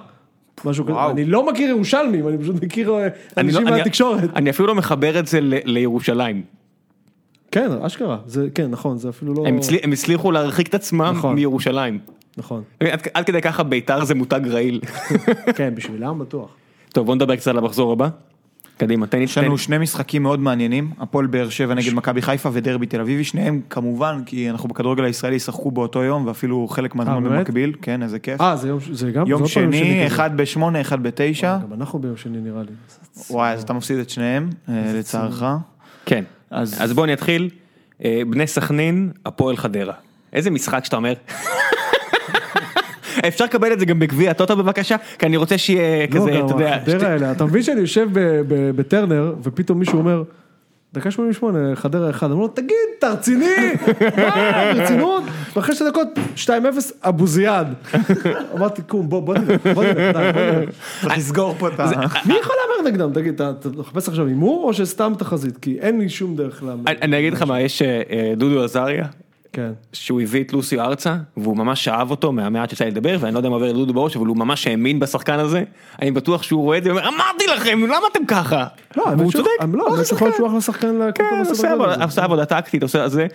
Speaker 3: משהו כזה,
Speaker 2: וואו.
Speaker 3: אני לא מכיר ירושלמים, אני פשוט מכיר אה,
Speaker 1: אני לא-
Speaker 3: אנשים
Speaker 1: אני-
Speaker 3: מהתקשורת.
Speaker 1: אני אפילו לא מחבר את זה ל- לירושלים.
Speaker 3: כן, אשכרה, זה, כן, נכון, זה אפילו לא...
Speaker 1: הם הצלי- הם הצליחו להרחיק את עצמם
Speaker 3: נכון.
Speaker 1: מירושלים.
Speaker 3: נכון,
Speaker 1: עד עד כדי ככה בית"ר זה מותג רעיל.
Speaker 3: כן, בשבילם בטוח.
Speaker 1: טוב, בוא נדבר קצת על המחזור הבא. קדימה, תן לי...
Speaker 2: יש
Speaker 1: תן לי-
Speaker 2: לנו שני משחקים מאוד מעניינים, הפועל באר שבע נגד מכבי חיפה ודרבי תל אביבי, שניהם כמובן, כי אנחנו בכדורגל הישראלי ישחקו באותו יום, ואפילו חלק מהזמן
Speaker 3: אה, באמת?
Speaker 2: במקביל, כן, איזה כיף.
Speaker 3: אה, זה יום, זה גם, זה
Speaker 2: יום
Speaker 3: עוד פעם
Speaker 2: שני,
Speaker 3: כזה.
Speaker 2: אחד בשמונה, אחד בתשע,
Speaker 3: גם אנחנו ביום שני נראה לי.
Speaker 2: וואי, אז אתה מפסיד את שניהם, אה, לצערך.
Speaker 1: כן.
Speaker 2: אז-
Speaker 1: אז בואו נתחיל. אה, בני סכנין, הפועל חדרה. איזה משחק שאתה אומר. אפשר לקבל את זה גם בגביע הטוטו בבקשה? כי אני רוצה שיהיה
Speaker 3: לא,
Speaker 1: כזה,
Speaker 3: גם
Speaker 1: אתה יודע,
Speaker 3: החדרה האלה, אתה מבין שאני יושב ב- ב- בטרנר, ופתאום מישהו אומר, דקה 88, חדרה 1, אמרו לו, תגיד, אתה רציני? מה, ברצינות? ואחרי שתי דקות, 2-0, אבו זיאד. אמרתי, קום, בוא, בוא נלך, בוא נלך, די, בוא נלך.
Speaker 1: אה,
Speaker 2: צריך לסגור פה את ה...
Speaker 3: מי יכול להמר נגדם? תגיד, אתה אתה מחפש עכשיו הימור, או שסתם תחזית? כי אין לי שום דרך להמר.
Speaker 1: אני- אני אגיד לך מה, יש אה, אה, דודו עזריה,
Speaker 3: כן.
Speaker 1: שהוא הביא את לוסיו ארצה, והוא ממש אהב אותו מהמעט שיצא לי לדבר, ואני לא יודע מה עובר לדודו בראש, אבל הוא ממש האמין בשחקן הזה. אני בטוח שהוא רואה את זה, ואומר, אמרתי לכם, למה אתם ככה?
Speaker 3: לא,
Speaker 1: והוא
Speaker 3: האמת שהוא-
Speaker 1: צודק,
Speaker 3: לא,
Speaker 1: אחלה
Speaker 3: האמת שיכול להיות שהוא אחלה שחקן לקבוצה
Speaker 1: כן,
Speaker 3: בסדר
Speaker 1: עושה
Speaker 3: גודל
Speaker 1: עבודה-
Speaker 3: הזה.
Speaker 1: עושה עבודה טקטית, עושה זה.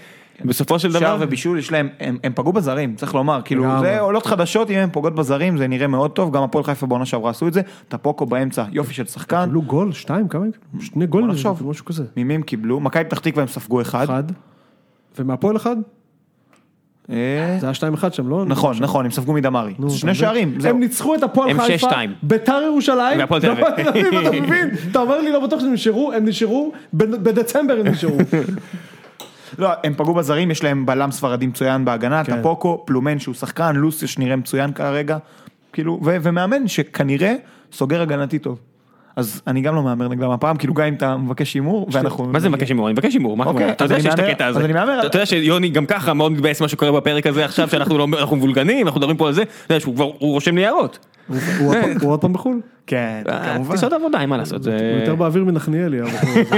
Speaker 1: בסופו של
Speaker 2: שער
Speaker 1: דבר,
Speaker 2: ובישול יש להם, הם, הם פגעו בזרים, צריך לומר, כאילו
Speaker 3: לגמרי.
Speaker 2: זה עולות חדשות, אם הם פוגעות בזרים זה נראה מאוד טוב, גם הפועל חיפה בעונה שעברה עשו את זה, טפוקו באמצע, יופי של שחקן,
Speaker 3: קיבלו גול, שתיים, כמה הם קיבלו? שני גולים,
Speaker 2: נחשוב.
Speaker 3: כאילו, משהו כזה.
Speaker 2: מימים קיבלו, מכבי פתח תקווה הם ספגו אחד,
Speaker 3: אחד. ומהפועל אחד?
Speaker 2: אה,
Speaker 3: זה היה שתיים אחד שם, לא?
Speaker 2: נכון, נכון, הם ספגו מדמרי,
Speaker 3: נו,
Speaker 2: זה
Speaker 3: אתה
Speaker 2: שני
Speaker 3: מבין?
Speaker 2: שערים, זהו,
Speaker 3: הם ניצחו את הפועל
Speaker 1: הם
Speaker 3: חיפה,
Speaker 1: 6-2.
Speaker 3: ביתר ירושלים,
Speaker 1: והפועל תל אביב.
Speaker 3: והפועל תל אביב, אתה מבין? אתה אומר לי לא בטוח שהם נשארו, הם נשארו, בנ- בדצמבר הם נשארו.
Speaker 2: לא, הם פגעו בזרים, יש להם בלם ספרדי מצוין בהגנה,
Speaker 3: כן.
Speaker 2: טפוקו, פלומן שהוא שחקן, לוסיו שנראה מצוין כרגע, כאילו, ו- ומאמן שכנראה סוגר הגנתי טוב, אז אני גם לא מהמר נגדם הפעם, כאילו גם אם אתה מבקש הימור, ואנחנו...
Speaker 1: מה זה מבקש הימור? אני מבקש הימור, מה
Speaker 2: אוקיי,
Speaker 1: קורה? אתה
Speaker 2: אז
Speaker 1: יודע
Speaker 2: אני
Speaker 1: שיש את
Speaker 2: מהמר-
Speaker 1: הקטע הזה.
Speaker 2: אז אני מהמר.
Speaker 1: אתה יודע שיוני גם ככה מאוד מתבאס מה שקורה בפרק הזה עכשיו, שאנחנו לא- אנחנו מבולגנים, אנחנו מדברים פה על זה, אתה יודע שהוא כבר, הוא רושם לי הערות.
Speaker 3: הוא- הוא עוד פעם- הוא עוד פעם בחו"ל?
Speaker 2: כן, כמובן.
Speaker 1: טיסות עבודה, אין מה לעשות. זה-
Speaker 3: הוא יותר באוויר מנחניאלי, הבחור הזה.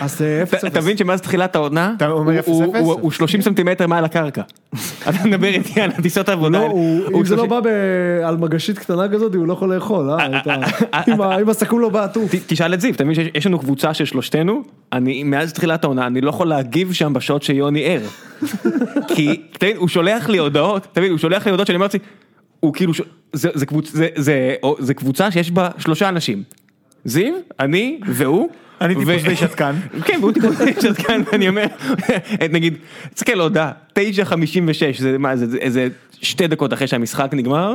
Speaker 3: אז אה,
Speaker 1: אתה-
Speaker 3: אפס
Speaker 1: אתה
Speaker 3: אפס.
Speaker 1: מבין שמאז תחילת העונה,
Speaker 2: אתה אומר
Speaker 1: הוא-
Speaker 2: אפס
Speaker 1: הוא-
Speaker 2: אפס?
Speaker 1: הוא הוא 30 סנטימטר מעל הקרקע. אתה מדבר איתי על הטיסות עבודה.
Speaker 3: לא,
Speaker 1: האלה.
Speaker 3: הוא-
Speaker 1: הוא
Speaker 3: אם זה לא
Speaker 1: 30
Speaker 3: בא ב- על מגשית קטנה כזאת, הוא לא יכול לאכול, אה? את ה- אם ה- אם הסכו"ם לא בא עטוף.
Speaker 1: ת- תשאל את זיו, אתה מבין שיש יש לנו קבוצה של שלושתנו, אני מאז תחילת העונה, אני לא יכול להגיב שם בשעות שיוני ער. כי אתה מבין, הוא שולח לי הודעות, אתה מבין, הוא שולח לי הודעות שאני אומר לעצמי, הוא כאילו, ש- זה- זה קבוצ- זה- זה- או- זה קבוצה שיש בה שלושה אנשים. זיו, אני והוא.
Speaker 2: אני טיפוס
Speaker 1: ו-
Speaker 2: די שתקן.
Speaker 1: כן, והוא טיפוס די שתקן, ואני אומר, אה, נגיד, תסתכל הודעה, 9:56, זה מה, זה- זה איזה שתי דקות אחרי שהמשחק נגמר,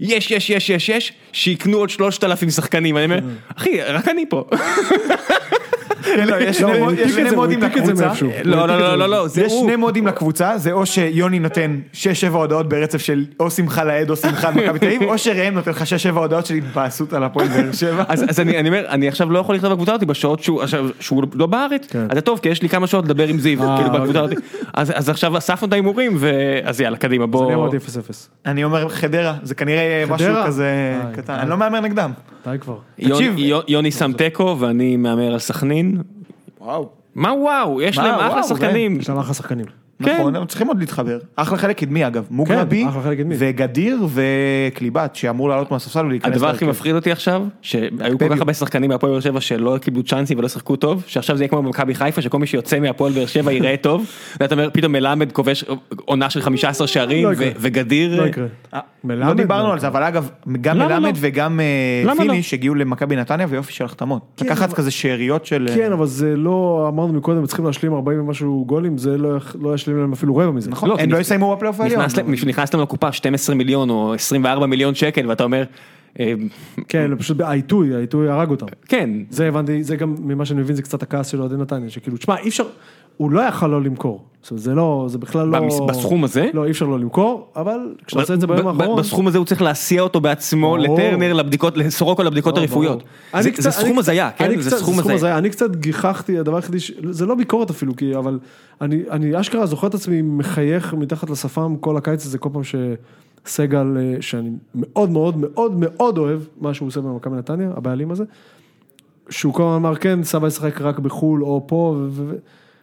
Speaker 1: יש, יש, יש, יש, יש, שיקנו עוד 3,000 שחקנים, אני אומר, אחי, רק אני פה.
Speaker 2: כן, לא, יש
Speaker 3: לא,
Speaker 2: שני
Speaker 3: הוא
Speaker 2: מוד- יש
Speaker 3: העתיק
Speaker 2: שני
Speaker 3: את זה, הוא
Speaker 2: מודים
Speaker 3: העתיק את זה
Speaker 2: לקבוצה.
Speaker 3: מאיפשהו.
Speaker 1: לא, לא, לא, לא, לא, זה
Speaker 2: יש
Speaker 1: הוא.
Speaker 2: שני מודים לקבוצה, זה או שיוני נותן 6-7 הודעות ברצף של או שמחה לאיד או שמחה למכבי תל אביב, או שראם נותן לך 6-7 הודעות של התבאסות על הפועל באר שבע.
Speaker 1: אז אז אני אני אומר, אני עכשיו לא יכול לכתוב בקבוצה הזאת בשעות שהוא עכשיו- שהוא לא בארץ,
Speaker 3: כן.
Speaker 1: אז זה טוב, כי יש לי כמה שעות לדבר עם זיו,
Speaker 3: אה,
Speaker 1: כאילו בקבוצה הזאת.
Speaker 3: אוקיי.
Speaker 1: אז אז עכשיו אספנו את ההימורים, ואז יאללה, קדימה,
Speaker 3: אני
Speaker 1: בוא.
Speaker 3: אמרתי אפס אפס.
Speaker 2: אני אומר חדרה, זה כנראה יהיה משהו
Speaker 3: חדרה?
Speaker 2: כזה
Speaker 3: אה,
Speaker 2: קטן,
Speaker 3: אה.
Speaker 2: אני לא מהמר נגדם.
Speaker 3: די כבר.
Speaker 1: יוני-
Speaker 2: תקשיב.
Speaker 1: יו- יוני שם תיקו, ואני מהמר על סכנין.
Speaker 2: וואו.
Speaker 1: מה וואו, יש
Speaker 2: מה,
Speaker 1: להם אחלה
Speaker 2: וואו,
Speaker 1: שחקנים.
Speaker 3: אה, יש להם אחלה שחקנים.
Speaker 2: נכון, הם צריכים עוד להתחבר. אחלה חלק קדמי אגב, מוגרבי,
Speaker 3: כן. אחלה חלק קדמי.
Speaker 2: וגדיר וקליבת, שאמור לעלות מהספסל ולהיכנס.
Speaker 1: הדבר הכי
Speaker 2: להרכב.
Speaker 1: מפחיד אותי עכשיו, שהיו כל
Speaker 2: הקפביו.
Speaker 1: כך הרבה שחקנים מהפועל באר שבע שלא קיבלו צ'אנסים ולא שיחקו טוב, שעכשיו זה יהיה כמו במכבי חיפה, שכל מי שיוצא מהפועל באר שבע ייראה טוב, ואתה אומר, פתאום מלמד כובש עונה של 15 שערים,
Speaker 3: לא
Speaker 1: ו-
Speaker 3: יקרה.
Speaker 1: וגדיר...
Speaker 3: לא יקרה.
Speaker 2: אה,
Speaker 3: מלמד?
Speaker 2: לא דיברנו על זה, אבל אגב, גם
Speaker 1: למה
Speaker 2: מלמד
Speaker 1: לא?
Speaker 2: וגם אה,
Speaker 1: למה לא?
Speaker 2: פיניש הגיעו למכבי נתניה ויופי של החתמות.
Speaker 3: כן,
Speaker 2: לקחת
Speaker 3: אבל-
Speaker 2: כזה שאריות של...
Speaker 3: כן, אבל זה לא, אמרנו מקודם, צריכים להשלים 40 ומשהו גולים, זה לא יח- לא ישלים להם אפילו רבע מזה.
Speaker 2: נכון,
Speaker 1: לא,
Speaker 2: הם
Speaker 1: כי
Speaker 2: לא
Speaker 1: נכ-
Speaker 2: יסיימו בפלייאוף העליון.
Speaker 1: נכנס להם- נכנס להם לקופה 12 מיליון או 24 מיליון שקל, ואתה אומר, אה,
Speaker 3: כן, פשוט העיתוי, העיתוי הרג אותם.
Speaker 1: כן,
Speaker 3: זה הבנתי, זה גם ממה שאני מבין, זה קצת הכעס של אוהדי נתניה, שכאילו, תשמע, אי אפשר, הוא לא יכל לא למכור. זאת אומרת, זה לא, זה בכלל לא...
Speaker 1: במס- בסכום הזה?
Speaker 3: לא, אי אפשר לא למכור, אבל כשאתה עושה את זה ביום
Speaker 1: ב- ב-
Speaker 3: האחרון...
Speaker 1: בסכום הזה הוא צריך להסיע אותו בעצמו
Speaker 3: ברור.
Speaker 1: לטרנר, לבדיקות, לסורוקה לבדיקות
Speaker 3: לא,
Speaker 1: הרפואיות.
Speaker 3: ברור.
Speaker 1: זה
Speaker 3: אני
Speaker 1: זה
Speaker 3: קצת-
Speaker 1: סכום
Speaker 3: אני-
Speaker 1: הזיה,
Speaker 3: אני
Speaker 1: כן?
Speaker 3: קצת-
Speaker 1: זה סכום הזיה.
Speaker 3: הזיה. אני קצת גיחכתי, הדבר היחידי, ש- זה לא ביקורת אפילו, כי אבל אני, אני אשכרה זוכר את עצמי מחייך מתחת לשפם כל הקיץ הזה, כל פעם שסגל, אה, שאני מאוד מאוד מאוד מאוד אוהב, מה שהוא עושה במכבי נתניה, הבעלים הזה, שהוא כל הזמן אמר, כן, סבא ישחק רק בחו"ל או פה, ו... ו- ו-"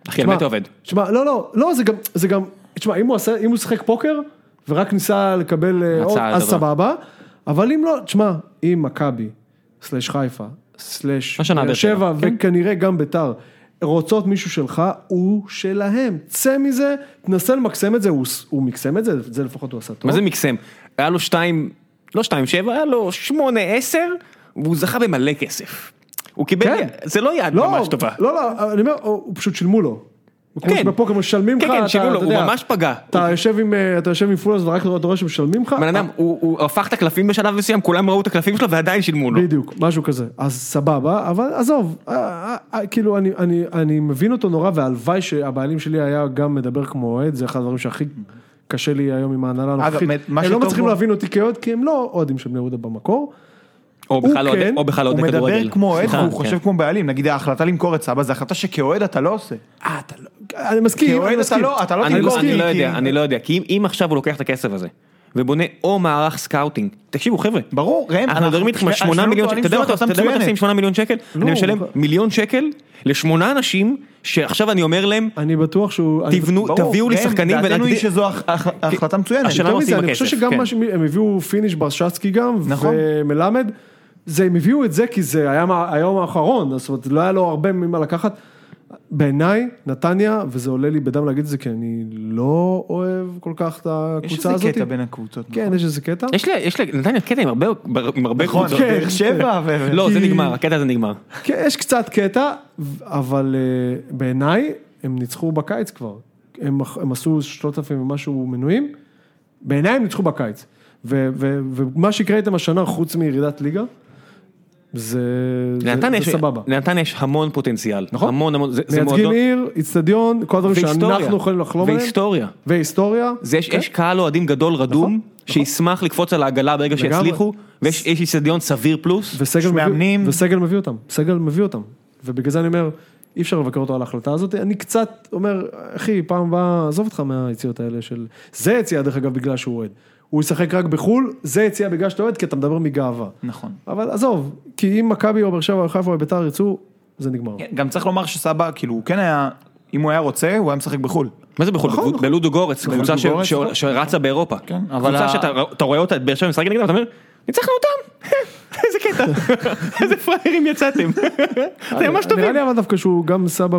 Speaker 1: אחי, על
Speaker 3: תשמע,
Speaker 1: מי אתה כן, עובד?
Speaker 3: תשמע, לא, לא, לא, זה גם, זה גם, תשמע, אם הוא עשה, אם הוא שיחק פוקר, ורק ניסה לקבל, אה, עוד,
Speaker 1: הצעה,
Speaker 3: אז
Speaker 1: דבר.
Speaker 3: סבבה, אבל אם לא, תשמע, אם מכבי, סלאש חיפה, סלאש
Speaker 1: השנה באר שבע,
Speaker 3: שבע,
Speaker 1: כן.
Speaker 3: וכנראה גם ביתר, רוצות מישהו שלך, הוא שלהם, צא מזה, תנסה למקסם את זה, הוא, ס- הוא מקסם את זה, זה לפחות הוא עשה טוב.
Speaker 1: מה זה מקסם? היה לו שתיים, לא שתיים שבע, היה לו שמונה עשר, והוא זכה במלא כסף. הוא קיבל,
Speaker 3: כן.
Speaker 1: זה לא יד
Speaker 3: לא,
Speaker 1: ממש טובה.
Speaker 3: לא, לא, אני אומר, הוא הוא פשוט שילמו לו. כמו
Speaker 1: כן.
Speaker 3: שבפוקר משלמים
Speaker 1: כן,
Speaker 3: לך,
Speaker 1: כן,
Speaker 3: אתה-
Speaker 1: שילמו לו,
Speaker 3: אתה
Speaker 1: הוא
Speaker 3: יודע,
Speaker 1: ממש פגע.
Speaker 3: אתה יושב עם, אה, אתה יושב עם פולוס ורק אתה רואה שמשלמים לך. אה,
Speaker 1: בן אדם, הוא הוא הפך את הקלפים בשלב מסוים, כולם ראו את הקלפים שלו ועדיין שילמו
Speaker 2: לא.
Speaker 1: לו.
Speaker 3: בדיוק, משהו כזה. אז סבבה, אבל עזוב, אה, אה, אה, כאילו אני, אני, אני מבין אותו נורא, והלוואי שהבעלים שלי היה גם מדבר כמו אוהד, זה אחד הדברים שהכי קשה לי היום עם ההנהלה הנוכחית.
Speaker 2: מה- מה
Speaker 3: הם לא
Speaker 2: שטוב
Speaker 3: מצליחים
Speaker 2: בו-
Speaker 3: להבין אותי כאוהד, כי הם לא אוהדים של בני יהודה במקור.
Speaker 1: או
Speaker 3: הוא
Speaker 1: בכלל אוהדי-
Speaker 3: כן,
Speaker 1: או בכלל
Speaker 2: הוא
Speaker 1: אוהדי כדורגל.
Speaker 2: מדבר כמו אוהד,
Speaker 1: סליחה,
Speaker 2: הוא
Speaker 1: כן.
Speaker 2: חושב כמו בעלים. נגיד ההחלטה למכור את סבא, זו החלטה שכאוהד אתה לא עושה.
Speaker 3: אה, אתה לא... אני מסכים,
Speaker 2: כאוהד
Speaker 3: אני אוקיי,
Speaker 2: אתה
Speaker 3: מסכים.
Speaker 2: לא- אתה לא
Speaker 1: אני
Speaker 2: תמכור,
Speaker 1: לא, אני
Speaker 2: כי-
Speaker 1: לא
Speaker 2: כי-
Speaker 1: יודע, אני לא יודע, כי אם, אם עכשיו הוא לוקח את הכסף הזה ובונה או מערך סקאוטינג, תקשיבו חבר'ה,
Speaker 2: ברור, ראם,
Speaker 1: אה, אנחנו מדברים איתכם על 8 מיליון שקל, אתה יודע מה אתה עושה- אתה יודע מה אתה עושה עם 8 מיליון שקל? אני משלם
Speaker 3: הוא-
Speaker 1: מיליון שקל לשמונה אנשים שעכשיו אני אומר להם,
Speaker 3: אני בטוח שהוא... אני-
Speaker 1: תבנו, תביאו לי שחקנים
Speaker 2: כן, דעתנו היא
Speaker 1: ונגדיל,
Speaker 2: שזו הח- הח- החלטה מצוינת.
Speaker 1: השאלה-
Speaker 3: יותר
Speaker 1: מה
Speaker 3: מזה,
Speaker 1: עושים עם
Speaker 3: אני חושב
Speaker 1: הכסף,
Speaker 3: שגם
Speaker 1: כן.
Speaker 3: מה שהם הם הביאו פיניש ברשצקי גם,
Speaker 2: נכון.
Speaker 3: ומלמד, זה, הם הביאו את זה כי זה היה מה- היום האחרון, אז זאת אומרת, לא היה לו הרבה ממה לקחת. בעיניי, נתניה, וזה עולה לי בדם להגיד את זה, כי אני לא אוהב כל כך את
Speaker 2: יש
Speaker 3: הקבוצה
Speaker 2: איזה
Speaker 3: הזאת.
Speaker 2: קטע בין הקבוצות.
Speaker 3: כן, יש איזה קטע.
Speaker 1: יש לי, יש לי, נתניה קטע עם הרבה, עם הרבה
Speaker 2: נכון,
Speaker 1: קבוצות,
Speaker 2: באר שבע ו...
Speaker 1: לא זה
Speaker 3: כן. כי-
Speaker 1: נגמר, הקטע הזה נגמר,
Speaker 3: כן, יש קצת קטע, ו- אבל אה, בעיניי, הם ניצחו בקיץ כבר. הם, הם עשו 3,000 ומשהו מנויים, בעיניי הם ניצחו בקיץ. ו, ו, ומה שיקרה איתם השנה, חוץ מירידת ליגה, זה, זה,
Speaker 1: לנתניה
Speaker 3: זה
Speaker 1: יש-
Speaker 3: סבבה.
Speaker 1: לנתניה יש המון פוטנציאל,
Speaker 3: נכון.
Speaker 1: המון המון, זה- זה לא-
Speaker 3: מייצגים
Speaker 1: מועדון,
Speaker 3: עיר, איצטדיון, כל הדברים שאנחנו יכולים לחלום עליהם.
Speaker 1: והיסטוריה,
Speaker 3: והיסטוריה. כן.
Speaker 1: זה יש, יש קהל אוהדים גדול רדום, שישמח לקפוץ על העגלה ברגע
Speaker 3: נכון. לגמרי.
Speaker 1: שיצליחו, ויש יש איצטדיון סביר פלוס.
Speaker 3: וסגל
Speaker 2: יש
Speaker 3: מביא,
Speaker 2: מאמנים.
Speaker 3: וסגל מביא אותם, סגל מביא אותם. ובגלל זה אני אומר, אי אפשר לבקר אותו על ההחלטה הזאת, אני קצת אומר, אחי, פעם הבאה, עזוב אותך מהיציאות האלה של... זה יציאה, דרך אגב, בגלל שהוא אוהד. הוא ישחק רק בחו"ל, זה יציאה בגלל שאתה אוהד, כי אתה מדבר מגאווה.
Speaker 2: נכון.
Speaker 3: אבל עזוב, כי אם מכבי או באר שבע או חיפה או ביתר ירצו, זה נגמר.
Speaker 2: כן, גם צריך לומר שסבא, כאילו, הוא כן היה, אם הוא היה רוצה, הוא היה משחק בחו"ל.
Speaker 1: מה זה בחו"ל?
Speaker 3: נכון,
Speaker 1: בקבוצ-
Speaker 3: נכון.
Speaker 1: בלודו גורץ, קבוצה ש-
Speaker 2: גורץ,
Speaker 1: ש-
Speaker 2: נכון.
Speaker 1: שרצה באירופה.
Speaker 2: כן, אבל
Speaker 1: קבוצה
Speaker 2: ה-
Speaker 1: שאתה אתה רואה אותה, את באר שבע משחק נגדם, אתה אומר, ניצחנו אותם, איזה קטע, איזה פראיירים יצאתם, זה ממש
Speaker 3: נראה
Speaker 1: טובים.
Speaker 3: לי אבל דווקא שהוא גם סבא,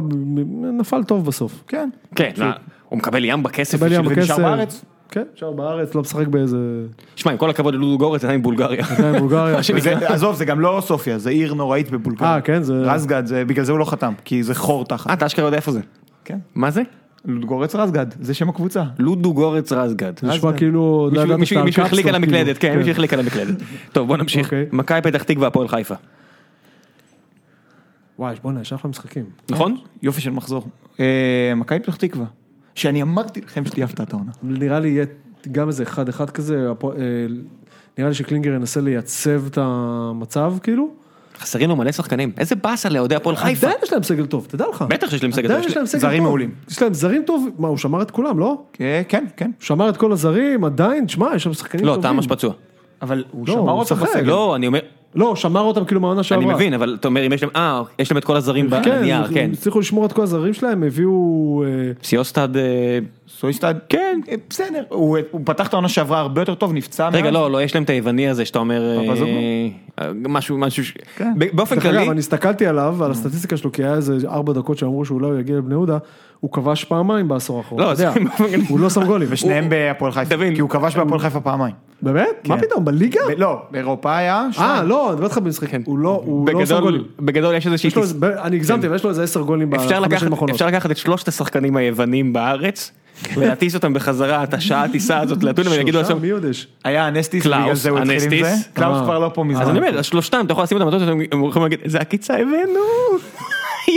Speaker 3: נפל טוב בסוף.
Speaker 2: כן.
Speaker 1: כן, לא, הוא מקבל ים בכסף.
Speaker 3: קיבל ים
Speaker 1: בשביל-
Speaker 3: בכסף.
Speaker 2: בארץ?
Speaker 3: כן, נשאר בארץ, לא משחק באיזה...
Speaker 1: שמע, עם כל הכבוד ללודו גורץ, עדיין בולגריה.
Speaker 3: כן, בולגריה.
Speaker 2: וזה- עזוב, זה גם לא סופיה, זה עיר נוראית בבולגריה.
Speaker 3: אה, כן, זה-
Speaker 2: רזגד, זה- בגלל זה הוא לא חתם, כי זה חור תחת.
Speaker 1: אה, אתה אשכרה יודע איפה זה.
Speaker 2: כן.
Speaker 1: מה זה?
Speaker 2: לודגורץ רזגד, זה שם הקבוצה.
Speaker 1: לודו גורץ רזגד.
Speaker 3: זה נשמע כאילו... לא
Speaker 1: אה, מישהו-
Speaker 3: ידעת
Speaker 1: מישהו
Speaker 3: שאתה
Speaker 1: מישהו החליק על
Speaker 3: קפסולות,
Speaker 1: המקלדת,
Speaker 3: כאילו.
Speaker 1: כן, מישהו החליק על המקלדת. טוב, בוא נמשיך.
Speaker 3: אוקיי. אה.
Speaker 1: מכבי פתח תקווה, הפועל חיפה.
Speaker 3: וואי, בוא'נה, יש אחלה משחקים.
Speaker 1: נכון?
Speaker 2: יופי של מחזור. אה, מכבי פתח תקווה. שאני אמרתי לכם שתהיה הפתעת העונה.
Speaker 3: נראה לי יהיה גם איזה אחד-אחד כזה, הפוע- אה, נראה לי שקלינגר ינסה לייצב את המצב, כאילו.
Speaker 1: חסרים לו מלא שחקנים. איזה באסה לאוהדי הפועל חיפה.
Speaker 3: אה, עדיין יש להם סגל טוב, תדע לך.
Speaker 1: בטח שיש להם סגל טוב,
Speaker 3: עדיין
Speaker 1: יש
Speaker 3: יש להם סגל טוב.
Speaker 2: זרים מעולים.
Speaker 3: יש להם זרים טוב, מה, הוא שמר את כולם, לא? הוא
Speaker 2: אה, כן, כן.
Speaker 3: שמר את כל הזרים, עדיין, שמע, יש שם שחקנים
Speaker 1: לא,
Speaker 3: טובים.
Speaker 1: אתה ממש פצוע.
Speaker 2: אבל הוא
Speaker 3: לא,
Speaker 2: שמר
Speaker 3: הוא
Speaker 2: אותו
Speaker 3: משחק.
Speaker 2: בסגל.
Speaker 1: לא, אני אומר,
Speaker 3: לא, הוא שמר אותם כאילו מהעונה שעברה.
Speaker 1: אני מבין, אבל אתה אומר, אם יש להם, אה, יש להם את כל הזרים בנייר,
Speaker 3: כן.
Speaker 1: כן.
Speaker 3: הם הצליחו לשמור את כל הזרים שלהם, הביאו... אה,
Speaker 1: סיוסטד, אה,
Speaker 2: סויסטד, כן, אה, בסדר. הוא הוא פתח את העונה שעברה הרבה יותר טוב, נפצע.
Speaker 1: רגע,
Speaker 2: מאז.
Speaker 1: לא, לא, יש להם את היווני הזה שאתה אומר, אה,
Speaker 2: פפזוגלו?
Speaker 1: אה, משהו, משהו, ש-
Speaker 2: כן.
Speaker 1: ב- באופן
Speaker 3: לא? דרך
Speaker 1: כללי,
Speaker 3: אגב, אני הסתכלתי עליו, על הסטטיסטיקה שלו, כי היה איזה ארבע דקות שאמרו שאולי הוא יגיע לבני יהודה, הוא כבש פעמיים בעשור האחרון.
Speaker 1: לא,
Speaker 3: אתה יודע,
Speaker 1: זה-
Speaker 3: הוא לא שם גולים.
Speaker 2: שניהם בהפועל חיפה,
Speaker 1: תבין.
Speaker 2: כי הוא כבש בהפועל חיפה פעמיים.
Speaker 3: באמת? מה פתאום, בליגה?
Speaker 2: כן. ב- כן. לא, באירופה היה
Speaker 3: אה,
Speaker 2: שניים.
Speaker 3: לא, אני מדבר איתך במשחק. הוא לא, הוא לא שם
Speaker 1: בגדול,
Speaker 3: גולים.
Speaker 1: בגדול יש איזה שהיא,
Speaker 3: יש לו איזה- אני הגזמתי, אבל יש לו איזה עשר גולים
Speaker 1: אפשר
Speaker 3: בחמש
Speaker 1: לקחת,
Speaker 3: שנים האחרונות.
Speaker 1: אפשר לקחת את שלושת השחקנים היוונים בארץ, להטיס אותם בחזרה את השעה הטיסה הזאת לאתונה ויגידו
Speaker 3: שלושה?
Speaker 1: עכשיו
Speaker 3: מי עוד יש?
Speaker 2: היה אנסטיס,
Speaker 1: קלאוס,
Speaker 2: בגלל זה הוא התחיל עם זה.
Speaker 1: אנסטיס.
Speaker 2: קלאוס
Speaker 3: אה.
Speaker 2: כבר לא פה מזמן.
Speaker 1: אז אני אומר שלושתם אתה יכול לשים אותם במטוס הם יכולים להגיד זה עקיצה הבאנו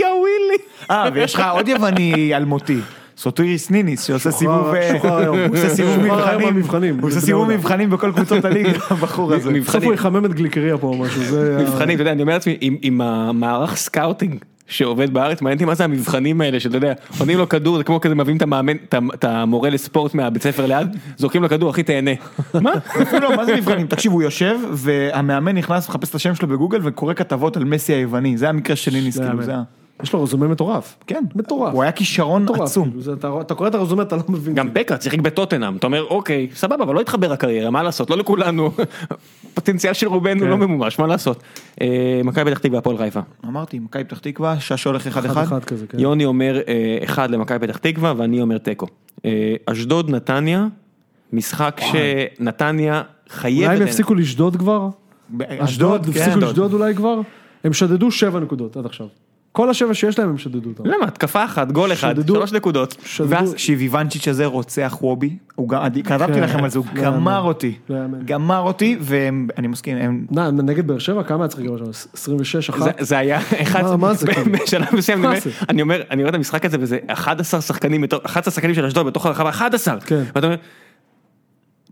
Speaker 1: יא ווילי.
Speaker 2: אה, ויש לך עוד יווני אלמותי. סוטויריס ניניס שעושה סיבוב, אה,
Speaker 3: שוחרר היום.
Speaker 2: הוא עושה סיבוב
Speaker 3: שוחרר היום
Speaker 2: מבחנים,
Speaker 3: במבחנים,
Speaker 2: הוא עושה
Speaker 3: בבני
Speaker 2: סיבוב
Speaker 3: יהודה.
Speaker 2: מבחנים בכל קבוצות הליגה, הבחור הזה.
Speaker 3: בסוף הוא יחמם את גליקריה פה או משהו, זה... ה-
Speaker 1: מבחנים, אתה יודע, אני אומר לעצמי, עם- עם המערך סקאוטינג שעובד בארץ, מעניין אותי מה זה המבחנים האלה, שאתה יודע, עונים לו כדור, זה כמו כזה מביאים את המאמן, את ה- את המורה לספורט מהבית ספר ליד, זורקים לו כדור, אחי תהנה. מה?
Speaker 2: אפילו לא, מה זה מבחנים? תקשיב, הוא יושב, והמאמן נכנס, מחפש את השם שלו בגוגל, וקורא כתבות על מסי היווני. זה המקרה של ניניס,
Speaker 3: זה
Speaker 2: כאילו,
Speaker 3: האמת.
Speaker 2: זה ה...
Speaker 3: יש לו רזומה מטורף.
Speaker 2: כן.
Speaker 3: מטורף.
Speaker 2: הוא היה כישרון
Speaker 3: מטורף,
Speaker 2: עצום.
Speaker 3: כאילו, זה- אתה אתה קורא את הרזומה אתה לא מבין.
Speaker 1: גם בקארט שיחק בטוטנאם, אתה אומר, אוקיי, סבבה, אבל לא התחבר הקריירה, מה לעשות, לא לכולנו, פוטנציאל של רובנו
Speaker 3: כן.
Speaker 1: לא ממומש, מה לעשות. אה, מכבי פתח תקווה, הפועל חיפה.
Speaker 2: אמרתי, מכבי פתח תקווה, שש הולך
Speaker 3: אחד
Speaker 2: אחד-אחד.
Speaker 3: אחד כזה, כן.
Speaker 1: יוני אומר אה, אחד למכבי פתח תקווה ואני אומר תיקו. אה, אשדוד נתניה, משחק שנתניה חייבת...
Speaker 3: אולי הם יפסיקו לשדוד כבר?
Speaker 2: ב-
Speaker 3: אשדוד,
Speaker 2: כן.
Speaker 3: הפסיקו לשדוד אולי כבר? הם שדדו שבע נקודות עד עכשיו. כל השבע שיש להם הם שדדו אותם.
Speaker 1: למה? לא, התקפה אחת, גול אחד,
Speaker 3: שדדו-
Speaker 1: שלוש נקודות.
Speaker 3: שדדו-
Speaker 1: ואז
Speaker 2: תקשיב, איוונצ'יץ' הזה רוצח וובי, הוא גם- אני כתבתי
Speaker 3: כן.
Speaker 2: לכם על זה, הוא
Speaker 3: לא
Speaker 2: גמר
Speaker 3: יאמן.
Speaker 2: אותי,
Speaker 3: לא יאמן.
Speaker 2: גמר אותי, ואני מסכים, הם-
Speaker 3: נע, נגד באר שבע כמה היה צריך לגמרי שם? 26
Speaker 1: זה-
Speaker 3: אחת?
Speaker 1: זה היה אחד,
Speaker 3: מה- מה זה כאילו?
Speaker 1: בשלב מסוים אני
Speaker 3: מה
Speaker 1: אומר-
Speaker 3: זה?
Speaker 1: אני אומר, אני רואה את המשחק הזה וזה 11 שחקנים, בתוך- 11 שחקנים של אשדוד בתוך הרחבה, 11.
Speaker 3: כן.
Speaker 1: ואתה אומר,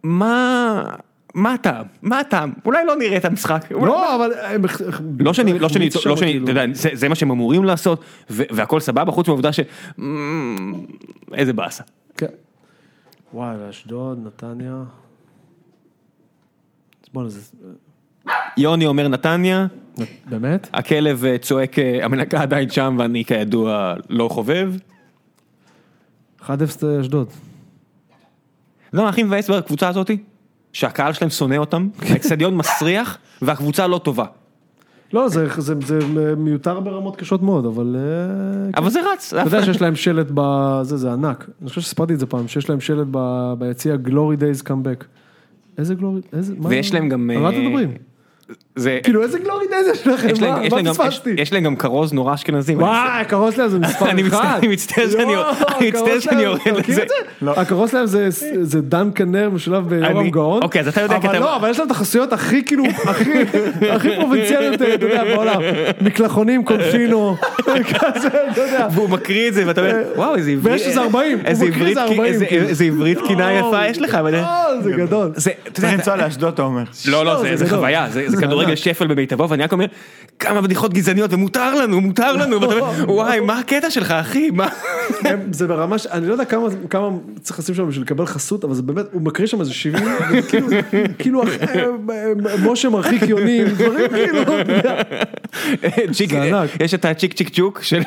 Speaker 1: מה, מה הטעם? מה הטעם? אולי לא נראה את המשחק. אולי-
Speaker 3: לא, אבל... הם-
Speaker 1: לא שאני, לא שאני,
Speaker 3: שם,
Speaker 1: לא שאני,
Speaker 3: כאילו.
Speaker 1: אתה יודע, זה- זה מה שהם אמורים לעשות, ו- והכל סבבה, חוץ מהעובדה ש... אמ, איזה באסה.
Speaker 3: כן. וואי, ואשדוד, נתניה. בוא'נה, זה...
Speaker 1: יוני אומר נתניה,
Speaker 3: באמת?
Speaker 1: הכלב אה, צועק, אה, המנקה עדיין שם ואני כידוע לא חובב.
Speaker 3: 1-0 אה, אשדוד.
Speaker 1: אתה יודע מה הכי מבאס בקבוצה הזאתי? שהקהל שלהם שונא אותם, האצטדיון מסריח והקבוצה לא טובה.
Speaker 3: לא, זה, זה, זה מיותר ברמות קשות מאוד, אבל... אה,
Speaker 1: אבל זה רץ.
Speaker 3: אתה יודע שיש להם שלט ב... זה, זה ענק. אני חושב שסיפרתי את זה פעם, שיש להם שלט ב... ביציע גלורי דייז קאמבק. איזה גלורי... איזה... מה-
Speaker 1: ויש להם גם,
Speaker 3: על מה אתם
Speaker 1: אה,
Speaker 3: מדברים?
Speaker 1: זה-
Speaker 3: כאילו, איזה גלורי דייז יש לכם?
Speaker 1: יש להם-
Speaker 3: כאילו, מה-
Speaker 1: יש
Speaker 3: מה
Speaker 1: להם גם-
Speaker 3: פספסתי?
Speaker 1: יש- יש להם גם כרוז נורא אשכנזי.
Speaker 3: וואי, הכרוז שלהם זה מספר אחד.
Speaker 1: אני מצטער- אני מצטער שאני-
Speaker 3: יואו,
Speaker 1: אני מצטער
Speaker 3: הכרוז
Speaker 1: שאני
Speaker 3: שלהם,
Speaker 1: יורד
Speaker 3: אתה מכיר
Speaker 1: לזה. לא.
Speaker 3: את זה? הכרוז שלהם זה- זה דן כנר משולב
Speaker 1: אני-
Speaker 3: ביורם גאון.
Speaker 1: אוקיי, אז אתה יודע, כי
Speaker 3: אבל
Speaker 1: אתה-
Speaker 3: לא, אבל יש להם את החסויות הכי כאילו, הכי הכי פרובינציאליות, אה, אתה יודע, בעולם. מקלחונים, קונפינו, כזה, אתה יודע.
Speaker 1: והוא מקריא את זה ואתה אומר, וואו איזה עברית,
Speaker 3: אה, ויש איזה 40,
Speaker 1: איזה
Speaker 3: הוא מקריא
Speaker 1: עברית,
Speaker 3: איזה
Speaker 1: כי-
Speaker 3: 40,
Speaker 1: איזה-
Speaker 3: כאילו. לא,
Speaker 1: איזה עברית קינה יפה יש לך, אבל-
Speaker 3: יואו, אה, זה גדול.
Speaker 1: זה, אתה
Speaker 2: צריך
Speaker 1: יודע,
Speaker 2: לנסוע לאשדוד, אתה אומר.
Speaker 1: לא, לא,
Speaker 3: לא,
Speaker 1: זה,
Speaker 3: זה
Speaker 1: זה
Speaker 3: גדול.
Speaker 1: חוויה, זה, זה כדורגל שפל במיטבו, ואני רק אומר, כמה בדיחות גזעניות, ומותר לנו, מותר לנו, ואתה אומר, וואי, מה הקטע שלך, אחי, מה?
Speaker 3: הם- זה ברמה ש... אני לא יודע כמה, כמה צריך לשים שם בשביל לקבל חסות, אבל זה באמת, הוא מקריא שם איזה 70, וכאילו, כאילו, אה, אה, משה מרחיק יונים, דברים כאילו, אתה יודע.
Speaker 1: צ'יק,
Speaker 3: זה ענק.
Speaker 1: יש את הצ'יק צ'יק צ'וק של,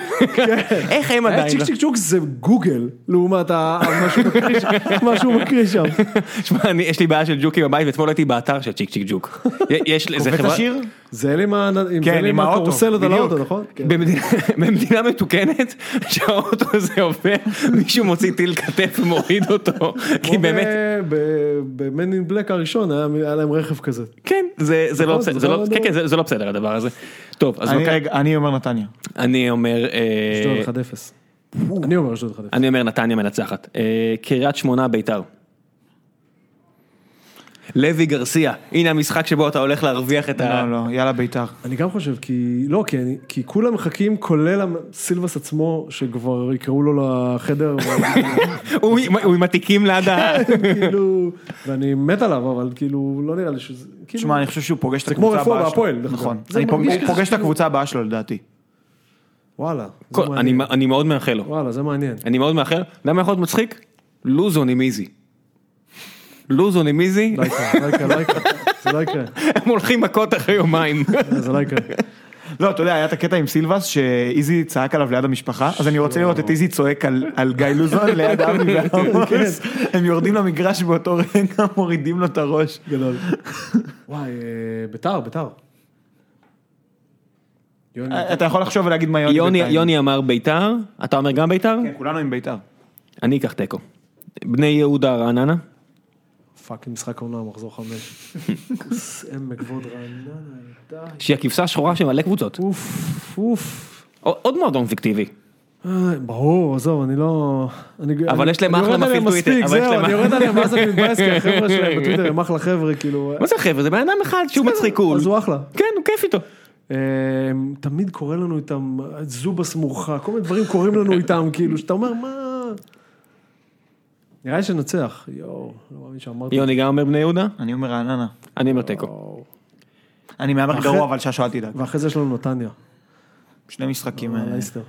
Speaker 1: איך הם
Speaker 3: היה
Speaker 1: עדיין
Speaker 3: אה, צ'יק
Speaker 1: לא?
Speaker 3: צ'יק צ'וק זה גוגל, לעומת ה- מה שהוא מקריא שם- מה שהוא מקריא שם.
Speaker 1: שמע, אני- יש לי בעיה של ג'וקים בבית, ואתמול הייתי באתר של צ'יק צ'יק ג'וק. יש לזה
Speaker 2: ואת
Speaker 1: חברה,
Speaker 2: השיר?
Speaker 3: זה אלה עם ה- עם
Speaker 2: כן,
Speaker 3: זה אלה עם
Speaker 2: עם האוטו,
Speaker 3: הקורסלות על
Speaker 2: בדיוק.
Speaker 3: האוטו, נכון? כן.
Speaker 1: במדינה- במדינה מתוקנת, שהאוטו הזה עובר, מישהו מוציא טיל כתף ומוריד אותו, כי
Speaker 3: כמו
Speaker 1: באמת,
Speaker 3: ב- ב- ב-Man in Black הראשון היה היה להם רכב כזה.
Speaker 1: כן, זה זה לא
Speaker 3: נכון,
Speaker 1: בסדר,
Speaker 3: זה
Speaker 1: זה לא-
Speaker 3: לא-
Speaker 1: כן, כן, זה- זה לא בסדר הדבר הזה. טוב, אז אוקיי.
Speaker 2: אני-
Speaker 1: מכבי-
Speaker 2: רגע, אני אומר נתניה.
Speaker 1: אני אומר, אה,
Speaker 3: אשדוד 1-0. אני אומר אשדוד 1-0.
Speaker 1: אני אומר נתניה מנצחת. אה, קריית שמונה ביתר. לוי גרסיה, הנה המשחק שבו אתה הולך להרוויח את ה...
Speaker 2: לא, לא, יאללה ביתר.
Speaker 3: אני גם חושב, כי... לא, כי, אני, כי כולם מחכים, כולל המ- סילבס עצמו, שכבר יקראו לו לחדר, ו-
Speaker 1: הוא עם- הוא עם התיקים ליד ה...
Speaker 3: כאילו... ואני מת עליו, אבל כאילו, לא נראה לי שזה... כאילו,
Speaker 2: תשמע, אני חושב שהוא פוגש את
Speaker 3: כמו
Speaker 2: הקבוצה
Speaker 3: רפואה
Speaker 2: הבאה
Speaker 3: בהפועל,
Speaker 2: שלו.
Speaker 3: דרך
Speaker 2: נכון.
Speaker 3: אגב. זה
Speaker 2: אני פוג-
Speaker 3: מרגיש כאילו-
Speaker 2: הוא פוגש את הקבוצה הבאה שלו, לדעתי.
Speaker 3: וואלה. זה
Speaker 1: כל-
Speaker 3: מעניין.
Speaker 1: אני- אני מאוד מאחל לו.
Speaker 3: וואלה, זה מעניין.
Speaker 1: אני מאוד מאחל. אתה יודע מה יכול להיות מצחיק? לוזון עם איזי. לוזון עם איזי,
Speaker 3: לא יקרה, לא יקרה, לא יקרה. זה לא יקרה,
Speaker 1: הם הולכים מכות אחרי יומיים.
Speaker 3: זה לא יקרה.
Speaker 2: לא, אתה יודע, היה את הקטע עם סילבס, שאיזי צעק עליו ליד המשפחה, אז אני רוצה לראות את איזי צועק על- על גיא לוזון ליד אבי
Speaker 3: כן.
Speaker 2: ועמוס. הם יורדים למגרש באותו רגע, מורידים לו את הראש.
Speaker 3: גדול. וואי, אה, ביתר, ביתר. יוני,
Speaker 2: אתה יכול לחשוב ולהגיד מה יוני.
Speaker 1: יוני-
Speaker 2: בינתיים.
Speaker 1: יוני אמר ביתר, אתה אומר גם ביתר?
Speaker 2: כן, כולנו עם ביתר.
Speaker 1: אני אקח תיקו. בני יהודה רעננה?
Speaker 3: פאקינג משחק עונה, מחזור חמש. כוס עמק ועוד רעננה, די.
Speaker 1: שהיא הכבשה השחורה של מלא קבוצות.
Speaker 3: אוף, אוף.
Speaker 1: עוד מועדון פיקטיבי.
Speaker 3: אה, ברור, עזוב, אני לא... אני-
Speaker 1: אבל
Speaker 3: אני-
Speaker 1: יש להם
Speaker 3: אני
Speaker 1: אחלה
Speaker 3: יורד עליהם
Speaker 1: מפעיל טוויטר,
Speaker 3: מספיק,
Speaker 1: אבל יש
Speaker 3: זהו,
Speaker 1: להם
Speaker 3: אני
Speaker 1: אחלה-
Speaker 3: יורד עליהם, ואז אני מתבאס כי החבר'ה שלהם בטוויטר הם אחלה חבר'ה, כאילו...
Speaker 1: מה זה חבר'ה? זה בן אדם אחד שהוא מצחיק קול.
Speaker 3: אז הוא אחלה.
Speaker 1: כן, הוא כיף איתו.
Speaker 3: אמ, תמיד קורה לנו איתם זובס מורחק, כל מיני דברים קורים לנו איתם, כאילו, שאתה אומר, מה... נראה לי שנצח, יואו, לא מאמין שאמרת.
Speaker 1: יוני גם אומר בני יהודה?
Speaker 2: אני אומר רעננה.
Speaker 1: אני אומר תיקו.
Speaker 3: יואו.
Speaker 2: אני מהמר
Speaker 3: אחרי-
Speaker 2: גרוע, אבל שהשואה תדאג.
Speaker 3: ואחרי זה יש לנו נתניה,
Speaker 1: אה,
Speaker 2: שני משחקים. אה,
Speaker 3: לייסטר.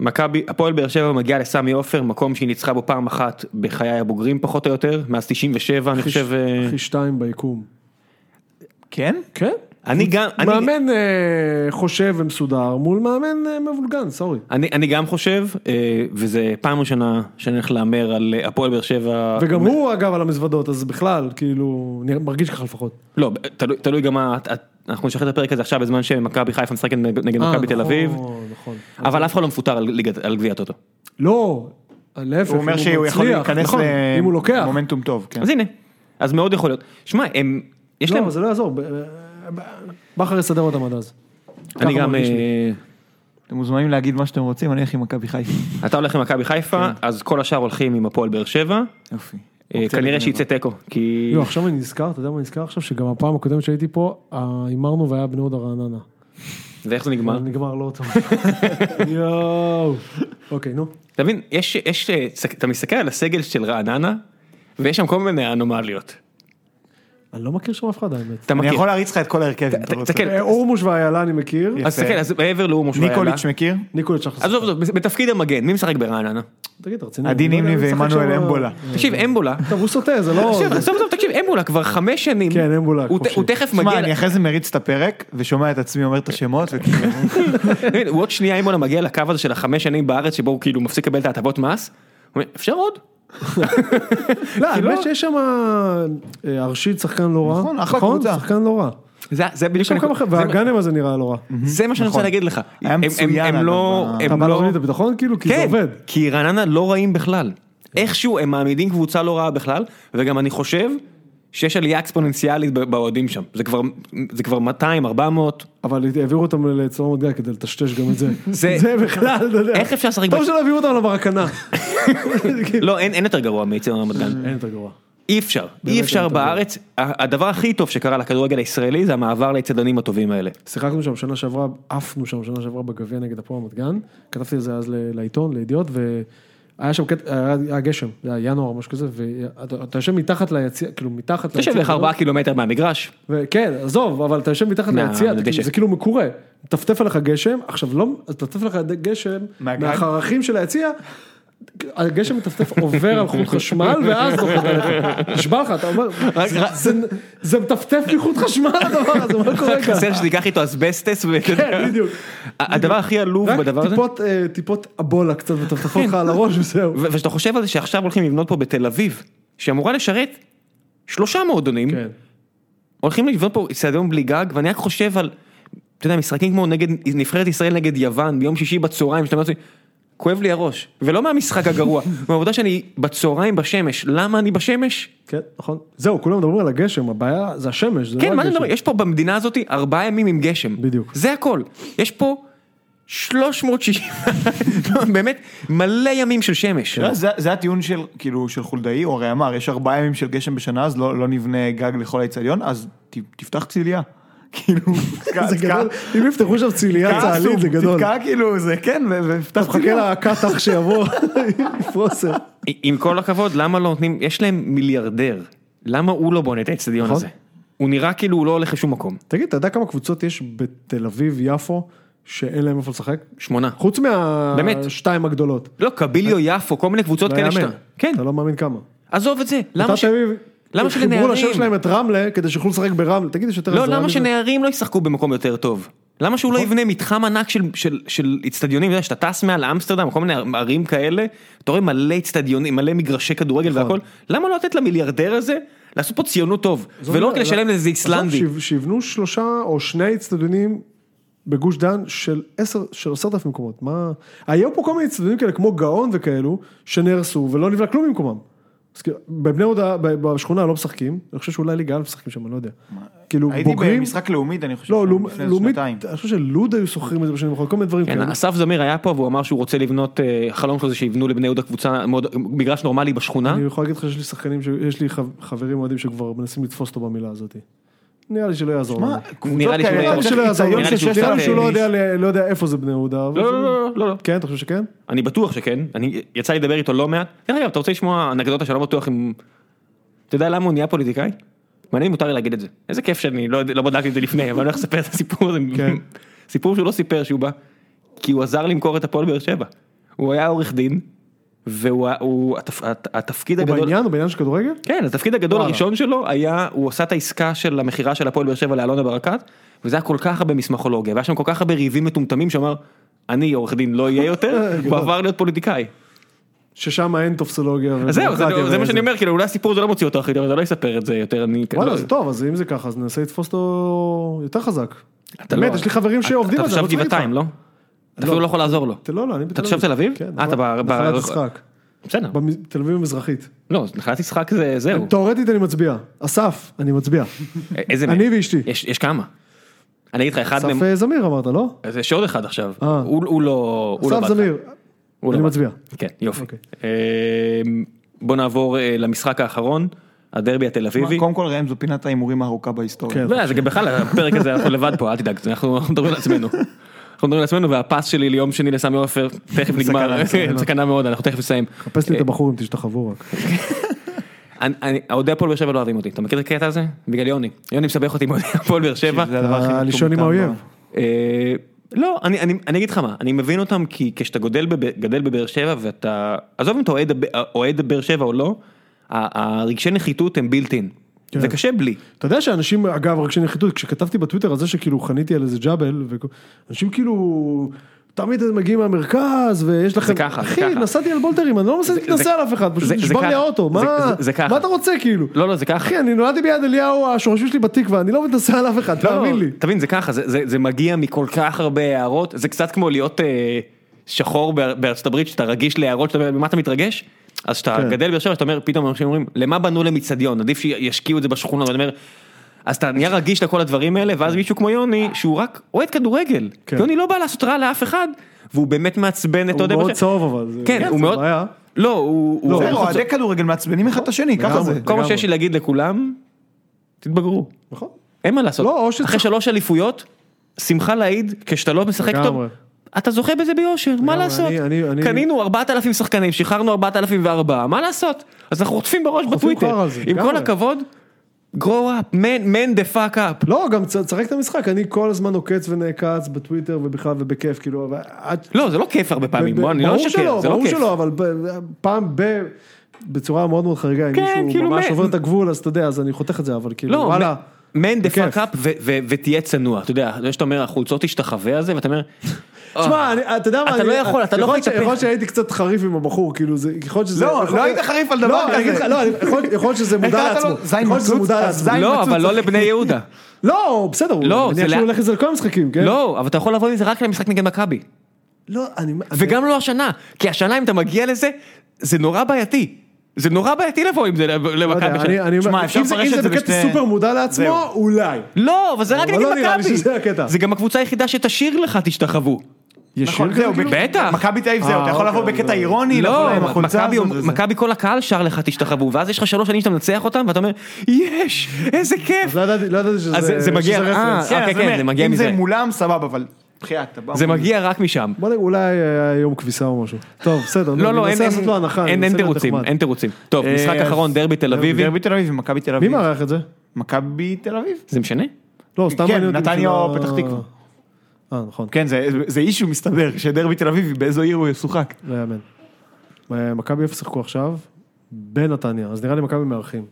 Speaker 1: מכבי, הפועל באר שבע מגיעה לסמי עופר, מקום שהיא ניצחה בו פעם אחת בחיי הבוגרים פחות או יותר, מאז 97 אני חושב, אה,
Speaker 3: אחי שתיים ביקום.
Speaker 2: כן?
Speaker 3: כן?
Speaker 1: אני גם, אני-
Speaker 3: מאמן אה, חושב ומסודר מול מאמן אה, מבולגן, סורי.
Speaker 1: אני אני גם חושב, אה, וזה פעם ראשונה שאני הולך להמר על אה, הפועל באר שבע.
Speaker 3: וגם הוא אגב על המזוודות, אז בכלל, כאילו, נראה- מרגיש ככה לפחות.
Speaker 1: לא, תלוי- תלוי גם מה, אנחנו נשחרר את הפרק הזה עכשיו בזמן שמכבי חיפה משחקת נגד נגד מכבי תל אביב,
Speaker 3: נכון, נכון.
Speaker 1: אבל אף אחד לא מפוטר על ליגת- על גביע הטוטו.
Speaker 3: לא, להפך,
Speaker 2: הוא אומר
Speaker 3: אם
Speaker 2: שהוא יכול
Speaker 3: מצליח,
Speaker 2: להיכנס
Speaker 3: נכון, אם הוא לוקח.
Speaker 2: למומנטום טוב. כן.
Speaker 1: אז הנה, אז מאוד יכול להיות. שמע, הם, יש
Speaker 3: לא,
Speaker 1: להם,
Speaker 3: אבל זה לא יעזור. ב- ב- בכר יסדר אותם עד אז.
Speaker 1: אני
Speaker 3: ככה
Speaker 1: גם,
Speaker 3: מרגיש לי.
Speaker 1: אה,
Speaker 2: אתם מוזמנים להגיד מה שאתם רוצים, אני הולך עם מכבי חיפה.
Speaker 1: אתה הולך עם מכבי חיפה,
Speaker 3: כן.
Speaker 1: אז כל השאר הולכים עם הפועל באר שבע,
Speaker 2: יופי.
Speaker 1: אה, כנראה שיצא תיקו, כי...
Speaker 3: יו, לא, עכשיו אני נזכר, אתה יודע מה נזכר עכשיו? שגם הפעם הקודמת שהייתי פה, אה, הימרנו והיה בני יהודה רעננה.
Speaker 1: ואיך זה נגמר?
Speaker 3: נגמר לא טוב. יואו. אוקיי, נו.
Speaker 1: אתה מבין, יש, יש, אה, סק- אתה מסתכל על הסגל של רעננה, ויש שם כל מיני אנומליות.
Speaker 3: אני לא מכיר שם אף אחד האמת.
Speaker 1: אתה
Speaker 2: אני
Speaker 1: מכיר.
Speaker 2: יכול להריץ לך את כל ההרכב. אם
Speaker 1: ת-
Speaker 2: אתה רוצה.
Speaker 1: תסתכל,
Speaker 3: אה, אורמוש ואיילה אני מכיר.
Speaker 2: אה.
Speaker 1: אז תסתכל, אז מעבר להומור שלו,
Speaker 2: ניקוליץ' מכיר?
Speaker 3: ניקולץ' אחלה.
Speaker 1: עזוב, עזוב, בתפקיד המגן, מי משחק ברעננה?
Speaker 3: תגיד, אתה רציני?
Speaker 2: עדי
Speaker 3: אני לא יודע,
Speaker 2: נימני
Speaker 3: אני משחק
Speaker 2: ועמנואל
Speaker 3: שם-
Speaker 2: אמבולה.
Speaker 1: תקשיב, אמבולה,
Speaker 3: טוב, הוא סוטה, זה לא...
Speaker 1: עכשיו, עזוב, עזוב, תקשיב, אמבולה כבר חמש שנים,
Speaker 3: כן, אמבולה,
Speaker 1: הוא ת-
Speaker 3: חופשי.
Speaker 1: הוא תכף
Speaker 2: תשמע,
Speaker 1: מגיע,
Speaker 2: אני
Speaker 1: ל-
Speaker 2: אחרי זה מריץ את הפרק, ושומע את עצמי אומר את השמות, וכאילו...
Speaker 1: אתה מבין, הוא עוד שנייה אמבולה מגיע לקו הזה של החמש שנים בארץ, שבו הוא כאילו מפסיק לקבל את ההטבות מס, הוא אומר, אפשר עוד?
Speaker 3: לא, האמת שיש שם אה, ארשיד שחקן לא רע.
Speaker 2: נכון, אחלה קבוצה.
Speaker 3: שחקן לא רע.
Speaker 1: זה- זה בדיוק,
Speaker 3: יש שם
Speaker 1: אני-
Speaker 3: כמה
Speaker 1: זה
Speaker 3: חבר'ה,
Speaker 1: מה-
Speaker 3: והגאנם הזה נראה לא רע.
Speaker 1: זה מה שאני רוצה
Speaker 2: נכון.
Speaker 1: להגיד לך,
Speaker 2: היה
Speaker 1: הם- הם-
Speaker 2: מצוין,
Speaker 1: הם
Speaker 2: אבל
Speaker 1: לא,
Speaker 2: ב-
Speaker 3: אתה
Speaker 1: הם
Speaker 3: בא
Speaker 1: לא,
Speaker 3: להוריד את הביטחון כאילו? כי זה
Speaker 1: כן,
Speaker 3: עובד.
Speaker 1: כי רעננה לא רעים בכלל. איכשהו הם מעמידים קבוצה לא רעה בכלל, וגם אני חושב שיש עלייה אקספוננציאלית ב- באוהדים שם. זה כבר, זה כבר 200, 400. אבל
Speaker 3: אבל העבירו אותם לצלום גיא כדי לטשטש גם את זה.
Speaker 1: זה-
Speaker 3: זה בכלל, אתה יודע.
Speaker 1: איך אפשר לשחק
Speaker 3: טוב
Speaker 1: בש-
Speaker 3: שלא הביאו אותם למרקנה.
Speaker 1: לא, אין, אין יותר גרוע מאצטדיון רמת גן.
Speaker 3: אין יותר גרוע.
Speaker 1: אי אפשר.
Speaker 3: Mm. באמת
Speaker 1: אי
Speaker 3: אין
Speaker 1: אפשר
Speaker 3: יותר גרוע.
Speaker 1: בארץ. ה- הדבר הכי טוב שקרה לכדורגל הישראלי זה המעבר לאצטדיונים הטובים האלה.
Speaker 3: שיחקנו שם שנה שעברה, עפנו שם שנה שעברה בגביע נגד הפועל רמת גן, כתבתי את זה אז ל- לעיתון, לידיעות, והיה שם קטע, היה- היה גשם, זה היה ינואר, משהו כזה, ואתה אתה יושב מתחת ליציע, כאילו מתחת
Speaker 1: אתה יושב לך
Speaker 3: הגדול,
Speaker 1: ארבעה קילומטר מהמגרש,
Speaker 3: וכן, עזוב, אבל אתה יושב מתחת
Speaker 1: מה,
Speaker 3: ליציע, אתה
Speaker 1: לדשא.
Speaker 3: כאילו- זה כאילו מקורה. מטפטף עליך גשם, עכשיו לא, מטפטף עליך גשם,
Speaker 2: מהגג?
Speaker 3: מהחרכים של היציע, הגשם מטפטף עובר על חוט חשמל, ואז נוחת עליך. נשבע לך, אתה אומר, זה- זה מטפטף מחוט חשמל הדבר הזה, מה קורה כאן?
Speaker 1: חסר שתיקח איתו אסבסטס, ואתה יודע.
Speaker 3: כן, בדיוק.
Speaker 1: ה- הדבר הכי עלוב
Speaker 3: רק
Speaker 1: בדבר הזה,
Speaker 3: טיפות, אה, טיפות אבולה קצת מטפטפות לך על הראש וזהו.
Speaker 1: ו- וכשאתה חושב על זה שעכשיו הולכים לבנות פה בתל אביב, שאמורה לשרת שלושה מועדונים,
Speaker 3: כן.
Speaker 1: הולכים לבנות פה אצטדיון בלי גג, ואני רק חושב על, אתה יודע, משחקים כמו נגד, נבחרת ישראל נגד יוון, ביום שישי בצהריים, שאתה אומר לעצמי, כואב לי הראש, ולא מהמשחק הגרוע, מהעובדה שאני בצהריים בשמש, למה אני בשמש?
Speaker 3: כן, נכון. זהו, כולם מדברים על הגשם, הבעיה זה השמש, זה לא
Speaker 1: כן, מה
Speaker 3: הגשם.
Speaker 1: אני מדבר, יש פה במדינה הזאת ארבעה ימים עם גשם.
Speaker 3: בדיוק.
Speaker 1: זה הכל. יש פה 360, לא, באמת, מלא ימים של שמש.
Speaker 3: כן.
Speaker 2: אתה יודע, לא, זה- זה הטיעון של, כאילו, של חולדאי, הוא הרי אמר, יש ארבעה ימים של גשם בשנה, אז לא לא נבנה גג לכל האיצטדיון, אז ת- תפתח ציליה. כאילו,
Speaker 3: זה גדול, אם יפתחו שם צלייה צהלית זה גדול.
Speaker 2: תתקע כאילו, זה כן, ו- ופתח
Speaker 3: חכה
Speaker 2: ציליה.
Speaker 3: לקטח שיבוא, יפרוס.
Speaker 1: עם כל הכבוד, למה לא נותנים, יש להם מיליארדר, למה הוא לא בונה את האצטדיון
Speaker 3: נכון.
Speaker 1: הזה? הוא נראה כאילו הוא לא הולך לשום מקום.
Speaker 3: תגיד, אתה יודע כמה קבוצות יש בתל אביב, יפו, שאין להם איפה לשחק?
Speaker 1: שמונה.
Speaker 3: חוץ
Speaker 1: באמת?
Speaker 3: מהשתיים הגדולות.
Speaker 1: לא, קביליו יפו, כל מיני קבוצות
Speaker 3: לא
Speaker 1: כאלה
Speaker 3: יאמן.
Speaker 1: שאתה... כן,
Speaker 3: אתה לא מאמין כמה.
Speaker 1: עזוב את זה. למה
Speaker 3: בית"ר
Speaker 1: ש...
Speaker 3: תל אביב,
Speaker 1: למה
Speaker 3: חיברו לשם
Speaker 1: שלנערים?
Speaker 3: שלהם את רמלה, כדי שיוכלו לשחק ברמלה. תגיד, יש יותר
Speaker 1: לא,
Speaker 3: הזיה
Speaker 1: למה
Speaker 3: מזה?
Speaker 1: שנערים לא ישחקו במקום יותר טוב? למה שהוא לא
Speaker 3: נכון.
Speaker 1: יבנה מתחם ענק של- של- של אצטדיונים, אתה יודע, שאתה טס מעל אמסטרדם, כל מיני ערים כאלה, אתה רואה מלא אצטדיונים, מלא מגרשי כדורגל
Speaker 3: נכון.
Speaker 1: והכל, למה לא לתת למיליארדר הזה לעשות פה ציונות טוב,
Speaker 3: זאת
Speaker 1: ולא רק
Speaker 3: אומרת,
Speaker 1: לשלם לאיזה
Speaker 3: עזוב,
Speaker 1: איסלנדי?
Speaker 3: שיב- שיבנו שלושה או שני אצטדיונים בגוש דן של עשר, של עשרת אלפים מקומות. מה... היו פה כל מיני אצטדיונים כאלה כמו גאון וכאלו, שנהרסו ולא נבנה כלום במקומם. אז כאילו, בבני יהודה, ב- בשכונה לא משחקים, אני חושב שאולי ליגה א' משחקים שם, אני לא יודע. כאילו,
Speaker 2: הייתי
Speaker 3: בוגרים...
Speaker 2: במשחק לאומית, אני חושב,
Speaker 3: לא, לאומ-
Speaker 2: לפני איזה
Speaker 3: לאומית,
Speaker 2: שנתיים.
Speaker 3: אני חושב שלוד היו שוכרים את זה בשנים האחרונות, כל מיני דברים
Speaker 1: כן,
Speaker 3: כאלה.
Speaker 1: אסף זמיר היה פה והוא אמר שהוא רוצה לבנות, אה, החלום שלו זה שיבנו לבני יהודה קבוצה, מאוד- מגרש נורמלי בשכונה.
Speaker 3: אני יכול להגיד לך שיש לי שחקנים, ש- יש לי חב- חברים אוהדים שכבר מנסים לתפוס אותו במילה הזאת. נראה לי שלא יעזור. לנו.
Speaker 2: מה,
Speaker 1: נראה
Speaker 2: קבוצות
Speaker 1: לי
Speaker 2: כאלה,
Speaker 1: שהוא-
Speaker 2: אתה
Speaker 3: למה
Speaker 1: נראה
Speaker 2: צריך
Speaker 3: שלא יעזור?
Speaker 2: ניסיון
Speaker 1: נראה לי
Speaker 2: של
Speaker 1: שהוא
Speaker 2: שש
Speaker 3: נראה לי
Speaker 1: קצת,
Speaker 3: שהוא לא
Speaker 1: אה,
Speaker 2: אלפים
Speaker 3: יודע ל- לא יודע איפה זה בני יהודה. אבל-
Speaker 1: לא, לא, לא, לא, לא.
Speaker 3: כן, אתה חושב שכן?
Speaker 1: אני בטוח שכן, אני יצא לי לדבר איתו לא מעט. דרך אגב, אתה רוצה לשמוע אנקדוטה שאני לא בטוח אם... אתה יודע למה הוא נהיה פוליטיקאי? מעניין אם מותר לי להגיד את זה. איזה כיף שאני לא, יודע- לא בדקתי את זה לפני, אבל אני הולך לספר את הסיפור הזה.
Speaker 3: כן.
Speaker 1: סיפור שהוא לא סיפר שהוא בא, כי הוא עזר למכור את הפועל באר שבע. הוא היה עורך דין, והוא ה- הוא, התפ, הת, התפקיד
Speaker 3: הוא
Speaker 1: הגדול...
Speaker 3: בעניין? הוא בעניין של כדורגל?
Speaker 1: כן, התפקיד הגדול
Speaker 3: וואלה.
Speaker 1: הראשון שלו היה, הוא עשה את העסקה של המכירה של הפועל באר שבע לאלונה ברקת, וזה היה כל כך הרבה מסמכולוגיה, והיה שם כל כך הרבה ריבים מטומטמים שאמר, אני עורך דין לא אהיה יותר, הוא עבר להיות פוליטיקאי.
Speaker 3: ששם אין טופסולוגיה.
Speaker 1: אז זהו, זה-
Speaker 3: ודמוקרטיה
Speaker 1: זה מה
Speaker 3: וזה.
Speaker 1: שאני אומר, כאילו אולי הסיפור הזה לא מוציא אותו אחרי, אבל זה לא יספר את זה יותר, אני...
Speaker 3: וואלה,
Speaker 1: לא-
Speaker 3: זה טוב, אז אם זה ככה, אז ננסה לתפוס אותו יותר חזק.
Speaker 1: אתה לא-
Speaker 3: באמת, יש לי חברים
Speaker 1: אתה-
Speaker 3: שעובדים על זה,
Speaker 1: אתה
Speaker 3: אני
Speaker 1: תושב
Speaker 3: רוצה להגיד לך.
Speaker 1: גבעתיים, לא? אתה אפילו לא יכול לעזור לו.
Speaker 3: תל- לא, לא, אני בתל
Speaker 1: אתה תושב תל אביב?
Speaker 3: כן,
Speaker 1: אה, אתה ב- ב-
Speaker 3: נחלת יצחק.
Speaker 1: בסדר.
Speaker 3: במ- תל אביב המזרחית.
Speaker 1: לא, אז נחלת יצחק זה זהו.
Speaker 3: תאורטית אני מצביע. אסף, אני מצביע.
Speaker 1: א- איזה...
Speaker 3: אני
Speaker 1: מהם?
Speaker 3: ואשתי.
Speaker 1: יש יש כמה. אני אגיד לך, אחד
Speaker 3: אסף
Speaker 1: מהם...
Speaker 3: אה, זמיר אמרת, לא?
Speaker 1: אז יש עוד אחד עכשיו.
Speaker 3: אה.
Speaker 1: הוא הוא לא... הוא לא
Speaker 3: אסף
Speaker 1: בא.
Speaker 3: זמיר.
Speaker 1: הוא לא
Speaker 3: אני
Speaker 1: בא.
Speaker 3: מצביע.
Speaker 1: כן, יופי.
Speaker 3: אוקיי.
Speaker 1: אמ, בוא נעבור אה, למשחק האחרון, הדרבי התל אביבי.
Speaker 2: קודם כל ראם זו פינת ההימורים הארוכה בהיסטוריה.
Speaker 3: כן.
Speaker 1: לא, זה גם בכלל הפרק הזה אנחנו לבד פה אל תדאג אנחנו אנחנו מדברים לעצמנו. אנחנו מדברים לעצמנו והפס שלי ליום שני לסמי עופר תכף נגמר
Speaker 2: סכנה. אוקיי.
Speaker 1: סכנה מאוד אנחנו תכף נסיים.
Speaker 3: חפש
Speaker 1: אה,
Speaker 3: לי את הבחור אם תשתחוו רק.
Speaker 1: אני- אני- האוהדי הפועל באר שבע לא אוהבים אותי אתה מכיר את הקטע הזה? בגלל יוני. יוני מסבך אותי עם אוהדי הפועל באר שבע.
Speaker 2: שזה הדבר הכי
Speaker 3: אה,
Speaker 2: מטומטם
Speaker 3: לישון עם
Speaker 2: ב-
Speaker 3: האויב.
Speaker 1: אה, לא, אני, אני, אני אגיד לך מה, אני מבין אותם כי כשאתה גודל בב- גדל בבאר שבע ואתה, עזוב אם אתה אוהד הב- אוהד באר שבע או לא, ה- הרגשי נחיתות הם built in.
Speaker 3: כן.
Speaker 1: זה קשה בלי.
Speaker 3: אתה יודע שאנשים, אגב, רק שנחיתות, כשכתבתי בטוויטר על זה שכאילו חניתי על איזה ג'אבל, אנשים כאילו, תמיד הם מגיעים מהמרכז, ויש לכם...
Speaker 1: זה ככה, זה
Speaker 3: אחי,
Speaker 1: ככה.
Speaker 3: נסעתי על בולטרים, אני לא מנסה להתנסה
Speaker 1: זה-
Speaker 3: על אף אחד, פשוט
Speaker 1: זה- זה
Speaker 3: נשבר לי
Speaker 1: ככה.
Speaker 3: האוטו,
Speaker 1: זה-
Speaker 3: מה
Speaker 1: זה- זה ככה.
Speaker 3: מה אתה רוצה כאילו?
Speaker 1: לא, לא, זה ככה.
Speaker 3: אחי, אני נולדתי ביד אליהו, השורשים שלי בתקווה, אני לא מתנסה על אף אחד, תאמין לי.
Speaker 1: תבין, זה ככה, זה, זה, זה מגיע מכל כך הרבה הערות, זה קצת כמו להיות אה, שחור באר- בארצות הברית, שאתה רגיש להערות, שאתה אומר, ממה אתה מתרגש? אז כשאתה
Speaker 3: כן.
Speaker 1: גדל באר שבע, שאתה אומר, פתאום אנשים אומרים, למה בנו להם איצטדיון? עדיף שישקיעו את זה בשכונה, ואני אומר, אז אתה נהיה רגיש לכל הדברים האלה, ואז מישהו כמו יוני, שהוא רק אוהד כדורגל.
Speaker 3: כן.
Speaker 1: יוני לא בא לעשות רע לאף אחד, והוא באמת מעצבן את
Speaker 3: הוא
Speaker 1: אוהדי באר
Speaker 3: מאוד
Speaker 1: שבע.
Speaker 3: צהוב אבל. זה-
Speaker 1: כן, הוא
Speaker 3: זה
Speaker 1: מאוד...
Speaker 3: בעיה.
Speaker 1: לא, הוא... הוא-
Speaker 2: בסדר,
Speaker 1: הוא-
Speaker 2: אוהדי כדורגל מעצבנים אחד את השני, ככה
Speaker 3: לגמרי.
Speaker 2: זה.
Speaker 1: כל מה
Speaker 3: לגמרי.
Speaker 1: שיש לי להגיד לכולם, תתבגרו.
Speaker 3: נכון.
Speaker 1: אין מה לעשות.
Speaker 3: לא, או שצריך-
Speaker 1: אחרי שלוש אליפויות, שמחה להעיד, כשאתה לא משחק טוב,
Speaker 3: לגמרי.
Speaker 1: אתה זוכה בזה ביושר, מה לעשות?
Speaker 3: אני- אני- אני-
Speaker 1: קנינו 4,000 שחקנים, שחררנו 4,004, מה לעשות? אז אנחנו חוטפים בראש
Speaker 3: חרא
Speaker 1: בטוויטר.
Speaker 3: על זה,
Speaker 1: עם כל
Speaker 3: לגמרי.
Speaker 1: הכבוד, grow up, man, man the fuck up.
Speaker 3: לא, גם צ- צחק את המשחק, אני כל הזמן עוקץ ונעקץ בטוויטר ובכלל ובכיף, כאילו, אבל עד
Speaker 1: לא, זה לא כיף הרבה פעמים, בוא, אני לא
Speaker 3: ברור
Speaker 1: אשקר,
Speaker 3: שלא,
Speaker 1: זה לא
Speaker 3: ברור
Speaker 1: כיף.
Speaker 3: שלא, אבל ב- פעם ב... בצורה מאוד מאוד חריגה, אם
Speaker 1: כן,
Speaker 3: מישהו
Speaker 1: כאילו,
Speaker 3: ממש
Speaker 1: מה-
Speaker 3: עובר את הגבול, אז אתה יודע, אז אני חותך את זה, אבל כאילו,
Speaker 1: לא,
Speaker 3: וואלה.
Speaker 1: man the
Speaker 3: בכיף.
Speaker 1: fuck up ו- ו- ותהיה צנוע, אתה יודע, זה שאתה אומר החולצות תשתחווה הזה, ואתה אומר,
Speaker 3: תשמע, אני- אתה יודע מה,
Speaker 1: אה. אתה
Speaker 3: אני-
Speaker 1: לא יכול, אתה לא יכול
Speaker 3: ש-
Speaker 1: להתאפק.
Speaker 3: יכול להיות שהייתי קצת חריף עם הבחור, כאילו, זה, יכול להיות שזה...
Speaker 2: לא,
Speaker 3: יכול-
Speaker 2: לא היית חריף על דבר
Speaker 3: לא, אני
Speaker 2: כזה.
Speaker 3: אגיד לך, לא, אני- יכול- יכול להיות שזה
Speaker 2: איך
Speaker 3: מודע
Speaker 2: קראת לו?
Speaker 3: לעצמו.
Speaker 2: זין
Speaker 3: יכול להיות שזה
Speaker 2: מצוץ?
Speaker 3: מודע
Speaker 2: אז
Speaker 3: לעצמו.
Speaker 2: זין
Speaker 1: לא,
Speaker 2: מצוץ,
Speaker 1: אבל לא
Speaker 2: אחי.
Speaker 1: לבני יהודה.
Speaker 3: לא, בסדר, הוא-
Speaker 1: לא,
Speaker 3: אני
Speaker 1: זה
Speaker 3: מניח שהוא
Speaker 1: לא-
Speaker 3: הולך לזה לכל המשחקים, כן?
Speaker 1: לא, אבל אתה יכול לבוא עם זה רק למשחק נגד מכבי.
Speaker 3: לא, אני...
Speaker 1: וגם לא השנה, כי השנה אם אתה מגיע לזה, זה נורא בעייתי. זה נורא בעייתי לבוא עם זה
Speaker 3: לא יודע,
Speaker 1: למכבי
Speaker 3: אני-
Speaker 1: שנה.
Speaker 3: אני
Speaker 2: תשמע,
Speaker 3: אומר,
Speaker 2: אפשר
Speaker 3: אם זה-
Speaker 2: לפרש
Speaker 3: אם
Speaker 2: את
Speaker 3: זה
Speaker 2: זה
Speaker 3: בקטע
Speaker 2: בשתי-
Speaker 3: סופר מודע לעצמו,
Speaker 2: זהו.
Speaker 3: אולי.
Speaker 1: לא אבל זה רק
Speaker 3: אבל
Speaker 1: נגד
Speaker 3: לא נראה לי
Speaker 1: מכבי.
Speaker 3: שזה הקטע.
Speaker 1: זה גם הקבוצה היחידה שתשאיר לך תשתחוו.
Speaker 3: ישיר
Speaker 2: נכון, זהו,
Speaker 3: כזה, כאילו?
Speaker 1: בטח.
Speaker 2: מכבי תל אביב זהו,
Speaker 3: אה,
Speaker 2: אתה יכול
Speaker 3: אוקיי,
Speaker 2: לבוא בקטע אירוני, לבוא
Speaker 1: לא,
Speaker 2: להם עם החולצה
Speaker 1: מכבי-
Speaker 2: הזאת וזה.
Speaker 1: מכבי כל הקהל שר לך תשתחוו, ואז יש לך שלוש שנים שאתה מנצח אותם, ואתה אומר, יש, איזה כיף.
Speaker 3: אז לא ידעתי לא ידעתי שזה...
Speaker 1: אז זה- זה מגיע-
Speaker 3: שזה
Speaker 1: אה,
Speaker 3: רפרנס.
Speaker 2: כן,
Speaker 1: אה, כן,
Speaker 2: אז אני
Speaker 1: כן,
Speaker 2: אומר,
Speaker 1: זה מגיע
Speaker 2: אם זה
Speaker 1: מזה.
Speaker 2: מולם, סבבה, אבל בחייאת, אתה בא...
Speaker 1: זה מגיע רק משם.
Speaker 3: בוא נגיד, אולי היה יום כביסה או משהו. טוב, בסדר, נו,
Speaker 1: לא, לא,
Speaker 3: אני
Speaker 1: אין-
Speaker 3: מנסה לעשות לו הנחה, אני
Speaker 1: אין אין
Speaker 3: מנסה להיות
Speaker 1: תירוצים,
Speaker 3: נחמד.
Speaker 1: אין תירוצים. טוב, משחק
Speaker 2: אה,
Speaker 1: אחרון, דרבי תל אביבי.
Speaker 2: דרבי תל אביב ומכבי תל
Speaker 3: מי
Speaker 2: אביב.
Speaker 3: מארח את זה?
Speaker 2: מכבי תל אביב.
Speaker 1: זה משנה?
Speaker 3: לא, סתם
Speaker 2: כן,
Speaker 3: מעניין אותי
Speaker 2: נתניה
Speaker 3: בשביל
Speaker 2: או
Speaker 3: ה-
Speaker 2: פתח תקווה.
Speaker 3: אה, נכון,
Speaker 2: כן, זה- זה אישו מסתבר, שדרבי תל אביב, באיזו עיר הוא ישוחק.
Speaker 3: לא יאמן. אה, מכבי איפה שיחקו עכשיו? בנתניה, אז נראה לי מכבי מארחים.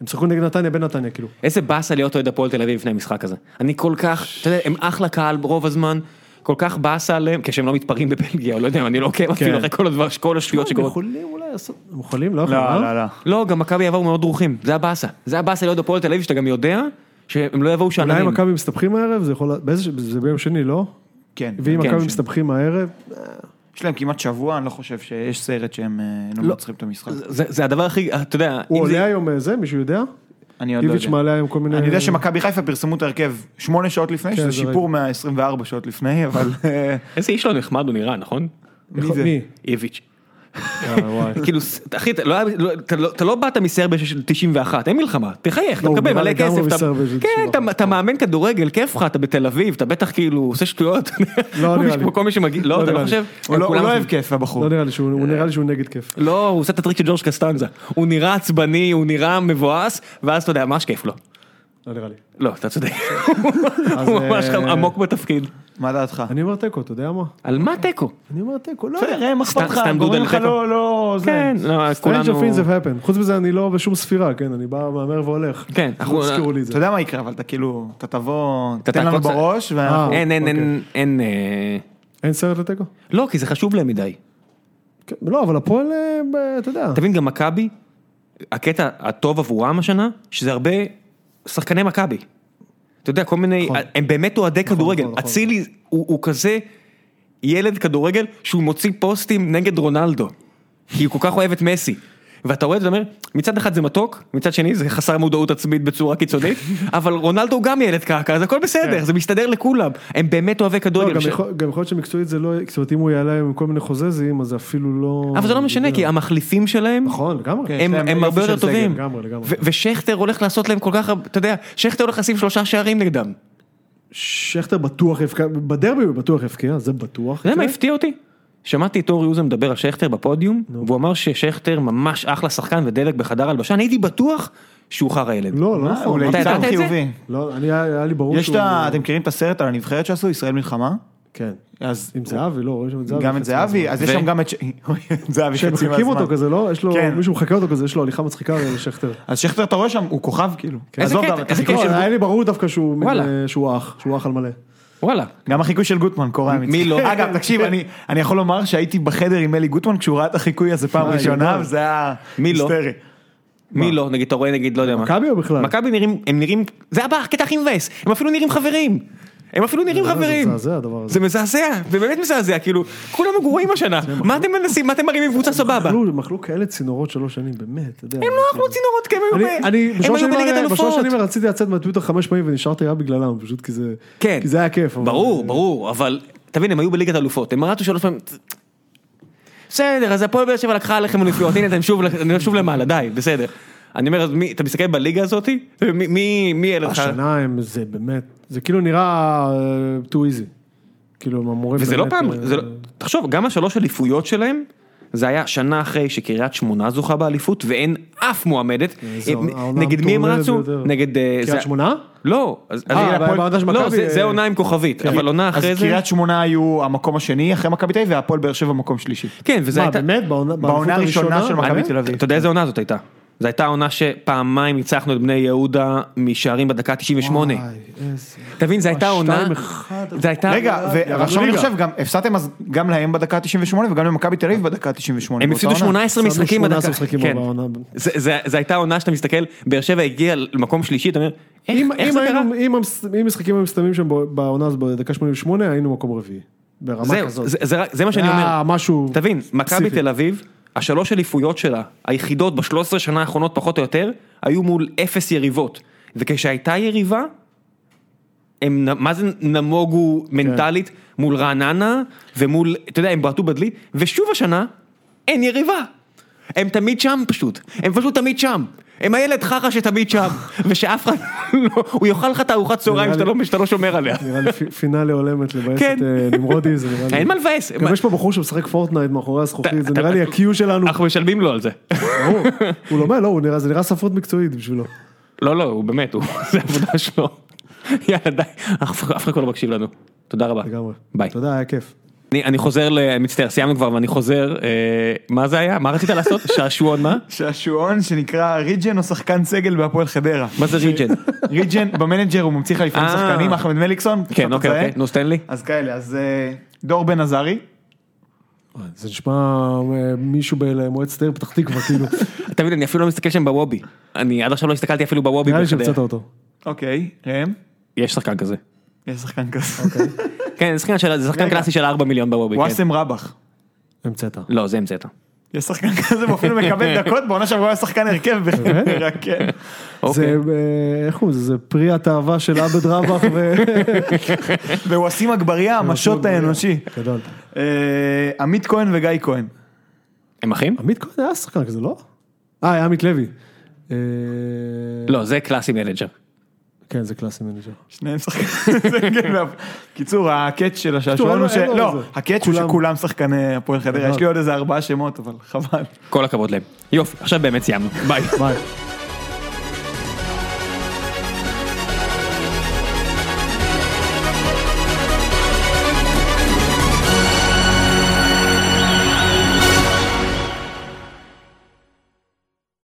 Speaker 3: הם שיחקו נגד נתניה בנתניה, כאילו.
Speaker 1: איזה באסה להיות אוהד הפועל תל אביב לפני המשחק הזה. אני כל כך, אתה יודע, הם אחלה קהל רוב הזמן, כל כך באסה עליהם, כשהם לא מתפרעים בבלגיה, או לא יודע, אני לא
Speaker 3: כן.
Speaker 1: עוקב אפילו אחרי כל הדבר, כל השטויות שקורות.
Speaker 3: יכולים אולי לעשות... הם יכולים? לא
Speaker 2: לא,
Speaker 3: יכולים, אה?
Speaker 2: לא, לא.
Speaker 1: לא, גם מכבי יבואו מאוד דרוכים, זה הבאסה. זה הבאסה להיות הפועל תל אביב, שאתה גם יודע שהם לא יבואו
Speaker 3: אולי
Speaker 1: שאננים.
Speaker 3: אם מכבי מסתבכים הערב, זה יכול... באיזה... ש- זה ביום שני, לא?
Speaker 2: כן.
Speaker 3: ואם
Speaker 1: כן,
Speaker 3: מכבי
Speaker 1: שני.
Speaker 3: מסתבכים הערב...
Speaker 2: יש להם כמעט שבוע, אני לא חושב שיש סרט שהם אה, לא
Speaker 1: לא.
Speaker 2: מנצחים את המשחק.
Speaker 1: זה זה הדבר הכי, אתה יודע,
Speaker 3: הוא
Speaker 1: אם זה-
Speaker 3: עולה היום אה, זה, מישהו יודע?
Speaker 2: אני עוד לא
Speaker 3: איביץ'
Speaker 2: יודע.
Speaker 3: מעלה היום כל מיני...
Speaker 2: אני יודע שמכבי חיפה פרסמו את ההרכב שמונה שעות לפני, שזה
Speaker 3: זה
Speaker 2: שיפור מה-24 שעות לפני, אבל... אה,
Speaker 1: איזה איש לא נחמד הוא נראה, נכון?
Speaker 2: מי זה?
Speaker 3: מי?
Speaker 1: איביץ'.
Speaker 2: אה, וואי.
Speaker 1: כאילו, ס- אחי, אתה לא היה- לא- אתה לא- אתה לא באת מסרביה של 91, אין מלחמה, תחייך, אתה
Speaker 3: לא, הוא
Speaker 1: מקבל
Speaker 3: נראה
Speaker 1: מלא
Speaker 3: לגמרי
Speaker 1: כסף. אתה-
Speaker 3: מסרביה של
Speaker 1: כן,
Speaker 3: 91.
Speaker 1: אתה- אתה מאמן כדורגל, כיף לך, אתה בתל אביב, אתה בטח כאילו עושה שטויות.
Speaker 3: לא, נראה לי.
Speaker 1: כמו כל מי שמגיע, לא,
Speaker 3: לא
Speaker 1: אתה לא
Speaker 3: נראה לי.
Speaker 1: חושב?
Speaker 2: הוא לא הוא
Speaker 1: כולם-
Speaker 2: לא אוהב כיף, הבחור.
Speaker 3: לא נראה לי שהוא, הוא נראה לי שהוא נגד כיף.
Speaker 1: לא, הוא עושה את הטריק של ג'ורג' קסטנזה. הוא נראה עצבני, הוא נראה מבואס, ואז אתה יודע, ממש כיף לו.
Speaker 3: לא נראה לי.
Speaker 1: לא, אתה צודק. הוא ממש
Speaker 2: אה,
Speaker 1: עמוק בתפקיד.
Speaker 2: מה דעתך?
Speaker 3: אני אומר תיקו, אתה יודע מה?
Speaker 1: על מה תיקו?
Speaker 3: אני אומר תיקו, לא יודע.
Speaker 2: בסדר, אה, מה אכפת
Speaker 1: סתם-
Speaker 2: לך?
Speaker 1: סתם
Speaker 2: גורם
Speaker 1: דודל
Speaker 2: לך
Speaker 1: תיקו.
Speaker 2: לא, לא, זה.
Speaker 1: כן, לא,
Speaker 3: Strange
Speaker 1: כולנו...
Speaker 3: of things have happened. חוץ מזה אני לא בשום ספירה, כן? אני בא, מהמר והולך.
Speaker 1: כן, אנחנו-
Speaker 3: אנחנו... תזכרו לי את
Speaker 2: אתה
Speaker 3: זה.
Speaker 2: יודע מה יקרה, אבל אתה כאילו, אתה תבוא,
Speaker 1: אתה
Speaker 2: תתן לנו
Speaker 1: תעקוץ- אה,
Speaker 2: בראש,
Speaker 3: אה.
Speaker 2: ואנחנו...
Speaker 1: אין, אין, אין, אין... אה,
Speaker 3: אין סרט לתיקו?
Speaker 1: לא, כי זה חשוב להם מדי.
Speaker 3: כן, לא, אבל הפועל, אה, ב- אתה יודע.
Speaker 1: תבין, גם מכבי, הקטע הטוב עבורם השנה, שזה הרבה שחקני מכבי. אתה יודע, כל מיני,
Speaker 3: נכון.
Speaker 1: הם באמת אוהדי כדורגל.
Speaker 3: נכון, נכון.
Speaker 1: אצילי הוא הוא כזה ילד כדורגל שהוא מוציא פוסטים נגד רונלדו, כי הוא כל כך אוהב את מסי. ואתה רואה את זה ואומר, מצד אחד זה מתוק, מצד שני זה חסר מודעות עצמית בצורה קיצונית, אבל רונלדו הוא גם ילד קעקע, אז הכל בסדר, זה מסתדר לכולם. הם באמת אוהבי
Speaker 3: כן. לא,
Speaker 1: כדורגל.
Speaker 3: גם
Speaker 1: ש-
Speaker 3: יכול- גם יכול להיות שמקצועית זה לא, זאת אומרת אם הוא יעלה עם כל מיני חוזזים אז זה אפילו לא...
Speaker 1: אבל זה לא משנה, כי המחליפים שלהם,
Speaker 3: נכון, לגמרי.
Speaker 1: הם,
Speaker 2: יש להם
Speaker 1: הם
Speaker 2: יופי
Speaker 1: הרבה
Speaker 2: של
Speaker 1: יותר
Speaker 2: סגל,
Speaker 1: טובים.
Speaker 3: לגמרי, לגמרי.
Speaker 1: ו- ושכטר הולך לעשות להם כל כך הרבה, אתה יודע, שכטר הולך לשים שלושה שערים נגדם.
Speaker 3: שכטר בטוח יבקיע, בדרבי הוא בטוח יבקיע, זה בטוח.
Speaker 1: אתה
Speaker 3: כן?
Speaker 1: יודע מה הפתיע אותי? שמעתי את אורי אוזן מדבר על שכטר בפודיום, והוא אמר ששכטר ממש אחלה שחקן ודלק בחדר הלבשה, אני הייתי בטוח שהוא חרא ילד.
Speaker 3: לא, לא
Speaker 2: אה, הוא
Speaker 3: נכון.
Speaker 1: אתה
Speaker 2: ליצן
Speaker 1: ידעת את זה?
Speaker 2: חיובי.
Speaker 3: לא, אני, היה לי ברור
Speaker 2: יש את ה... אתם מכירים את הסרט על הנבחרת שעשו, ישראל מלחמה?
Speaker 3: כן.
Speaker 2: אז
Speaker 3: עם זהבי, לא, רואים שם את זהבי.
Speaker 2: גם את
Speaker 3: חצי
Speaker 2: זהבי,
Speaker 3: מהזמן.
Speaker 2: אז יש
Speaker 1: ו-
Speaker 2: שם גם את ש- את זהבי
Speaker 3: שהם
Speaker 2: חצי
Speaker 3: מחכים
Speaker 2: מהזמן.
Speaker 3: כן, אותו כזה, לא? יש לו,
Speaker 2: כן.
Speaker 3: מישהו מחכה אותו כזה, יש לו הליכה מצחיקה על שכטר.
Speaker 2: אז שכטר אתה רואה שם, הוא כוכב כאילו.
Speaker 1: איזה
Speaker 2: עזוב
Speaker 1: קטע,
Speaker 2: גם את
Speaker 1: איזה
Speaker 2: החיקוי
Speaker 1: קטע.
Speaker 3: לא,
Speaker 2: של-
Speaker 3: היה לי ברור דווקא שהוא מין,
Speaker 1: וואלה.
Speaker 3: אה, שהוא אח, שהוא אח על מלא.
Speaker 1: וואלה.
Speaker 2: גם החיקוי של גוטמן קורה אמיתי.
Speaker 1: מי לא?
Speaker 2: אגב, תקשיב, אני- אני יכול לומר שהייתי בחדר עם אלי גוטמן כשהוא ראה את החיקוי הזה פעם
Speaker 3: אה,
Speaker 2: ראשונה,
Speaker 3: גדול.
Speaker 2: וזה היה
Speaker 1: מי לא?
Speaker 2: היסטרי.
Speaker 1: מי לא, נגיד, אתה רואה, נגיד, לא יודע מה.
Speaker 3: מכבי או בכלל?
Speaker 1: מכבי נראים, הם נראים, זה הבא, הקטע הכי מבאס, הם אפילו נראים חברים. הם אפילו נראים
Speaker 3: זה
Speaker 1: חברים.
Speaker 3: מזעזע, הדבר הזה.
Speaker 1: זה מזעזע, זה באמת מזעזע, כאילו, כולם גרועים השנה. מה אתם מנסים, מה אתם מרימים קבוצה סבבה?
Speaker 3: אכלו- הם אכלו כאלה צינורות שלוש שנים, באמת, אתה יודע.
Speaker 1: הם לא אכלו צינורות, כי הם היו
Speaker 3: אני- אני
Speaker 1: ב- הם
Speaker 3: בשלוש
Speaker 1: היו
Speaker 3: שנים
Speaker 1: בליגת
Speaker 3: האלה- בשלוש
Speaker 1: אלופות.
Speaker 3: שנים האלה רציתי לצאת מהטוויטר חמש פעמים ונשארתי רק בגללם, פשוט כי זה...
Speaker 1: כן.
Speaker 3: כי זה היה כיף. אבל-
Speaker 1: ברור, ברור, אבל תבין, הם היו בליגת אלופות, הם רצו שלוש פעמים. בסדר, אז הפועל באר שבע לקחה עליכם אליפויות, הנה אתם שוב, אתם שוב למעלה, די, בסדר. אני אומר, אז מי, אתה מסתכל בליגה הזאתי? מי, מי, מי ילד לך?
Speaker 3: השנה הם, זה באמת, זה כאילו נראה אה, too easy. כאילו, הם אמורים...
Speaker 1: וזה לא
Speaker 3: באמת,
Speaker 1: פעם,
Speaker 3: אה,
Speaker 1: זה לא, תחשוב, גם השלוש אליפויות שלהם, זה היה שנה אחרי שקריית שמונה זוכה באליפות, ואין אף מועמדת.
Speaker 3: זה
Speaker 1: אה,
Speaker 3: העונה
Speaker 1: נגד מי הם
Speaker 3: המטורללת
Speaker 1: רצו?
Speaker 3: ביותר.
Speaker 1: נגד... אה,
Speaker 3: קריית
Speaker 1: זה-
Speaker 3: שמונה?
Speaker 1: לא, אז... אז-
Speaker 3: בעונה
Speaker 1: הפועל-
Speaker 3: של
Speaker 1: לא,
Speaker 3: מכבי,
Speaker 1: זה- זה
Speaker 3: אה,
Speaker 1: עונה עם כוכבית, אבל עונה אחרי
Speaker 2: אז
Speaker 1: זה...
Speaker 2: קריית שמונה היו המקום השני אחרי מכבי תל אביב, והפועל באר שבע מקום שלישי.
Speaker 1: כן, וזה
Speaker 3: מה,
Speaker 1: הייתה... לא,
Speaker 3: באמת? בעונה באליפות
Speaker 2: בעונה הראשונה של מכבי
Speaker 3: אני-
Speaker 2: תל אביב.
Speaker 1: אתה יודע איזה עונה זאת הייתה? זו הייתה העונה שפעמיים ניצחנו את בני יהודה משערים בדקה 98.
Speaker 3: וואי, איזה-
Speaker 1: תבין, זו הייתה עונה...
Speaker 3: שתיים אחד.
Speaker 1: זו הייתה...
Speaker 2: רגע, ו-
Speaker 3: ירדנו
Speaker 2: ועכשיו אני
Speaker 3: ליגה.
Speaker 2: חושב, גם הפסדתם אז גם להם בדקה 98 וגם למכבי תל אביב בדקה 98.
Speaker 1: הם
Speaker 2: באותה
Speaker 1: הפסידו
Speaker 2: עונה.
Speaker 1: 18
Speaker 3: הפסדנו
Speaker 1: משחקים
Speaker 3: 18 משחקים
Speaker 1: כן.
Speaker 3: בעונה.
Speaker 1: זה- זה- זו הייתה עונה שאתה מסתכל, באר שבע הגיעה למקום שלישי, אתה אומר, איך
Speaker 3: אם-
Speaker 1: איך
Speaker 3: אם
Speaker 1: זה קרה?
Speaker 3: היינו- אם המס- אם משחקים היו מסתיימים שם ב- בעונה הזאת בדקה 88, היינו מקום רביעי. ברמה
Speaker 1: זהו,
Speaker 3: כזאת.
Speaker 1: זה- זה רק- זה מה שאני אומר.
Speaker 3: אה, משהו...
Speaker 1: תבין, מכבי
Speaker 3: ספציפי.
Speaker 1: תל אביב, השלוש אליפויות שלה, היחידות בשלוש עשרה שנה האחרונות פחות או יותר, היו מול אפס יריבות. וכשהייתה יריבה, הם, נ- מה זה נמוגו מנטלית מול רעננה ומול, אתה יודע, הם בעטו בדלי, ושוב השנה, אין יריבה. הם תמיד שם פשוט, הם פשוט תמיד שם. הם הילד חרא שתמיד שם, ושאף אחד לא, הוא יאכל לך את הארוחת צהריים
Speaker 3: נראה
Speaker 1: שאתה
Speaker 3: לי-
Speaker 1: לא- שאתה לא שומר עליה.
Speaker 3: נראה לי פי- פינאלה הולמת לבאס
Speaker 1: כן.
Speaker 3: את אה, נמרודי, זה נראה לי...
Speaker 1: אין מה לבאס.
Speaker 3: גם יש פה בחור שמשחק פורטנייט מאחורי הזכוכית, זה
Speaker 1: אתה- אה.
Speaker 3: נראה לי ה-Q שלנו,
Speaker 1: אנחנו משלמים לו על זה.
Speaker 3: ברור. הוא לומד, לא, הוא נראה- זה נראה ספרות מקצועית בשבילו.
Speaker 1: לא, לא, הוא באמת, הוא- זה עבודה שלו. יאללה, די, אף אף אחד כבר לא מקשיב לנו. תודה רבה.
Speaker 3: לגמרי.
Speaker 1: ביי.
Speaker 3: תודה, היה כיף.
Speaker 1: אני אני חוזר, ל- מצטער, סיימנו כבר, ואני חוזר, אה, מה זה היה? מה רצית לעשות? שעשועון מה?
Speaker 2: שעשועון שנקרא ריג'ן או שחקן סגל בהפועל חדרה.
Speaker 1: מה זה ריג'ן?
Speaker 2: ריג'ן במנג'ר הוא ממציא לך לפעמים
Speaker 1: אה.
Speaker 2: שחקנים, אחמד מליקסון.
Speaker 1: כן,
Speaker 2: קצת
Speaker 1: אוקיי,
Speaker 2: מזהה.
Speaker 1: אוקיי, נו, סטנלי.
Speaker 2: אז כאלה, אז אה, דור בן עזרי,
Speaker 3: זה נשמע אה, מישהו במועצת העיר פתח תקווה, כאילו.
Speaker 1: אתה מבין, אני אפילו לא מסתכל שם בוובי. אני עד עכשיו לא הסתכלתי אפילו בוובי
Speaker 3: נראה לי
Speaker 1: בחדרה.
Speaker 3: שהמצאת אותו.
Speaker 2: אוקיי, ראם,
Speaker 1: יש שחקן כזה.
Speaker 2: יש שחקן כזה. אוקיי.
Speaker 1: כן, זה שחקן של- זה שחקן
Speaker 2: רגע.
Speaker 1: קלאסי של 4 מיליון בוובי. כן.
Speaker 2: וואסם רבח,
Speaker 4: המצאת.
Speaker 1: לא, זה המצאת.
Speaker 2: יש שחקן כזה והוא אפילו מקבל דקות, בעונה שעברה הוא היה שחקן הרכב בחדרה, כן.
Speaker 1: אוקיי.
Speaker 3: זה, אה, איך הוא, זה זה פרי התאווה של עבד רבח ו...
Speaker 2: וווסים אגבריה, המשוט האנושי.
Speaker 3: גדול.
Speaker 2: אה, עמית כהן וגיא כהן.
Speaker 1: הם אחים?
Speaker 3: עמית כהן היה שחקן כזה, לא? אה, היה עמית לוי. אה,
Speaker 1: לא, זה קלאסי מנג'ר.
Speaker 3: כן, זה קלאסי מנג'ר.
Speaker 2: שניהם שחקנים. זה כן, ואף- קיצור, הקאץ' של השעשועון
Speaker 3: אין
Speaker 2: הוא
Speaker 3: לו-
Speaker 2: ש...
Speaker 3: אין לו
Speaker 2: לא,
Speaker 3: איזה.
Speaker 2: הקאץ' הוא
Speaker 3: כולם. נכון.
Speaker 2: שכולם שחקני הפועל חדרה, יש לי עוד איזה ארבעה שמות, אבל חבל.
Speaker 1: כל הכבוד להם. יופי, עכשיו באמת סיימנו. ביי.
Speaker 3: ביי.